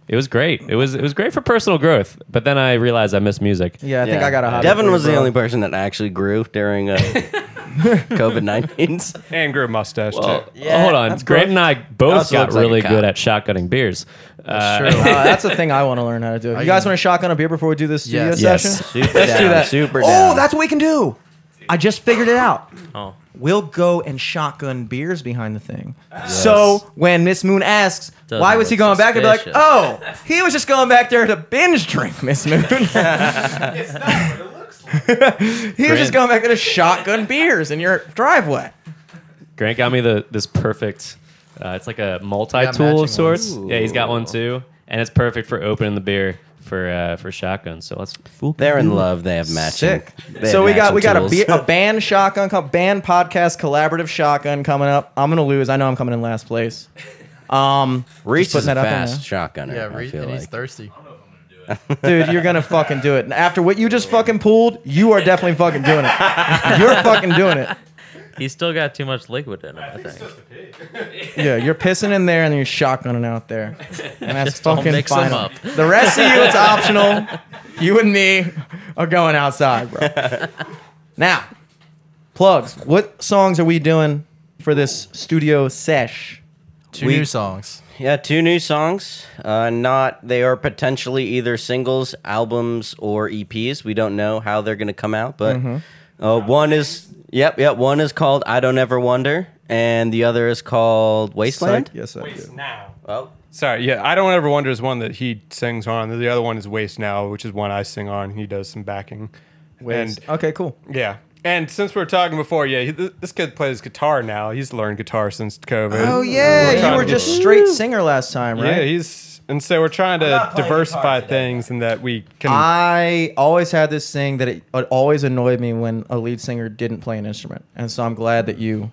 H: it was great. It was it was great for personal growth. But then I realized I missed music.
A: yeah, I think I got a hobby. for
B: Devin
A: you,
B: was the
A: bro.
B: only person that actually grew during uh, COVID 19.
D: And grow a mustache too.
B: Yeah,
H: Oh, Hold on,
A: that's
H: Grant
A: growth.
H: and I both
B: Also
H: got
B: looks like a
H: really
B: cop.
H: good at shotgunning beers. Uh,
C: Sure.
A: Uh, that's the thing I want to learn how to do. You guys want to shotgun a beer before we do this studio
C: Yes.
A: session?
C: Yes.
B: Super
A: Let's do
B: down,
A: that.
B: Super
A: oh,
B: down.
A: that's what we can do. I just figured it out.
F: Oh.
A: We'll go and shotgun beers behind the thing. So when Miss Moon asks,
F: Doesn't
A: why was he
F: look
A: going back? They'll be like,
F: suspicious.
A: oh, he was just going back there to binge drink, Miss Moon. it's not what it looks like. he was just going back there to shotgun beers in your driveway.
H: Grant got me the this perfect. Uh, it's like a
C: matching
H: multi-tool of
C: ones.
H: sorts. Yeah, he's got one too, and it's perfect for opening the beer for uh, for shotguns. So let's fool.
B: They're
A: Mm.
B: in love. They have matching.
A: Sick.
B: they have
A: so we got
B: matching
A: we got a,
B: tools.
A: be- a band shotgun co- band podcast collaborative shotgun coming up. I'm gonna lose. I know I'm coming in last place. Um,
B: Reese
A: putting
B: is a
A: that out there
B: fast shotgunner.
C: yeah,
B: I
C: re-
B: feel
C: and he's
B: like.
C: thirsty.
A: dude, you're gonna fucking do it. And after what you just fucking pulled, you are definitely fucking doing it. You're fucking doing it.
F: He's still got too much liquid in him, I think.
A: Yeah, you're pissing in there and then you're shotgunning out there, and that's
F: don't
A: fucking
F: mix 'em
A: final.
F: up.
A: The rest of you, it's optional. You and me are going outside, bro. Now, plugs. What songs are we doing for this studio sesh?
C: Two
B: We-
C: new songs.
B: Yeah, two new songs. Uh, not they are potentially either singles, albums, or EPs. We don't know how they're going to come out, but uh, one is yep, yep. One is called "I Don't Ever Wonder," and the other is called "Wasteland."
A: Psych? Yes, I do.
D: Now.
B: Oh,
D: Sorry, yeah, I don't ever wonder is one that he sings on. The other one is Waste Now, which is one I sing on. He does some backing.
A: Waste. okay, cool.
D: And yeah. And since we were talking before, yeah, he, th- this kid plays guitar now. He's learned guitar since COVID.
A: Oh yeah,
D: trying
A: you were
D: to-
A: just straight singer last time,
D: Yeah,
A: right?
D: he's and so we're trying to diversify things and that we can
A: I always had this thing that it, it always annoyed me when a lead singer didn't play an instrument, and so I'm glad that you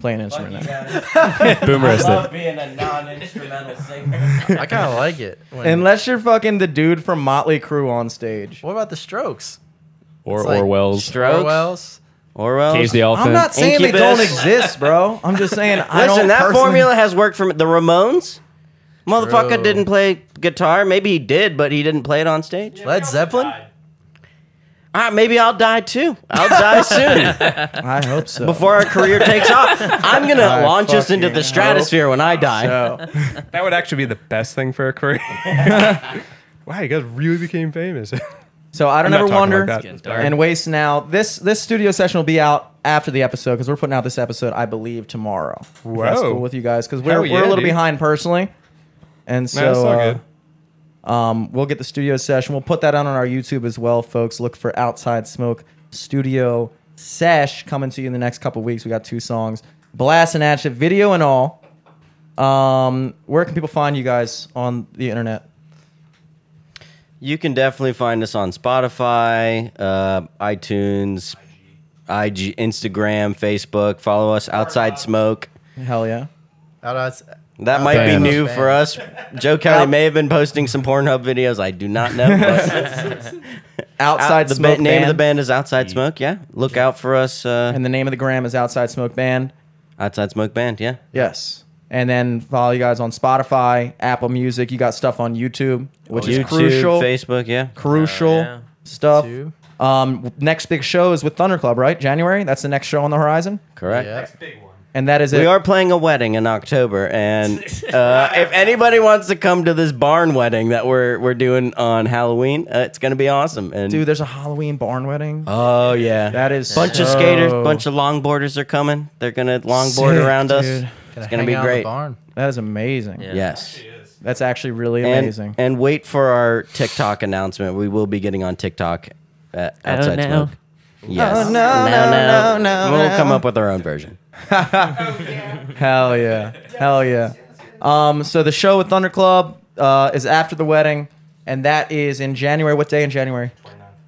A: play an instrument. now.
H: Boomerist it.
B: being a non-instrumental singer.
C: I kind of like it. when-
A: Unless you're fucking the dude from Motley Crue on stage.
C: what about the Strokes?
H: or
C: It's like-
H: Orwell's
B: Strokes,
C: Orwell's.
B: Orwell.
H: Cage the Elephant.
A: I'm not saying they
B: Incubus.
A: don't exist, bro. I'm just saying I don't.
B: Listen, that
A: personally-
B: formula has worked for the Ramones. Motherfucker
C: True.
B: didn't play guitar. Maybe he did, but he didn't play it on stage.
C: Led Zeppelin.
B: Ah, maybe I'll die too. I'll die soon
A: I hope so.
B: before our career takes off. I'm gonna
A: I
B: launch us into
A: fucking
B: the stratosphere when I die.
D: That would actually be the best thing for a career. wow, you guys really became famous.
A: So I don't
D: I'm
A: ever
D: not talking
A: wonder
D: like that. It's
A: and waste now. This this studio session will be out after the episode because we're putting out this episode, I believe, tomorrow. If That's
D: Whoa.
A: cool with you guys because we're,
D: Hell
A: we're a
D: yeah,
A: little
D: dude.
A: behind personally, and so
D: No, it's all
A: uh,
D: good.
A: um, we'll get the studio session. We'll put that out on our YouTube as well, folks. Look for Outside Smoke Studio Sesh coming to you in the next couple weeks. We got two songs blasting at you, video and all. Um, where can people find you guys on the internet?
B: You can definitely find us on Spotify, uh, iTunes, IG, Instagram, Facebook. Follow us outside smoke.
A: Hell yeah.
C: Out of-
B: That might
H: Bam.
B: be new for us. Joe Kelly may have been posting some Pornhub videos. I do not know. but-
A: Outside
B: the
A: Smoke
B: ba- name of the
A: Band.
B: band is Outside Smoke. Yeah, look out for us. Uh,
A: And the name of the gram is Outside Smoke Band.
B: Outside Smoke Band. Yeah,
A: Yes. And then follow you guys on Spotify, Apple Music. You got stuff on YouTube, which is
B: YouTube,
A: crucial.
B: Facebook. Yeah,
A: Crucial
F: Oh, yeah.
A: stuff.
C: Two.
A: Um, next big show is with Thunder Club, right? January. That's the next show on the horizon,
B: correct.
C: Yeah.
A: and that is it.
B: We are playing a wedding in October, and uh, if anybody wants to come to this barn wedding that we're we're doing on Halloween, uh, it's gonna be awesome. And
A: Dude, there's a Halloween barn wedding.
B: oh yeah,
A: that is
B: bunch of
A: so-
B: skaters, bunch of longboarders are coming. They're gonna longboard
A: Sick,
B: around us.
A: dude.
C: Gonna
B: gonna
C: hang
B: be
C: out in the
B: great.
C: barn.
A: That is amazing.
F: Yeah.
B: Yes.
A: That's actually really
B: And,
A: amazing.
B: and wait for our TikTok announcement. We will be getting on TikTok at
F: Oh,
B: Outside
I: no.
B: Smoke. Yes.
A: Oh, no, no, no, no,
B: We'll
A: no.
B: come up with our own version.
A: Hell yeah. Hell yeah. Um, so the show with Thunder Club uh, is after the wedding, and that is in January. What day in January?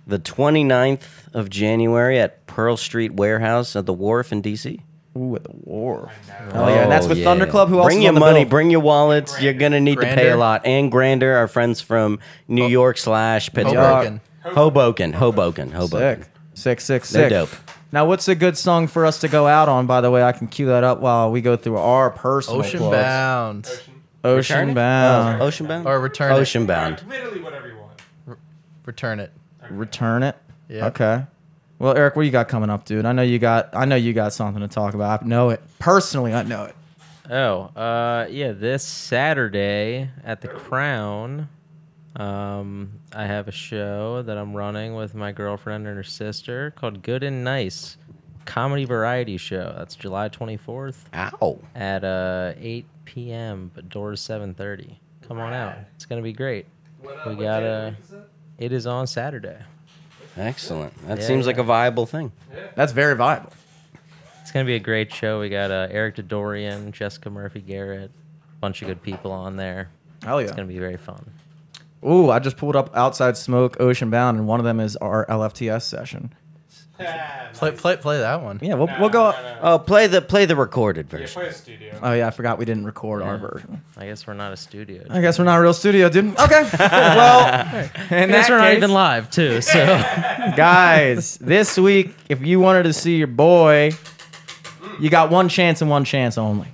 B: The 29th of January at Pearl Street Warehouse at the Wharf in DC.
A: Ooh, at the wharf. Hell Oh, yeah. And that's
B: Oh,
A: with Thunder Club, who
B: bring
A: also
B: your money, bring your wallets. You're gonna need to pay
C: Grander.
B: a lot. And Grander, our friends from New York slash Pittsburgh,
C: Hoboken.
B: Hoboken, Hoboken, Hoboken.
A: Sick. Sick, sick,
B: They're
A: sick.
B: dope.
A: Now, what's a good song for us to go out on? By the way, I can cue that up while we go through our personal
C: Ocean
A: plugs.
C: bound Oh,
A: Ocean bound.
B: Oh, Ocean bound.
C: or return
B: Ocean bound.
E: Literally whatever you want.
C: it. Return it.
A: Return it.
C: Yeah.
A: Okay. Well, Eric, what you got coming up, dude? I know you got. I know you got something to talk about. I know it personally. I know it.
F: Oh, uh, yeah, this Saturday at the Crown, um, I have a show that I'm running with my girlfriend and her sister called Good and Nice Comedy Variety Show. That's July 24th
B: Ow.
F: at uh, 8 p.m., but doors 7:30. Come on out. It's going to be great. we got uh, it is on Saturday.
B: Excellent. That
F: Yeah,
B: seems
F: yeah.
B: like a viable thing.
A: That's very viable.
F: It's gonna be a great show. We got uh, Eric Dorian, Jessica Murphy Garrett, bunch of good people on there.
A: Hell
F: It's
A: yeah.
F: gonna be very fun.
A: Ooh, I just pulled up Outside Smoke, Ocean Bound, and one of them is our LFTS session.
C: Play play play that one.
A: Yeah, we'll, we'll go.
B: Oh, play the play the recorded version.
A: Oh yeah, I forgot we didn't record our version.
F: I guess we're not a studio.
A: I guess we're not a real studio, dude. Okay. well, in that
F: guess we're not
A: case-
F: even live too. So
A: guys, this week, if you wanted to see your boy, you got one chance and one chance only.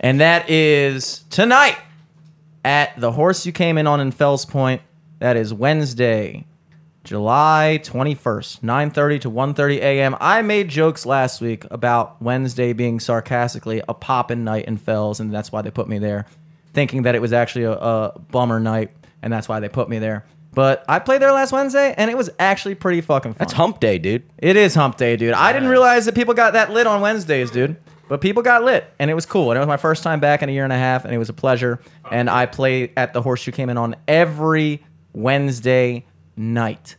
A: And that is tonight at the horse you came in on in Fells Point. That is Wednesday, July 21st, 9:30 to 1:30 a.m. I made jokes last week about Wednesday being sarcastically a poppin' night in Fells, and that's why they put me there, thinking that it was actually a, a bummer night, and that's why they put me there. But I played there last Wednesday, and it was actually pretty fucking fun.
B: That's hump day, dude.
A: It is hump day, dude. I didn't realize that people got that lit on Wednesdays, dude. But people got lit, and it was cool. And it was my first time back in a year and a half, and it was a pleasure. And I play at the Horseshoe Came In on every Wednesday night.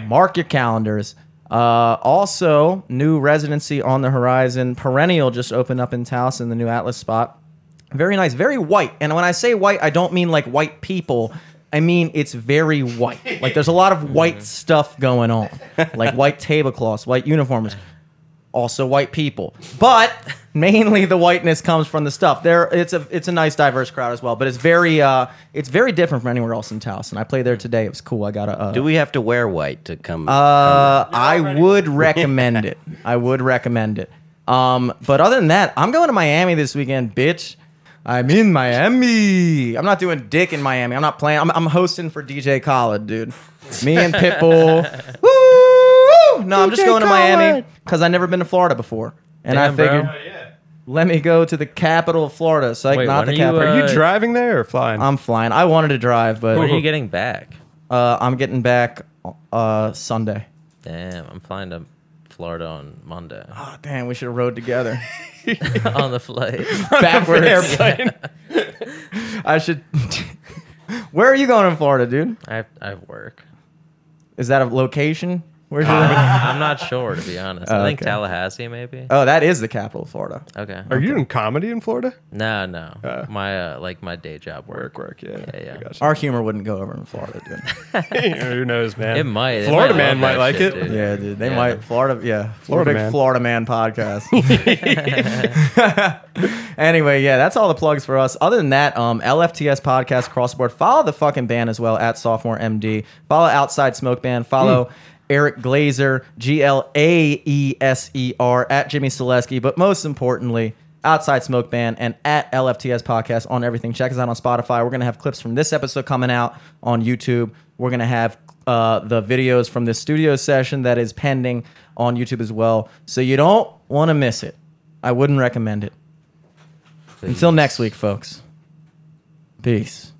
A: Mark your calendars. Uh, also, new residency on the horizon. Perennial just opened up in Towson, the new Atlas spot. Very nice, very white. And when I say white, I don't mean like white people. I mean it's very white. Like there's a lot of white stuff going on, like white tablecloths, white uniforms also white people, but mainly the whiteness comes from the stuff. There, it's a it's a nice diverse crowd as well, but it's very uh it's very different from anywhere else in Towson. I played there today. It was cool. I got a. Uh,
B: Do we have to wear white to come?
A: uh, I would recommend it. I would recommend it. Um, but other than that, I'm going to Miami this weekend, bitch. I'm in Miami. I'm not doing dick in Miami. I'm not playing. I'm, I'm hosting for DJ Khaled, dude. Me and Pitbull. Woo! No, I'm just
B: DJ
A: going to Miami
B: Khaled.
A: because I've never been to Florida before, and I
F: Damn, bro.
A: figured let me go to the capital of Florida. Psych,
F: Wait,
A: not
F: when
A: the
F: are you,
A: capital.
F: uh,
D: Are you driving there or flying?
A: I'm flying. I wanted to drive,
F: when are
A: but
F: you getting back?
A: uh, I'm getting back uh, Sunday.
F: Damn, I'm flying to Florida on Monday
A: Oh, damn, we should have rode together.
F: on the flight.
A: backwards I should. Where are you going in Florida, dude?
F: I have, I have work.
A: Is that a location? Where's
D: Uh.
A: your?
F: I'm not sure to be honest.
A: Oh,
F: I think
A: okay.
F: Tallahassee maybe.
A: Oh, that is the capital of Florida.
F: Okay.
D: Are you in comedy in Florida?
F: No, no. my uh, like my day job work.
D: work, yeah.
F: Yeah, yeah.
D: I got you.
A: Our humor wouldn't go over in Florida, dude.
D: Who knows, man?
F: It might. They
D: Florida
F: might
D: man
F: love
D: might
F: that
D: like
F: shit,
D: it.
F: dude.
A: Yeah, dude. They
F: Yeah.
A: might Florida. Yeah,
D: Florida
A: Florida big
D: man.
A: Florida man podcast. anyway, yeah, that's all the plugs for us. Other than that, um, LFTS podcast crossboard. Follow the fucking band as well at Sophomore MD. Follow Outside Smoke Band. Follow. Eric Glazer, G L A E S E R, at Jimmy Selesky, but most importantly, Outside Smoke Band and at LFTS Podcast on everything. Check us out on Spotify. We're going to have clips from this episode coming out on YouTube. We're going to have uh, the videos from this studio session that is pending on YouTube as well. So you don't want to miss it. I wouldn't recommend it. Until next week, folks. Peace.